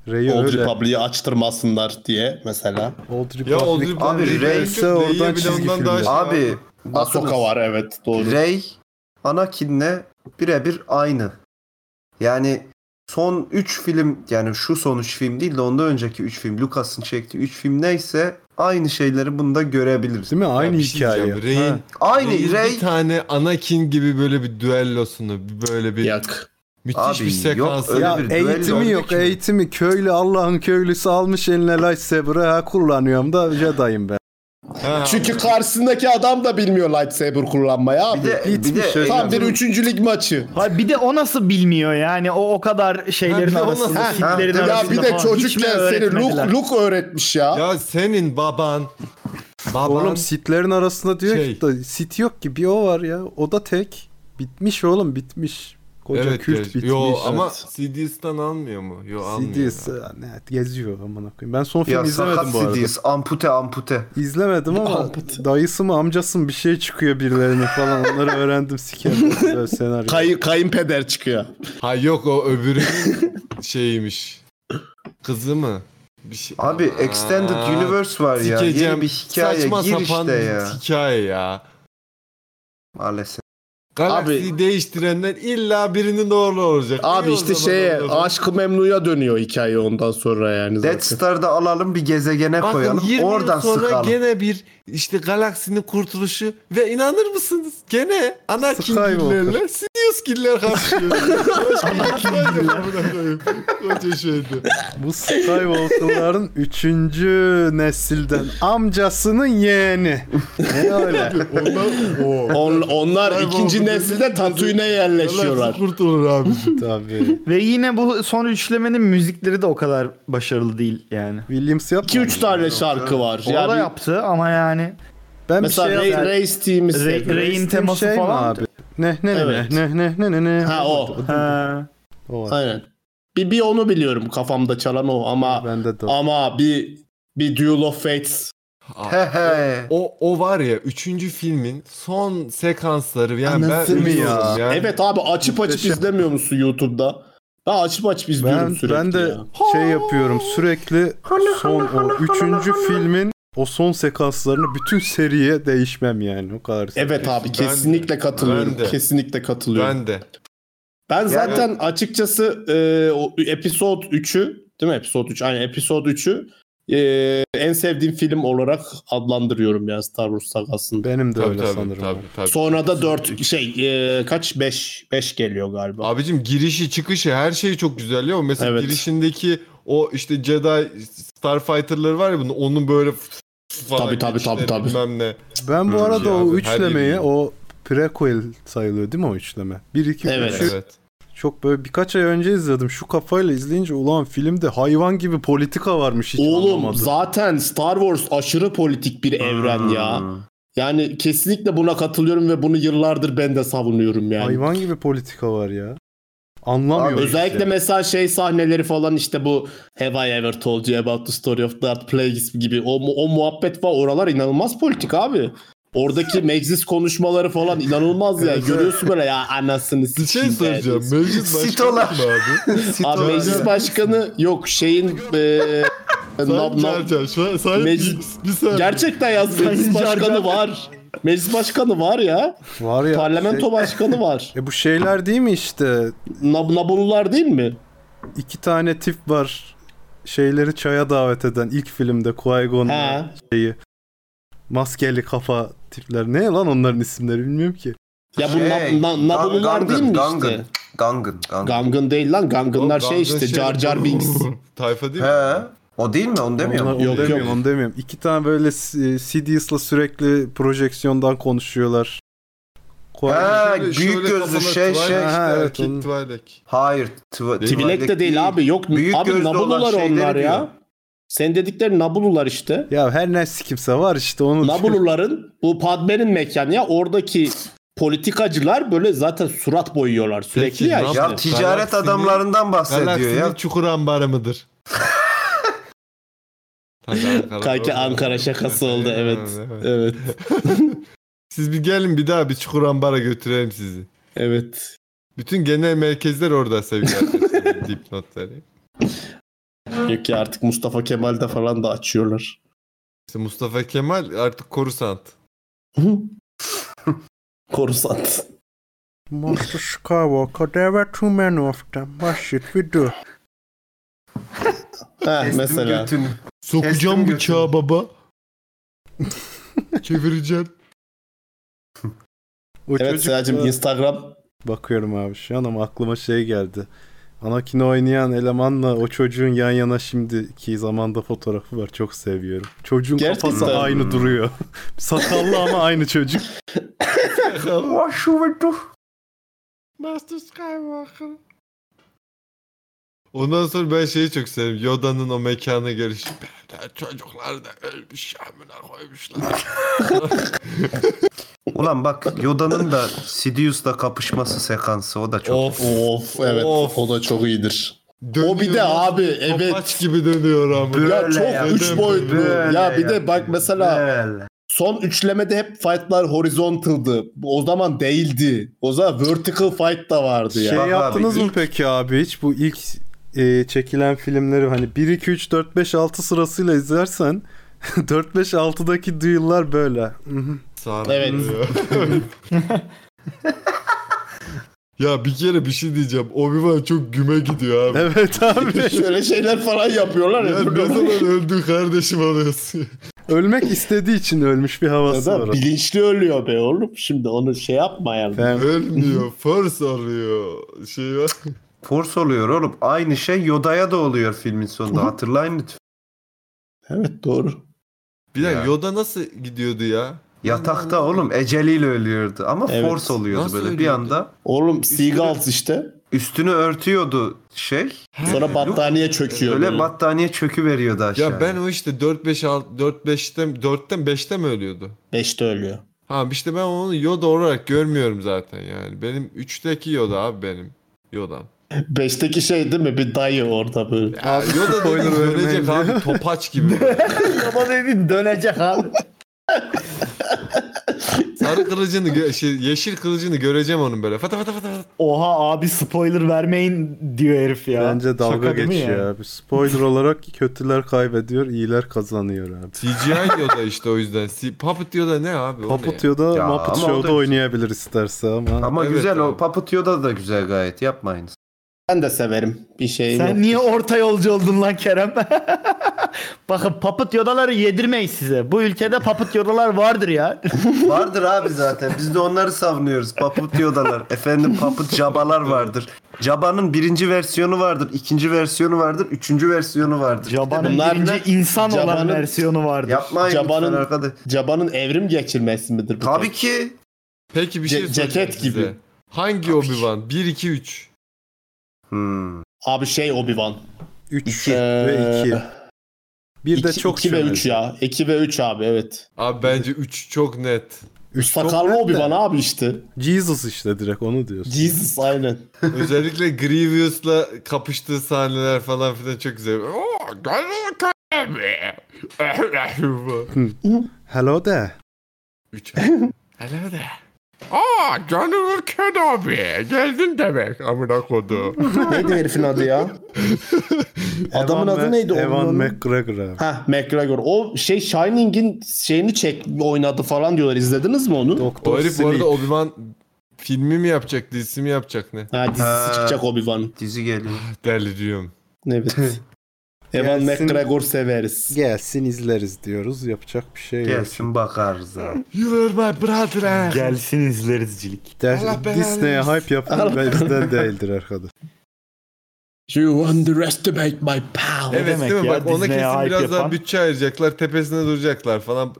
S3: Rey'i
S4: Old
S3: öyle.
S4: Republic'i açtırmasınlar diye mesela.
S3: Old Republic.
S5: Ya Old Republic
S9: Abi,
S5: belki
S9: Rey
S5: çok
S3: ise
S5: Rey'e
S3: oradan
S5: bile
S3: çizgi
S5: ondan
S3: film
S5: daha
S3: ya.
S5: şey
S9: Abi bakınız.
S4: Ahsoka var evet doğru.
S9: Rey Anakin'le birebir aynı. Yani son 3 film yani şu son 3 film değil de ondan önceki 3 film Lucas'ın çektiği 3 film neyse aynı şeyleri bunda görebiliriz.
S3: Değil mi? Aynı
S5: bir şey
S3: hikaye.
S5: diyeceğim. Rey'in-
S3: Ha.
S9: Aynı
S5: Rey'in
S9: Rey
S5: Bir tane Anakin gibi böyle bir düellosunu böyle bir
S4: Yak.
S5: müthiş
S9: Abi,
S5: bir
S9: yok
S5: sekansı.
S9: öyle
S5: Ya,
S3: Ya e,
S9: bir düello
S3: eğitimi yok
S9: olacak mı?
S3: eğitimi. Köylü Allah'ın köylüsü almış eline lightsaber'ı ha kullanıyorum da Jedi'yim ben.
S5: ha.
S4: Çünkü karşısındaki adam da bilmiyor lightsaber kullanmayı abi.
S9: bir de bir
S3: bitmiş
S9: de
S3: öyle.
S4: Tam bir
S9: eğitim-
S4: üçüncü lig maçı.
S6: Hayır, bir de o nasıl bilmiyor yani o o kadar
S5: Ha, bir
S6: şeylerin
S5: de o
S6: arasında,
S5: nasıl-
S6: fitlerin
S9: Ha,
S4: Ya
S6: arasında
S4: bir de
S6: falan. Hiç mi
S4: çocukken seni
S6: öğretmediler?
S4: Luke, Luke öğretmiş ya.
S5: ya senin baban baban
S3: Oğlum sitlerin arasında diyor
S5: Şey.
S3: ki da sit yok ki bir o var ya. O da tek. Bitmiş oğlum bitmiş. Koca
S5: evet,
S3: kült
S5: evet.
S3: bitmiş.
S5: Yo ama
S4: Evet.
S5: CD's'ten almıyor mu? Yo almıyor.
S3: CD'si ne, geziyor aman koyayım. Ben son film
S9: ya sakat
S3: izlemedim bu arada.
S9: CD'yiz. Ampute ampute.
S3: İzlemedim ama dayısı mı amcası mı bir şey çıkıyor birilerine falan. Onları öğrendim sikerim. Böyle senaryo.
S4: Kayın, kayınpeder çıkıyor.
S5: Ha yok o öbürünün şeyiymiş. Kızı mı? Bir şey.
S9: Abi
S5: Aa,
S9: Extended Universe var ya.
S5: sikeceğim.
S9: Yeni bir hikaye
S5: Saçma
S9: gir
S5: sapan
S9: işte
S5: bir
S9: ya.
S5: hikaye ya.
S9: Maalesef.
S5: Galaksiyi değiştirenler illa birinin doğru olacak.
S4: Abi
S5: İyi o
S4: işte
S5: zaman
S4: şeye
S5: o zaman.
S4: Aşk-ı Memnu'ya dönüyor hikaye ondan sonra yani zaten.
S9: Death Star'ı da alalım bir gezegene
S5: Bakın
S9: koyalım.
S5: 20 yıl
S9: Oradan
S5: sonra
S9: sıkalım.
S5: gene bir işte galaksinin kurtuluşu ve inanır mısınız gene ana
S3: Skywalker.
S5: kinglerle Sidious killer karşılıyor. Başka kingler yok buna koyayım. Koca şeydi.
S3: Bu Skywalker'ların 3. nesilden amcasının yeğeni. Ne öyle?
S5: Ondan o.
S4: On- onlar ikinci nesilde Tatooine'e yerleşiyorlar.
S5: Galaksi kurtulur abicim.
S3: Tabii.
S6: Ve yine bu son üçlemenin müzikleri de o kadar başarılı değil yani.
S3: Williams yapmamış.
S4: 2-3 tane şarkı var.
S6: O da
S4: Yani
S6: yaptı ama yani
S3: Ben
S4: mesela
S3: bir şey
S4: Ray, Ray's Team'i
S6: Ray-
S4: sevdim.
S6: Ray'in
S3: Reis teması
S6: teması
S3: şey
S6: falan
S3: falan abi. Ne ne ne
S4: Evet.
S3: ne ne ne ne ne.
S4: Ha o.
S6: Ha.
S3: O var.
S4: Aynen. Bir, bir onu biliyorum kafamda çalan o ama
S3: Bende de o.
S4: ama bir bir Duel of Fates.
S9: He he.
S5: O, o var ya 3. filmin son sekansları yani
S4: Anasını
S5: ben
S3: ya.
S5: üzülüyorum ya.
S4: Evet abi açıp açıp
S3: Muhteşem.
S4: izlemiyor musun YouTube'da? Ben açıp açıp izliyorum
S3: Ben,
S4: sürekli.
S3: ben de
S4: ya.
S3: şey yapıyorum sürekli son o üçüncü filmin o son sekanslarını bütün seriye değişmem yani o kadar.
S4: Evet abi
S5: Ben
S4: kesinlikle
S5: de.
S4: katılıyorum.
S5: Ben de.
S4: Kesinlikle katılıyorum.
S5: Ben de.
S4: Ben zaten açıkçası e, o episode 3'ü değil mi episode 3? Aynen episode 3'ü e, en sevdiğim film olarak adlandırıyorum ya Star Wars sagasında.
S3: Benim de
S5: Tabii
S3: öyle
S5: tabii,
S3: sanırım.
S5: tabii, tabii.
S4: Sonra da 4 şey e, kaç 5 5 geliyor galiba.
S5: Abicim girişi çıkışı her şey çok güzel ya. Mesela
S4: Evet.
S5: girişindeki o işte Jedi Starfighter'ları var ya bunun onun böyle f- f- falan
S4: Tabii, tabii,
S5: geçişleri
S4: tabii, tabii.
S5: bilmem ne.
S3: Ben bu
S5: Hı,
S3: arada
S5: iyi
S3: o
S5: abi, her
S3: üçlemeyi
S5: yerinde.
S3: o prequel sayılıyor değil mi o üçleme? 1 2
S4: Evet.
S3: 3'ü çok böyle birkaç ay önce izledim. Şu kafayla izleyince ulan filmde hayvan gibi politika varmış hiç
S4: Oğlum
S3: anlamadım.
S4: zaten Star Wars aşırı politik bir evren ya.
S9: Hmm.
S4: Yani kesinlikle buna katılıyorum ve bunu yıllardır ben de savunuyorum yani.
S3: Hayvan gibi politika var ya. Anlamıyorum.
S9: Abi,
S4: Özellikle
S3: işte.
S4: mesela şey sahneleri falan işte bu Have I ever told you about the story of that plague gibi o, mu- o muhabbet var oralar inanılmaz politik abi. Oradaki meclis konuşmaları falan inanılmaz ya. Görüyorsun böyle ya anasını
S5: Bir şey
S4: sikeyim ben.
S5: soracağım. Meclis başkanı mı
S9: Sitolar.
S5: abi?
S4: Abi meclis başkanı yok şeyin eee
S5: Sayın
S4: nam- nam-
S5: Carcar şu an sayın
S4: Meclis-
S5: bir, bir saniye.
S4: Gerçekten yaz meclis başkanı var. Meclis başkanı var ya.
S3: var ya.
S4: Parlamento
S3: şey-
S4: başkanı var.
S3: E bu şeyler değil mi işte?
S4: Nab Nabulular değil mi?
S3: iki tane tip var. Şeyleri çaya davet eden ilk filmde Qui-Gon'la
S4: He.
S3: şeyi. Maskeli kafa tipler. Ne lan onların isimleri bilmiyorum ki.
S4: Ya bu
S9: Şey,
S4: nab- na- Nabulular
S9: Gangın,
S4: değil mi işte?
S9: Gangın, Gangın, Gangın.
S4: Gangın değil lan. Gangınlar
S5: Oğlum,
S4: şey işte. Jar Jar Binks.
S5: Tayfa değil mi?
S9: He. O değil mi? Onu demiyor
S3: Onlar-
S9: mu?
S3: onu
S4: Yok,
S3: demiyorum,
S4: yok.
S3: onu demiyorum. İki tane böyle C- CDS'la sürekli projeksiyondan konuşuyorlar. Qui-Gon-
S9: He,
S5: Şöyle-
S9: büyük
S5: şöyle
S9: gözlü
S5: kafalar
S9: şey
S5: Twi'lek
S9: şey.
S5: işte,
S3: Ha, evet,
S5: erkek
S3: onun-
S5: Twi'lek.
S9: Hayır. Tw-
S5: Twi'lek
S4: Twi'lek de değil abi. Yok
S9: Büyük
S4: abi
S9: gözlü olan
S4: Nabulular
S9: şeyleri
S4: onlar ya.
S9: diyor.
S4: Sen dedikleri Nabulular işte.
S3: Ya her ne kimse var işte onu.
S4: Nabuluların bu Padme'nin mekanı ya oradaki politikacılar böyle zaten surat boyuyorlar sürekli
S5: Peki,
S4: ya
S5: Nab-
S4: işte.
S9: Ya ticaret
S5: Galaksinin-
S9: adamlarından bahsediyor
S5: Galaksinin
S9: ya.
S5: çukur ambarı mıdır? Tabii Ankara-
S4: Kanki Ankara şakası oldu evet. Evet.
S5: Siz bir gelin bir daha bir çukur ambara götürelim sizi.
S4: Evet.
S5: Bütün genel merkezler orada sevgili arkadaşlar. Dipnotları.
S4: Yok ya artık Mustafa Kemal'de falan da açıyorlar.
S5: İşte Mustafa Kemal artık korusant.
S4: Korusant.
S3: Master Skywalker, there were too many of them. What should we do?
S4: Ha
S9: Kestim
S4: mesela.
S9: götünü.
S5: Sokacağım
S9: Kestim
S5: bıçağı baba. Çevireceğim.
S3: O
S4: Evet
S3: çocuk
S4: Sıracım
S3: da-
S4: Instagram
S3: Bakıyorum abi şu an ama aklıma şey geldi. Anakin'i oynayan elemanla o çocuğun yan yana şimdiki zamanda fotoğrafı var. Çok seviyorum. Çocuğun kafası
S4: Gerçekten.
S3: aynı duruyor. Sakallı ama aynı çocuk.
S5: Master Skywalker. Ondan sonra ben şeyi çok sevdim. Yoda'nın o mekana gelişi. "Beyler, Çocuklar da ölmüş amına koymuşlar.
S9: Ulan bak Yoda'nın da Sidious'la kapışması sekansı o da çok.
S4: of of evet
S5: Of.
S4: o da çok iyidir.
S5: Dönüyor
S4: o bir de
S5: lan.
S4: abi evet.
S5: Topaç gibi dönüyor ama.
S9: Böyle
S4: ya çok
S9: yapıyor,
S4: üç boyutlu.
S9: böyle
S4: ya bir de
S9: yapıyor,
S4: bak mesela
S9: böyle.
S4: son üçlemede hep fightlar horizontaldı. O zaman değildi. O zaman vertical fight da vardı ya.
S3: Şey
S9: Bak abi,
S3: yaptınız mı
S9: ilk-
S3: peki abi hiç bu ilk e, çekilen filmleri hani 1 2 3 4 5 6 sırasıyla izlersen 4 5 6'daki duyular böyle. Hı hı.
S5: Sarı
S4: Evet.
S5: dönüyor. Ya bir kere bir şey diyeceğim. Obi-Wan çok güme gidiyor abi.
S3: Evet abi.
S4: Şöyle şeyler falan yapıyorlar ya.
S5: Ya ne zaman öldün kardeşim alıyorsun.
S3: Ölmek istediği için ölmüş bir
S4: Ya
S3: havası var.
S4: da
S3: onun.
S4: bilinçli ölüyor be oğlum. Şimdi onu şey yapma yani.
S3: Fem-
S5: Ölmüyor. Force arıyor. Şey var.
S9: Force oluyor oğlum. Aynı şey Yoda'ya da oluyor filmin sonunda. Hatırlayın lütfen.
S4: Evet doğru.
S5: Bir dakika
S9: Ya.
S5: Yoda nasıl gidiyordu ya?
S9: Yatakta oğlum eceliyle ölüyordu ama
S4: Evet.
S9: force oluyordu
S5: Nasıl
S9: böyle bir
S5: ölüyordu?
S9: anda.
S4: Oğlum Seagulls işte.
S9: Üstünü örtüyordu şey.
S4: Sonra battaniye çöküyor.
S9: Öyle
S4: böyle.
S9: battaniye çökü veriyordu aşağıya.
S5: Ya ben o işte 4 5 6 4 5'te 4'ten 5'te mi ölüyordu?
S4: Beşte ölüyor.
S5: Ha işte ben onu Yoda olarak görmüyorum zaten yani. Benim 3'teki Yoda abi benim. Yoda'm.
S4: Beşteki şey değil mi? Bir dayı orada böyle.
S5: Ya Yoda dedim
S3: spoiler
S5: ölecek
S3: vermeyin.
S5: abi topaç gibi.
S6: Yaman evin dönecek abi.
S5: Sarı kılıcını gö- şey, yeşil kılıcını göreceğim onun böyle. Fata fata fata. fata.
S6: Oha abi spoiler vermeyin diyor herif ya.
S3: Bence dalga
S6: Şaka değil mi
S3: geçiyor
S6: ya?
S3: abi. Spoiler olarak kötüler kaybediyor, iyiler kazanıyor abi.
S5: CGI Yoda işte o yüzden. Si- Puppet Yoda ne abi? O ne ya?
S3: Paput Yoda
S9: Ya
S3: Muppet
S9: ama o da
S3: Show'da
S9: güzel.
S3: oynayabilir isterse ama.
S9: Ama
S5: Evet
S9: güzel
S5: abi.
S9: o Puppet Yoda da güzel gayet yapmayınız.
S4: Ben de severim. Bir şey yok.
S6: Sen niye orta yolcu oldun lan Kerem? Bakın papıt yodaları yedirmeyiz size. Bu ülkede papıt yodalar vardır ya.
S9: Vardır abi zaten. Biz de onları savunuyoruz. Puppet Yoda'lar. Efendim Puppet Jaba'lar vardır. Jaba'nın birinci versiyonu vardır. ikinci versiyonu vardır. Üçüncü versiyonu vardır.
S6: Jaban'ın
S4: Bunlar-
S6: birinci insan olan
S4: Jaban'ın-
S6: versiyonu vardır.
S9: Yapmayın
S4: Jaba'nın-
S9: lütfen arkadaş.
S4: Caba'nın evrim geçirmesi midir? bu?
S9: Tabii ki.
S5: Peki bir şey
S4: Ce-
S5: soracağım
S4: ceket
S5: size.
S4: gibi.
S5: Hangi Obi-Wan? 1 2 3.
S9: Hmm.
S4: Abi şey Obi-Wan.
S3: 3
S9: İki.
S3: ve
S4: Ee,
S3: 2. Bir de
S4: İki-
S3: çok
S4: iki ve
S3: sürmedi.
S4: 3 ya. 2 ve 3 abi evet.
S5: Abi bence 3 çok net.
S3: Üç
S4: Sakallı
S3: çok net de.
S4: Obi-Wan abi işte.
S3: Jesus işte direkt onu diyorsun.
S4: Jesus aynen.
S5: Özellikle Grievous'la kapıştığı sahneler falan filan çok güzel. Oo, gel bakalım.
S3: Hello de.
S5: Üç. Hello there. Aa canım Kenobi geldin demek amına kodu.
S4: neydi herifin adı ya?
S3: Evan
S4: Adamın adı
S3: Mac-
S4: neydi?
S3: Evan
S4: Onun-
S3: McGregor abi.
S4: Ha McGregor. O şey Shining'in şeyini çek oynadı falan diyorlar. İzlediniz mi onu?
S5: o
S3: Doktor
S5: herif bu arada
S3: Sleep.
S5: Obi-Wan filmi mi yapacak dizisi mi yapacak ne? Ah,
S4: Ha dizisi
S9: Ha.
S4: çıkacak Obi-Wan'ın.
S9: Dizi geliyor.
S5: Deliriyorum.
S4: Evet. Evan
S3: Gelsin.
S4: McGregor severiz.
S3: Gelsin izleriz diyoruz. Yapacak bir şey yok.
S9: Gelsin bakarız abi.
S5: You are my brother.
S6: Gelsin izlerizcilik.
S3: Der-
S5: Allah belanı
S3: Disney'e
S5: versin.
S3: hype yapmak
S4: Allah
S3: bizden değildir arkadaş.
S4: You underestimate my power.
S5: Evet
S6: demek
S5: değil mi?
S6: ya?
S5: Bak ona
S6: Disney'e
S5: kesin
S6: hype
S5: biraz daha
S6: yapan-
S5: bütçe ayıracaklar. Tepesine duracaklar falan.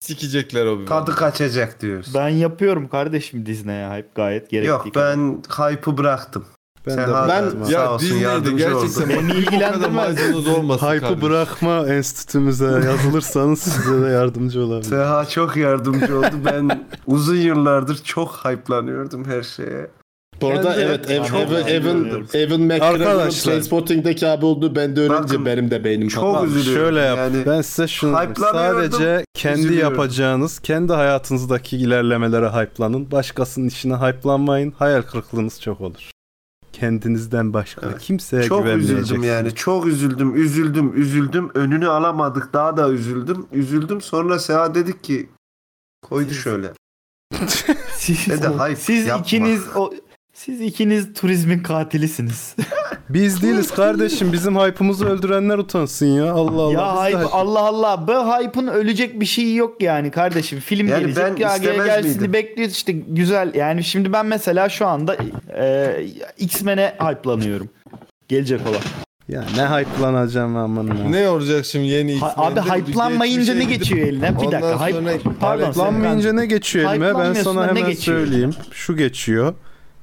S5: Sikecekler Obi-Wan.
S9: Kadı kaçacak diyoruz.
S6: Ben yapıyorum kardeşim Disney'e hype gayet gerekli.
S9: Yok
S6: kadar.
S9: ben hype'ı bıraktım.
S3: Ben
S9: Sen
S3: de
S9: hala-
S3: ben
S9: Ben-
S5: Ya
S9: Sağ olsun,
S5: Disney'de
S9: yardımcı
S5: gerçekten
S9: oldu.
S5: bak,
S6: Beni
S5: bu kadar
S6: ilgilendirmez.
S5: maydanoz olmasın
S3: Hype'ı
S5: kardeşim.
S3: bırakma enstitümüze yazılırsanız size de yardımcı olabilir.
S9: Seha çok yardımcı oldu. Ben uzun yıllardır çok hype'lanıyordum her şeye.
S4: Bu arada
S9: Ben de-
S4: evet Ev-
S9: Çok
S4: Ev- Evan,
S9: üzülüyorum.
S4: Evan McGregor'un
S3: Arkadaşlar.
S4: Transporting'deki abi olduğunu ben de öğrenince
S9: Bakın,
S4: benim de beynim
S9: Çok
S4: patladı.
S9: üzülüyorum.
S3: Şöyle yap.
S9: Yani
S3: ben size şunu diyorum.
S9: hype'lanıyordum,
S3: sadece kendi
S9: üzülüyorum.
S3: yapacağınız, kendi hayatınızdaki ilerlemelere hype'lanın. Başkasının işine hype'lanmayın. Hayal kırıklığınız çok olur. Kendinizden başka
S9: Evet.
S3: kimseye
S9: çok üzüldüm
S3: güvenmeyeceksiniz.
S9: yani. Çok üzüldüm, üzüldüm, üzüldüm. Önünü alamadık. Daha da üzüldüm. Üzüldüm. Sonra Seha dedik ki koydu şöyle.
S6: Siz,
S9: Ne de hype
S6: siz
S9: yapma.
S6: ikiniz o siz ikiniz turizmin katilisiniz.
S3: Biz değiliz kardeşim. Bizim hype'ımızı öldürenler utansın ya. Allah Allah.
S6: ya
S3: biz de
S6: hype
S3: hype-
S6: Allah Allah. Bu hype'ın ölecek bir şeyi yok yani kardeşim. Film
S9: Yani
S6: gelecek
S9: ben
S6: ya gel
S9: istemez
S6: gelsin
S9: miydim?
S6: bekliyoruz işte güzel. Yani şimdi ben mesela şu anda e, X-Men'e hype'lanıyorum. Gelecek olan.
S3: Ya ne hype'lanacağım aman ya.
S5: Ne olacak şimdi yeni
S6: Ha-
S5: X-Men'de?
S6: abi hype'lanmayınca
S5: Bir
S6: ne
S5: şey
S6: geçiyor
S5: gidip-
S6: eline? Bir
S5: Ondan
S6: dakika. Hype,
S5: sonra-
S6: pardon.
S3: Hype'lanmayınca ne geçiyor elime? Ben
S6: Hype'lanmıyorsun
S3: sana
S6: da ne
S3: hemen
S6: geçiyor?
S3: söyleyeyim. Şu geçiyor.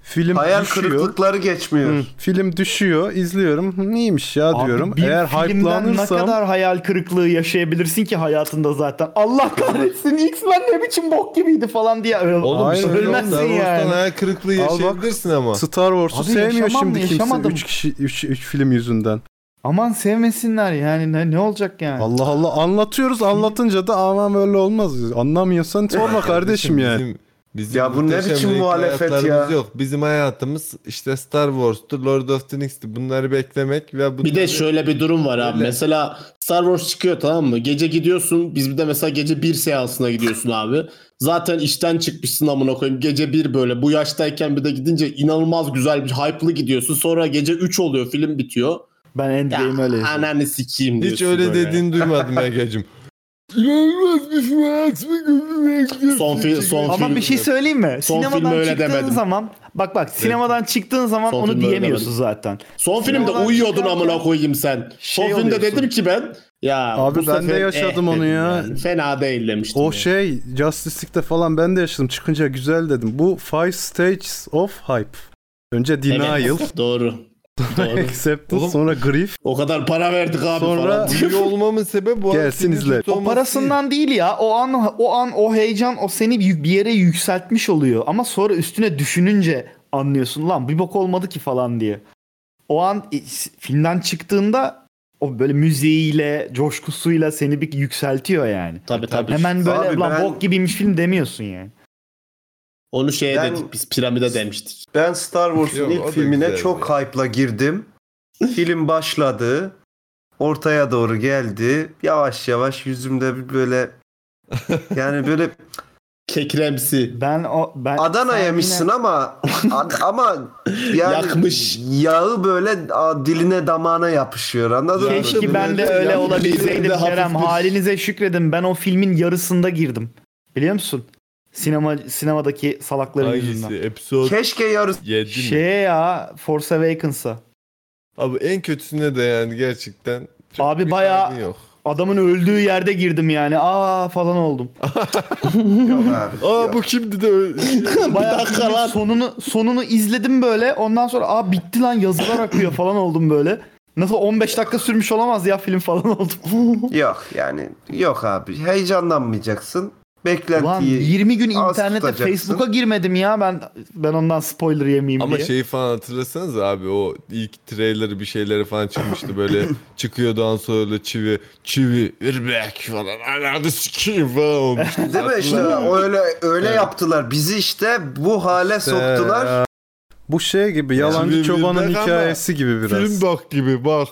S3: Film
S9: Hayal
S5: şey
S3: düşüyor.
S9: kırıklıkları geçmiyor.
S3: Hı, Film düşüyor, izliyorum. Hı, Neymiş ya
S6: Abi
S3: diyorum.
S6: bir
S3: Eğer
S6: filmden
S3: hype'lanırsam
S6: ne kadar hayal kırıklığı yaşayabilirsin ki hayatında zaten. Allah kahretsin X-Men ne biçim bok gibiydi falan diye. Ö-
S5: Oğlum
S3: Aynen
S5: işte
S6: ölmezsin
S5: Star Wars'tan
S6: yani.
S5: hayal kırıklığı
S3: Al bak.
S5: yaşayabilirsin ama.
S3: Star Wars'u
S6: Abi
S3: sevmiyor
S6: yaşamam,
S3: şimdi kimse
S6: yaşamadım.
S3: 3 kişi 3 film yüzünden.
S6: Aman sevmesinler yani ne, ne olacak yani.
S3: Allah Allah anlatıyoruz anlatınca da aman böyle olmaz. Anlamıyorsan sorma kardeşim yani.
S5: Bizim, Bizim
S1: Ya bu ne
S5: muhteşem
S1: biçim
S5: renkli
S1: muhalefet ya?
S5: hayatlarımız Yok. Bizim hayatımız işte Star Wars'tu, Lord of the Rings'ti. Bunları beklemek ve bunları...
S4: Bir de şöyle bir durum var abi.
S5: Öyle.
S4: Mesela Star Wars çıkıyor tamam mı? Gece gidiyorsun. Biz bir de mesela gece bir seansına gidiyorsun abi. Zaten işten çıkmışsın amına koyayım. Gece bir böyle. Bu yaştayken bir de gidince inanılmaz güzel bir hype'lı gidiyorsun. Sonra gece 3 oluyor film bitiyor.
S6: Ben
S4: Ya
S6: Endgame'i öyle izledim.
S4: ananı sikeyim diyorsun
S5: Hiç öyle
S4: böyle.
S5: dediğini duymadım Egeciğim. İnanılmaz bir hayat mı gözüme
S4: Son fi- son
S5: Ama
S6: Ama
S4: film-
S6: bir şey söyleyeyim mi?
S4: Son
S6: sinemadan
S4: filmi öyle
S6: çıktığın
S4: demedim.
S6: zaman bak bak sinemadan çıktığın zaman
S4: Son
S6: onu
S4: filmi öyle
S6: diyemiyorsun
S4: demedim.
S6: zaten.
S4: Son filmde
S6: Sinemadan
S4: uyuyordun
S6: çıkarken
S4: amına koyayım sen.
S6: şey
S4: son filmde
S6: oluyorsun.
S4: dedim ki ben ya
S3: Abi
S4: bu
S3: ben de
S4: sefer eh,
S3: yaşadım onu
S4: dedim
S3: ya.
S4: Fena değil demiştim.
S3: O
S4: ya.
S3: şey Justice League'de falan ben de yaşadım. Çıkınca güzel dedim. Bu Five Stages of Hype. Önce
S4: Evet,
S3: Denial,
S4: Doğru. Doğru.
S3: Acceptance,
S5: Oğlum.
S3: sonra Grief.
S4: o kadar para verdik abi
S3: Sonra-
S4: falan.
S5: İyi olmamın sebebi bu.
S3: Gelsin
S5: Sinir
S3: izle.
S5: tutulması
S6: O parasından değil ya. O an o an o heyecan o seni bir bir yere yükseltmiş oluyor ama sonra üstüne düşününce anlıyorsun lan bir bok olmadı ki falan diye. O an i- s- filmden çıktığında o böyle müziğiyle, coşkusuyla seni bir yükseltiyor yani.
S4: Tabii tabii.
S6: Hemen böyle
S9: Abi
S6: lan
S9: ben-
S6: bok gibiymiş film demiyorsun yani.
S4: Onu şeye
S9: Ben-
S4: dedik biz piramide demiştik.
S9: Ben Star Wars'un
S5: şey Yok, o
S9: ilk
S5: da
S9: filmine
S5: güzel şey.
S9: çok hype'la girdim. Film başladı. Ortaya doğru geldi. Yavaş yavaş yüzümde bir böyle yani böyle
S4: Kekremsi.
S6: Ben o ben
S9: Adana
S6: sen
S9: yemişsin
S6: yine-
S9: ama a- ama yani
S4: Yakmış.
S9: yağı böyle a, diline damağına yapışıyor anladın mı?
S6: Keşke ben de
S5: Böyle
S6: öyle
S5: yanlış
S6: olabilseydim
S4: bir hafif
S6: Kerem.
S4: bir-
S6: Halinize şükredin. Ben o filmin yarısında girdim. Biliyor musun? Sinema sinemadaki salakların
S5: Hangisi?
S6: yüzünden. Şey-
S5: Episode
S9: Keşke yarısı
S5: 7 mi?
S6: Şeye ya Force Awakens'a.
S5: Abi en kötüsüne de yani gerçekten. çok
S6: Abi
S5: bir
S6: bayağı-
S5: kaygın Yok.
S6: Adamın öldüğü yerde girdim yani. Aa falan oldum.
S9: yok abi.
S5: Aa bu kimdi de Şey- öyle.
S6: Bayağı filmin sonunu sonunu izledim böyle. Ondan sonra aa bitti lan yazılar akıyor falan oldum böyle. Nasıl 15 dakika sürmüş olamaz ya film falan oldum.
S9: Yok yani yok abi. Heyecanlanmayacaksın.
S6: Ulan
S9: Beklentiyi
S6: 20 gün
S9: az
S6: internete
S9: tutacaksın.
S6: Facebook'a girmedim ya ben ben ondan spoiler yemeyeyim
S5: Ama şey-
S6: diye.
S5: şeyi falan hatırlasanız abi o ilk trailer bir şeyleri falan çıkmıştı böyle çıkıyordu Han Solo'yla çivi çivi irbek falan ananı sikeyim falan olmuştu.
S9: Değil mi işte öyle öyle
S5: Evet.
S9: yaptılar. Bizi işte bu hale soktular.
S3: Bu şey gibi yalancı
S5: Şimdi
S3: çobanın
S5: bilmek ama
S3: hikayesi gibi biraz.
S5: Film bak gibi bak.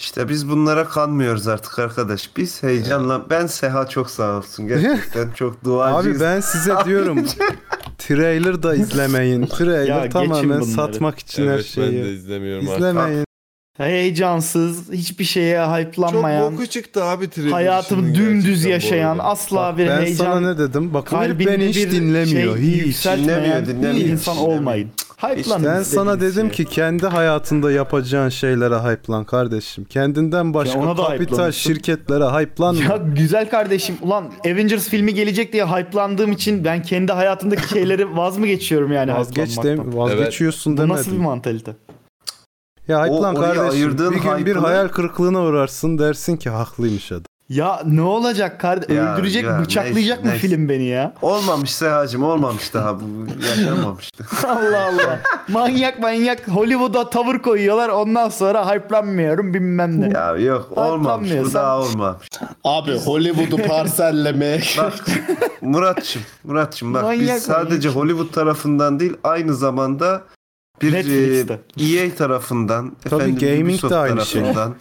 S9: İşte biz bunlara kanmıyoruz artık arkadaş. Biz heyecanla ben Seha çok sağ olsun gerçekten çok
S3: Abi
S9: duacıyız.
S3: ben size diyorum trailer da izlemeyin.
S6: Ya
S3: Trailer
S6: geçin
S3: tamamen
S6: bunları.
S3: satmak için her
S5: Evet ben de
S3: şeyi.
S5: izlemiyorum artık.
S3: İzlemeyin.
S6: Heyecansız, hiçbir şeye
S5: Çok
S6: hype'lanmayan,
S5: boku çıktı abi trailer.
S6: hayatını
S5: işinin
S6: dümdüz
S5: gerçekten bu
S6: yaşayan,
S5: arada.
S6: asla
S3: Bak,
S6: bir
S3: ben
S6: heyecan
S3: sana ne dedim? Bak bu herif
S6: kalbinde
S3: beni hiç
S6: bir
S3: dinlemiyor.
S6: şey
S3: hiç.
S6: yükseltmeyen
S9: Dinlemiyor, dinlemiyor.
S6: bir insan
S9: Dinlemiyor.
S6: olmayın. Hype'lanın
S3: Ben sana
S6: istediğiniz
S3: dedim
S6: şeye.
S3: ki kendi hayatında yapacağın şeylere hype'lan kardeşim. Kendinden başka
S6: ona da
S3: kapital
S6: hype'lanmışsın.
S3: şirketlere hype'lanma.
S6: Ya güzel kardeşim ulan Avengers filmi gelecek diye hype'landığım için ben kendi hayatımdaki şeyleri vaz mı geçiyorum yani
S3: Vazgeç
S6: hype'lanmaktan?
S3: dem vazgeçiyorsun
S6: Bu nasıl bir
S3: demedim.
S6: mantalite?
S3: Ya hype'lan
S9: O- oraya
S3: kardeşim. Bir
S9: ayırdığın
S3: gün bir
S9: hype'ını-
S3: hayal kırıklığına uğrarsın dersin ki haklıymış adam.
S6: Ya ne olacak kardeş?
S9: Ya,
S6: Öldürecek,
S9: ya,
S6: bıçaklayacak
S9: neyse,
S6: mı
S9: neyse.
S6: film beni ya?
S9: Olmamış Seha'cım olmamış daha bu yaşanmamıştı.
S6: Allah Allah. manyak manyak Hollywood'a tavır koyuyorlar. Ondan sonra hype'lanmıyorum bilmem ne.
S9: ya yok olmamış bu
S6: Atlanmıyorsan-
S9: daha olmamış.
S4: Abi Hollywood'u parsellemeye.
S9: Bak Muratçım Muratçım bak
S6: Manyak,
S9: biz sadece
S6: manyak.
S9: Hollywood tarafından değil aynı zamanda bir
S6: Netflix'te.
S9: e, EA tarafından
S3: Tabii gaming de
S9: Ubisoft
S3: aynı şey.
S9: tarafından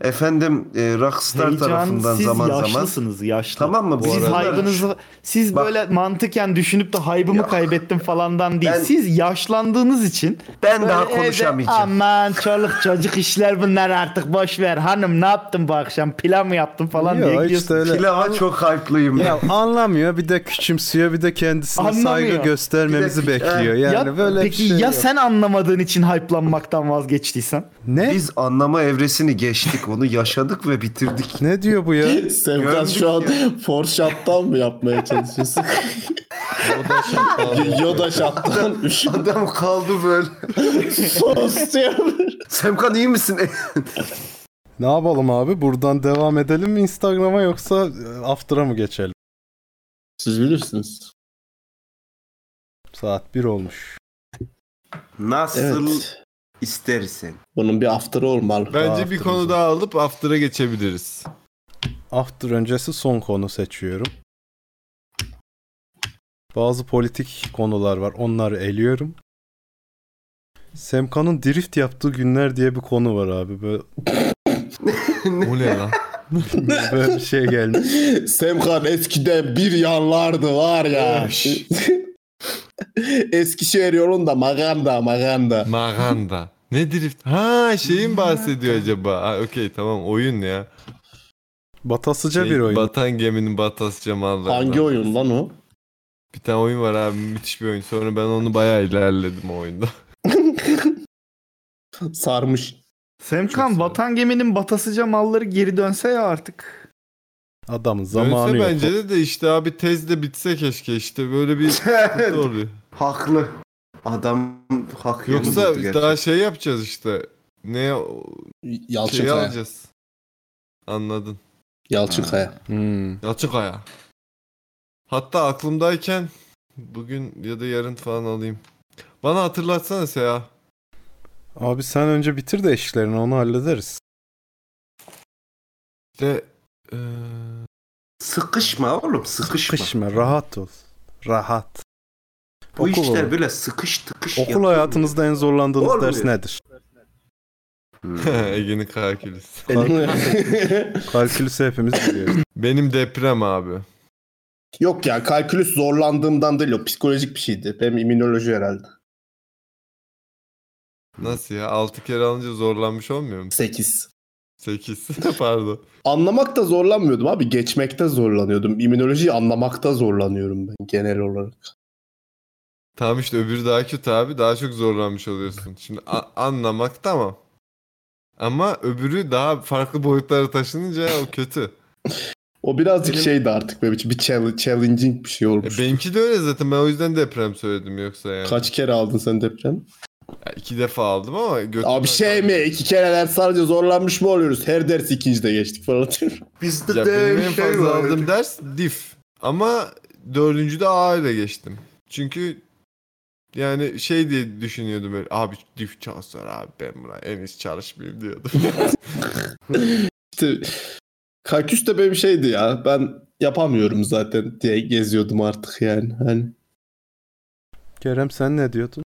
S9: efendim e, Rockstar tarafından
S6: siz
S9: zaman zaman
S6: yaşlısınız yaşlı.
S9: Tamam mı?
S6: Siz
S9: Bu arada-
S6: haybınızı siz
S9: Bak-
S6: böyle mantıken düşünüp de haybımı
S9: Ya.
S6: kaybettim falandan değil.
S9: Ben-
S6: siz yaşlandığınız için
S9: Ben
S6: böyle
S9: daha
S6: evde,
S9: konuşamayacağım.
S6: Aman çoluk çocuk işler bunlar artık boş ver. Hanım ne yaptın bu akşam? Pilav mı yaptın falan diye
S3: Yok
S6: gidiyorsun.
S3: işte öyle.
S9: Pilava çok hype'lıyım.
S3: Ya anlamıyor bir de küçümsüyor bir de kendisine
S6: Anlamıyor.
S3: saygı göstermemizi
S9: Bir de-
S3: bekliyor.
S6: Ya
S3: Yani böyle
S6: peki
S3: bir şey
S6: ya
S3: yok.
S6: sen anlamadığın için hype'lanmaktan vazgeçtiysen?
S3: ne
S9: Biz anlama evresini geçtik. Onu yaşadık ve bitirdik.
S3: ne diyor bu ya?
S4: Sevkan şu an Foreshot'tan mı yapmaya çalışıyorsun?
S5: Yoda şapkalı.
S4: Yoda şattan
S9: Adam kaldı böyle.
S4: sos diyor.
S9: Semkan iyi misin?
S3: Ne yapalım abi? Buradan devam edelim mi Instagram'a yoksa e, after'a mı geçelim?
S4: Siz bilirsiniz.
S3: Saat 1 olmuş.
S9: Nasıl
S4: Evet.
S9: istersen.
S4: Bunun bir after'ı olmalı.
S5: Bence bir
S3: After'ımız
S5: konu
S3: var.
S5: daha alıp after'a geçebiliriz.
S3: After öncesi son konu seçiyorum. Bazı politik konular var. Onları eliyorum. Semkan'ın drift yaptığı günler diye bir konu var abi. Böyle,
S5: O ne lan?
S3: böyle bir şey gelmiş.
S4: Semkan eskiden bir yanlardı var ya. Eskişehir yolunda maganda maganda.
S5: Maganda. Ne drift? Ha şeyin bahsediyor acaba. Ha, okey tamam oyun ya.
S3: Batasıca
S5: Şey,
S3: bir oyun.
S5: Batan geminin batas cemalları.
S4: Hangi oyun lan o?
S5: Bir tane oyun var abi müthiş bir oyun. Sonra ben onu bayağı ilerledim o oyunda.
S4: Sarmış.
S5: Çok
S6: Semkan
S5: sağ ol.
S6: vatan geminin batasıca malları geri dönse ya artık.
S3: Adamın zamanı
S5: Dönse
S3: yok.
S5: bence de de işte abi tez de bitse keşke işte böyle bir sıkıntı oluyor.
S9: Haklı. Adam haklı.
S5: Yoksa daha şey yapacağız işte. Ne o-
S4: Yalçın
S5: şey
S4: Kaya.
S5: alacağız. Anladın.
S4: Yalçın Kaya.
S3: Hmm.
S5: Açık aya. Hatta aklımdayken bugün ya da yarın falan alayım. Bana hatırlatsana Seha.
S3: Abi sen önce bitir de işlerini onu hallederiz.
S5: İşte eee,
S9: Sıkışma oğlum sıkışma.
S3: Kışma rahat ol. Rahat.
S9: Bu
S3: Okul
S9: işler
S3: olur.
S9: böyle sıkış tıkış
S5: şey
S3: Okul
S9: yapıyor.
S3: hayatınızda en zorlandığınız
S9: Olmuyor.
S3: ders nedir?
S9: Hmm.
S5: Ege'nin kalkülüsü.
S3: Kalkülüsü hepimiz biliyoruz.
S5: Benim deprem abi.
S4: Yok ya kalkülüs zorlandığımdan değil o psikolojik bir şeydi. Benim immünoloji herhalde.
S5: Nasıl ya? 6 kere alınca zorlanmış olmuyor mu?
S4: 8.
S5: 8. Pardon.
S4: Anlamakta zorlanmıyordum abi. Geçmekte zorlanıyordum. İmmünolojiyi anlamakta zorlanıyorum ben genel olarak.
S5: Tamam işte öbürü daha kötü abi. Daha çok zorlanmış oluyorsun. Şimdi a- anlamak tamam. Ama öbürü daha farklı boyutlara taşınınca o kötü.
S4: O birazcık
S5: Benim-
S4: şeydi artık benim için. Bir chall- challenging bir şey
S5: E,
S4: olmuş.
S5: benimki de öyle zaten. Ben o yüzden deprem söyledim yoksa yani.
S4: Kaç kere aldın sen deprem?
S5: Ya iki defa aldım ama götüm
S4: Abi şey mi? İki kere ders sadece zorlanmış mı oluyoruz? Her ders ikincide geçtik falan.
S9: Bizde
S5: Ya
S9: de
S5: benim
S9: bir
S5: en
S9: şey
S5: fazla
S9: var.
S5: aldığım ders dif. Ama dördüncüde A ile geçtim. Çünkü yani şey diye düşünüyordum böyle abi dif çalışıyor abi ben buna en iyisi çalışmayayım diyordum.
S4: işte kalküs de benim şeydi ya. Ben yapamıyorum zaten diye geziyordum artık yani. Hani
S3: Kerem sen ne diyordun?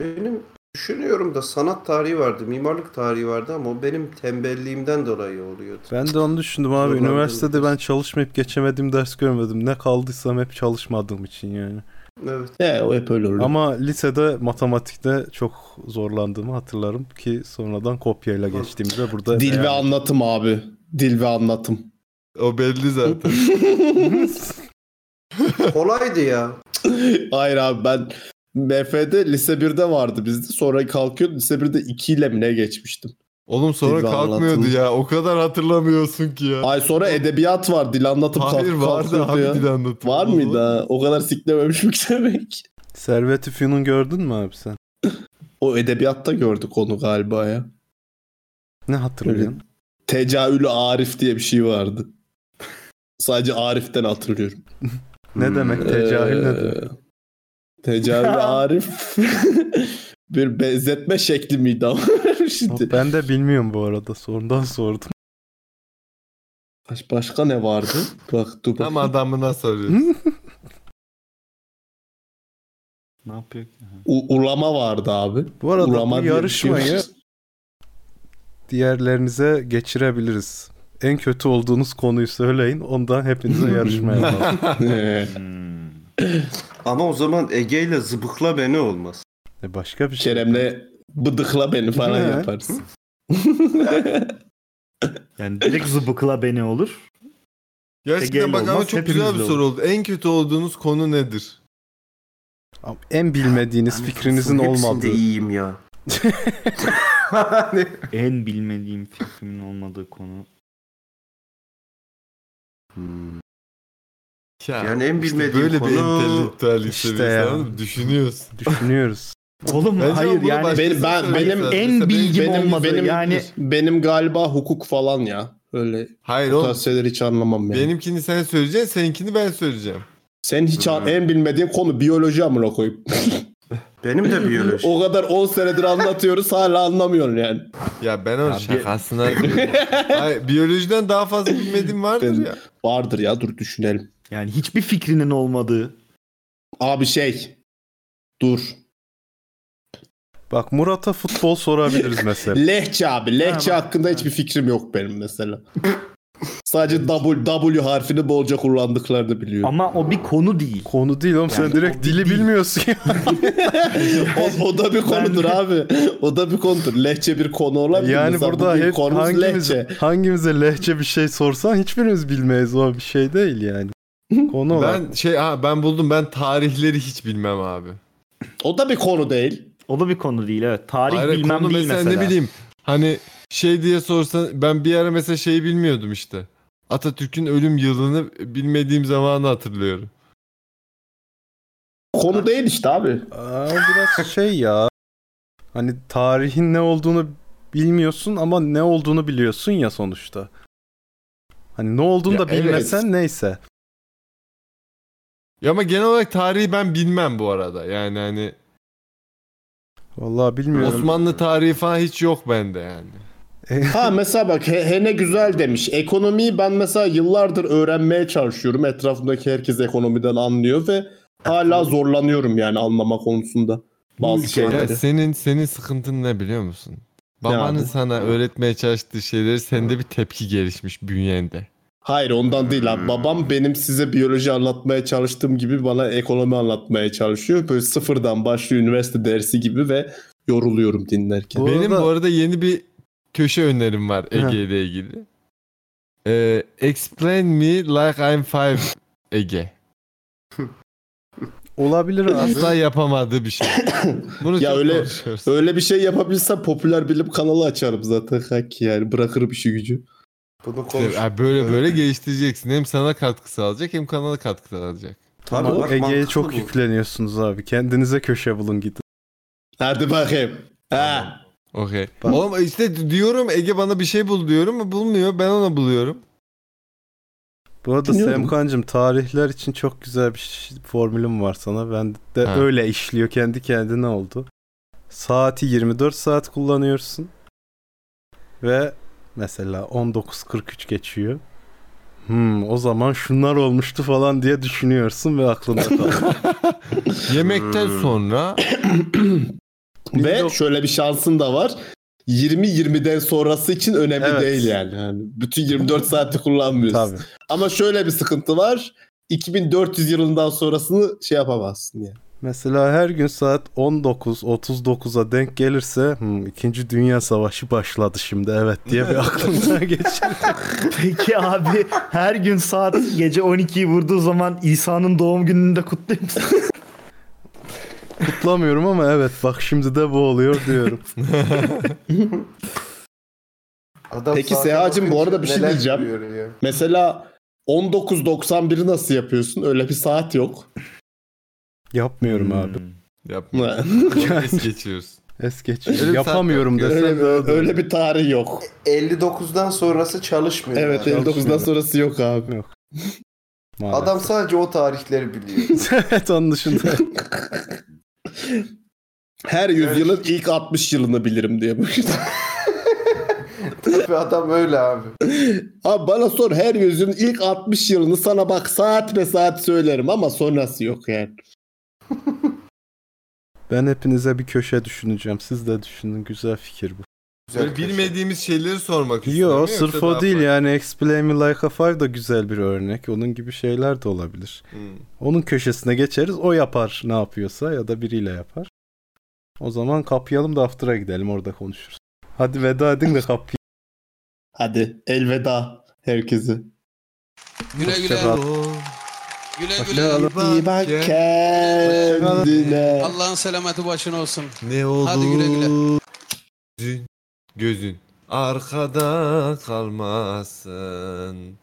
S9: Benim düşünüyorum da sanat tarihi vardı, mimarlık tarihi vardı ama o benim tembelliğimden dolayı oluyordu.
S3: Ben de onu düşündüm abi.
S9: Zorlandığım
S3: Üniversitede
S9: ders.
S3: ben çalışmayıp geçemediğim ders görmedim. Ne kaldıysam hep çalışmadığım için yani.
S9: Evet.
S4: e, o hep öyle oluyor.
S3: Ama lisede matematikte çok zorlandığımı hatırlarım ki sonradan kopyayla geçtiğimde burada
S4: Dil ve
S3: Yani-
S4: anlatım abi. Dil ve anlatım.
S5: o belli zaten.
S9: Kolaydı ya.
S4: Hayır abi ben MF'de lise 1'de vardı bizde. Sonra kalkıyordum. Lise 1'de 2 ile mi ne geçmiştim?
S5: Oğlum sonra
S4: Dil ve
S5: kalkmıyordu
S4: anlatım.
S5: ya. O kadar hatırlamıyorsun ki ya.
S4: Ay sonra edebiyat var. Dil anlatım
S5: Hayır
S4: kalk-
S5: vardı
S4: kalkıyordu
S5: abi
S4: ya.
S5: dil anlatımı.
S4: Var
S5: O zaman-
S4: mıydı ha? O kadar siklememiş mi demek?
S3: Servet-i Fünun gördün mü abi sen?
S4: O edebiyatta gördük onu galiba ya.
S3: Ne hatırlıyorsun?
S4: Tecavülü Arif diye bir şey vardı. Sadece Arif'ten hatırlıyorum.
S3: Ne demek
S4: Hmm,
S3: tecahül ne demek?
S4: Ee, Tecavülü Arif bir benzetme şekli miydi ama şimdi.
S3: Ben de bilmiyorum bu arada. Sonradan sordum.
S4: Baş- Başka ne vardı? Bak dur
S5: Tam
S4: bakayım.
S5: adamına soruyorsun.
S6: Ne yapıyor ki?
S4: U- ulama vardı abi.
S3: Bu arada
S4: Ulama
S3: bu
S4: diye bir şey var.
S3: yarışmayı diğerlerinize geçirebiliriz. En kötü olduğunuz konuyu söyleyin. Ondan hepinize yarışma yapalım.
S4: Ee,
S6: Hmm.
S9: Ama o zaman Ege ile zıbıkla beni olmaz.
S3: E başka bir şey.
S4: Kerem'le bıdıkla beni falan
S3: He.
S4: yaparsın.
S6: Yani direkt zıbıkla beni olur.
S5: Gerçekten
S6: Ege'yle
S5: bak ama
S6: olmaz,
S5: çok güzel bir
S6: hepimizle
S5: soru oldu. En kötü olduğunuz konu nedir?
S3: Ama En bilmediğiniz
S9: Hani
S3: fikrinizin
S9: hepsinde
S3: olmadığı.
S9: iyiyim ya. Hani-
S6: En bilmediğim fikrimin olmadığı konu.
S9: Hmm.
S5: Ya,
S9: Yani en bilmediğim
S5: böyle bir
S9: konu-
S5: entelektüellik
S3: İşte
S5: seviyesi
S3: ya.
S5: anladın mı? Düşünüyorsun.
S3: Düşünüyoruz.
S6: Oğlum
S5: Bence
S6: hayır
S5: bunu
S6: yani
S5: başkası
S4: Benim- ben-
S5: söylese-
S4: benim
S5: söylese
S6: en bilgim
S5: benim-
S6: olmadı.
S5: benim-
S6: Yani-
S4: Benim galiba hukuk falan ya. Öyle
S5: Hayır
S4: bu
S5: oğlum.
S4: tarz şeyleri hiç anlamam yani.
S5: Benimkini sen söyleyeceksin, seninkini ben söyleyeceğim.
S4: Sen hiç an-
S9: Hı.
S4: en bilmediğin konu biyoloji amına koyup.
S9: Benim de biyoloji.
S4: o kadar 10 senedir anlatıyoruz hala anlamıyorsun yani.
S5: Ya ben onun şakasına... Hayır, biyolojiden daha fazla bilmediğim vardır
S4: Ben-
S5: ya.
S4: Vardır ya dur düşünelim.
S6: yani hiçbir fikrinin olmadığı
S4: Abi şey. Dur.
S3: Bak Murat'a futbol sorabiliriz mesela.
S4: Lehçe abi. Lehçe hakkında hiçbir fikrim yok benim mesela. Sadece W, W harfini bolca kullandıklarını biliyorum.
S6: Ama o bir konu değil.
S3: Konu değil oğlum sen
S6: Yani
S3: direkt
S6: o
S3: dili
S6: değil.
S3: bilmiyorsun ya.
S4: o, o da bir konudur abi. O da bir konudur. Lehçe bir konu olabilir.
S3: yani
S4: Mesela
S3: burada
S4: bugün
S3: hep
S4: konumuz
S3: hangimiz,
S4: lehçe.
S3: hangimize lehçe bir şey sorsan hiçbirimiz bilmeyiz o bir şey değil yani. Konu olarak.
S5: Ben şey ha ben buldum ben tarihleri hiç bilmem abi.
S4: O da bir konu değil.
S6: O da bir konu değil evet. Tarih
S5: Hayır,
S6: bilmem
S5: konu
S6: değil mesela.
S5: ne bileyim hani şey diye sorsan ben bir ara mesela şeyi bilmiyordum işte. Atatürk'ün ölüm yılını bilmediğim zamanı hatırlıyorum.
S4: Konu değil işte abi.
S3: Aa, biraz şey ya. Hani tarihin ne olduğunu bilmiyorsun ama ne olduğunu biliyorsun ya sonuçta. Hani ne olduğunu
S4: Ya
S3: da bilmesen neyse.
S5: Ya ama genel olarak tarihi ben bilmem bu arada. Yani hani
S3: Vallahi bilmiyorum.
S5: Osmanlı tarihi falan hiç yok bende yani.
S4: Ha mesela bak he, he ne güzel demiş. Ekonomiyi ben mesela yıllardır öğrenmeye çalışıyorum. Etrafımdaki herkes ekonomiden anlıyor ve hala zorlanıyorum yani anlama konusunda. Bazı
S3: şey-
S5: Ya
S4: şeyleri.
S5: senin senin sıkıntın ne biliyor musun? Babanın
S4: abi?
S5: sana öğretmeye çalıştığı şeyleri sende bir tepki gelişmiş bünyende.
S4: Hayır ondan değil abi. Babam benim size biyoloji anlatmaya çalıştığım gibi bana ekonomi anlatmaya çalışıyor. Böyle sıfırdan başlıyor üniversite dersi gibi ve yoruluyorum dinlerken.
S3: Bu
S5: Benim
S3: arada-
S5: bu arada yeni bir köşe önerim var
S3: Hı.
S5: Ege ile ilgili. Ee, explain me like I'm five Ege.
S3: Olabilir aslında.
S5: Asla yapamadığı bir şey. Bunu
S4: Ya
S5: çok
S4: öyle-
S5: konuşuyoruz.
S4: Öyle bir şey yapabilsem popüler bilim kanalı açarım zaten. Hak yani bırakırım işi gücü.
S9: Bunu konuş.
S5: İşte, Ee, ha, böyle böyle geliştireceksin. Hem sana katkı sağlayacak hem kanala katkı sağlayacak.
S9: Abi bak
S3: Ege'ye
S9: mantıklı
S3: çok
S9: bu.
S3: yükleniyorsunuz abi. Kendinize köşe bulun gidin.
S4: Hadi bakayım. Ha.
S5: Okey.
S3: Bak-
S5: Oğlum işte diyorum Ege bana bir şey bul diyorum. Bulmuyor. Ben ona buluyorum.
S3: Bu arada
S4: Dinliyorum.
S3: Semkancığım tarihler için çok güzel bir ş- formülüm var sana. Ben de
S5: Ha.
S3: öyle işliyor kendi kendine oldu. Saati 24 saat kullanıyorsun. Ve mesela 19.43 geçiyor. Hmm, o zaman şunlar olmuştu falan diye düşünüyorsun ve aklında kalıyor.
S5: Yemekten
S9: Hmm.
S5: sonra
S4: Ve
S3: Yok.
S4: şöyle bir şansın da var. 20-20'den sonrası için önemli
S3: Evet.
S4: değil yani. Yani Bütün 24 saati kullanmıyorsun.
S3: Tabii.
S4: Ama şöyle bir sıkıntı var. 2400 yılından sonrasını şey yapamazsın yani.
S3: Mesela her gün saat 19.39'a denk gelirse "Hmm, İkinci Dünya Savaşı başladı şimdi evet diye bir aklından geçer.
S6: Peki abi her gün saat gece 12'yi vurduğu zaman İsa'nın doğum gününü de kutluyor musun?
S3: Kutlamıyorum ama evet bak şimdi de bu oluyor diyorum.
S9: Adam
S4: Peki
S9: saate
S4: Sehacım, bu
S9: bakınca
S4: arada bir şey
S9: neler
S4: diyeceğim.
S9: görüyor ya.
S4: Mesela 1991'i nasıl yapıyorsun? Öyle bir saat yok.
S3: Yapmıyorum abi.
S5: yapma.
S4: öyle,
S5: Es geçiyoruz.
S3: Es geç.
S5: Öyle bir
S3: Yapamıyorum
S5: saat-
S3: desem.
S4: bir, öyle bir tarih yok.
S9: 59'dan sonrası çalışmıyor.
S4: Evet
S9: yani.
S4: 59'dan sonrası yok abi.
S3: maalesef.
S9: Adam sadece o tarihleri biliyor.
S3: evet onun dışında.
S4: Her yüzyılın ilk 60 yılını bilirim diye.
S9: Tabii adam öyle abi.
S4: Abi bana sor her yüzyılın ilk 60 yılını sana bak saat be saat söylerim ama sonrası yok yani.
S3: Ben hepinize bir köşe düşüneceğim. Siz de düşünün. Güzel fikir bu.
S9: Güzel
S5: Böyle
S9: köşe.
S5: bilmediğimiz şeyleri sormak istiyorum.
S3: Yo sırf o değil yani. Explain Me Like a Five da güzel bir örnek. Onun gibi şeyler de olabilir. Onun köşesine geçeriz. O yapar ne yapıyorsa ya da biriyle yapar. O zaman kapayalım da after'a gidelim. Orada konuşuruz. Hadi veda edin de kapıyı.
S4: Hadi elveda herkese.
S7: Güle güle.
S3: Hoşça kal.
S7: Güle
S3: Hoşça
S7: güle.
S3: kal.
S4: İyi bak kendine.
S7: Allah'ın selameti başına olsun.
S5: Ne oldu?
S7: Hadi güle güle.
S5: Gözün, gözün arkada kalmasın.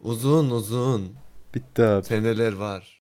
S5: Uzun uzun
S3: Bitti abi.
S5: seneler var.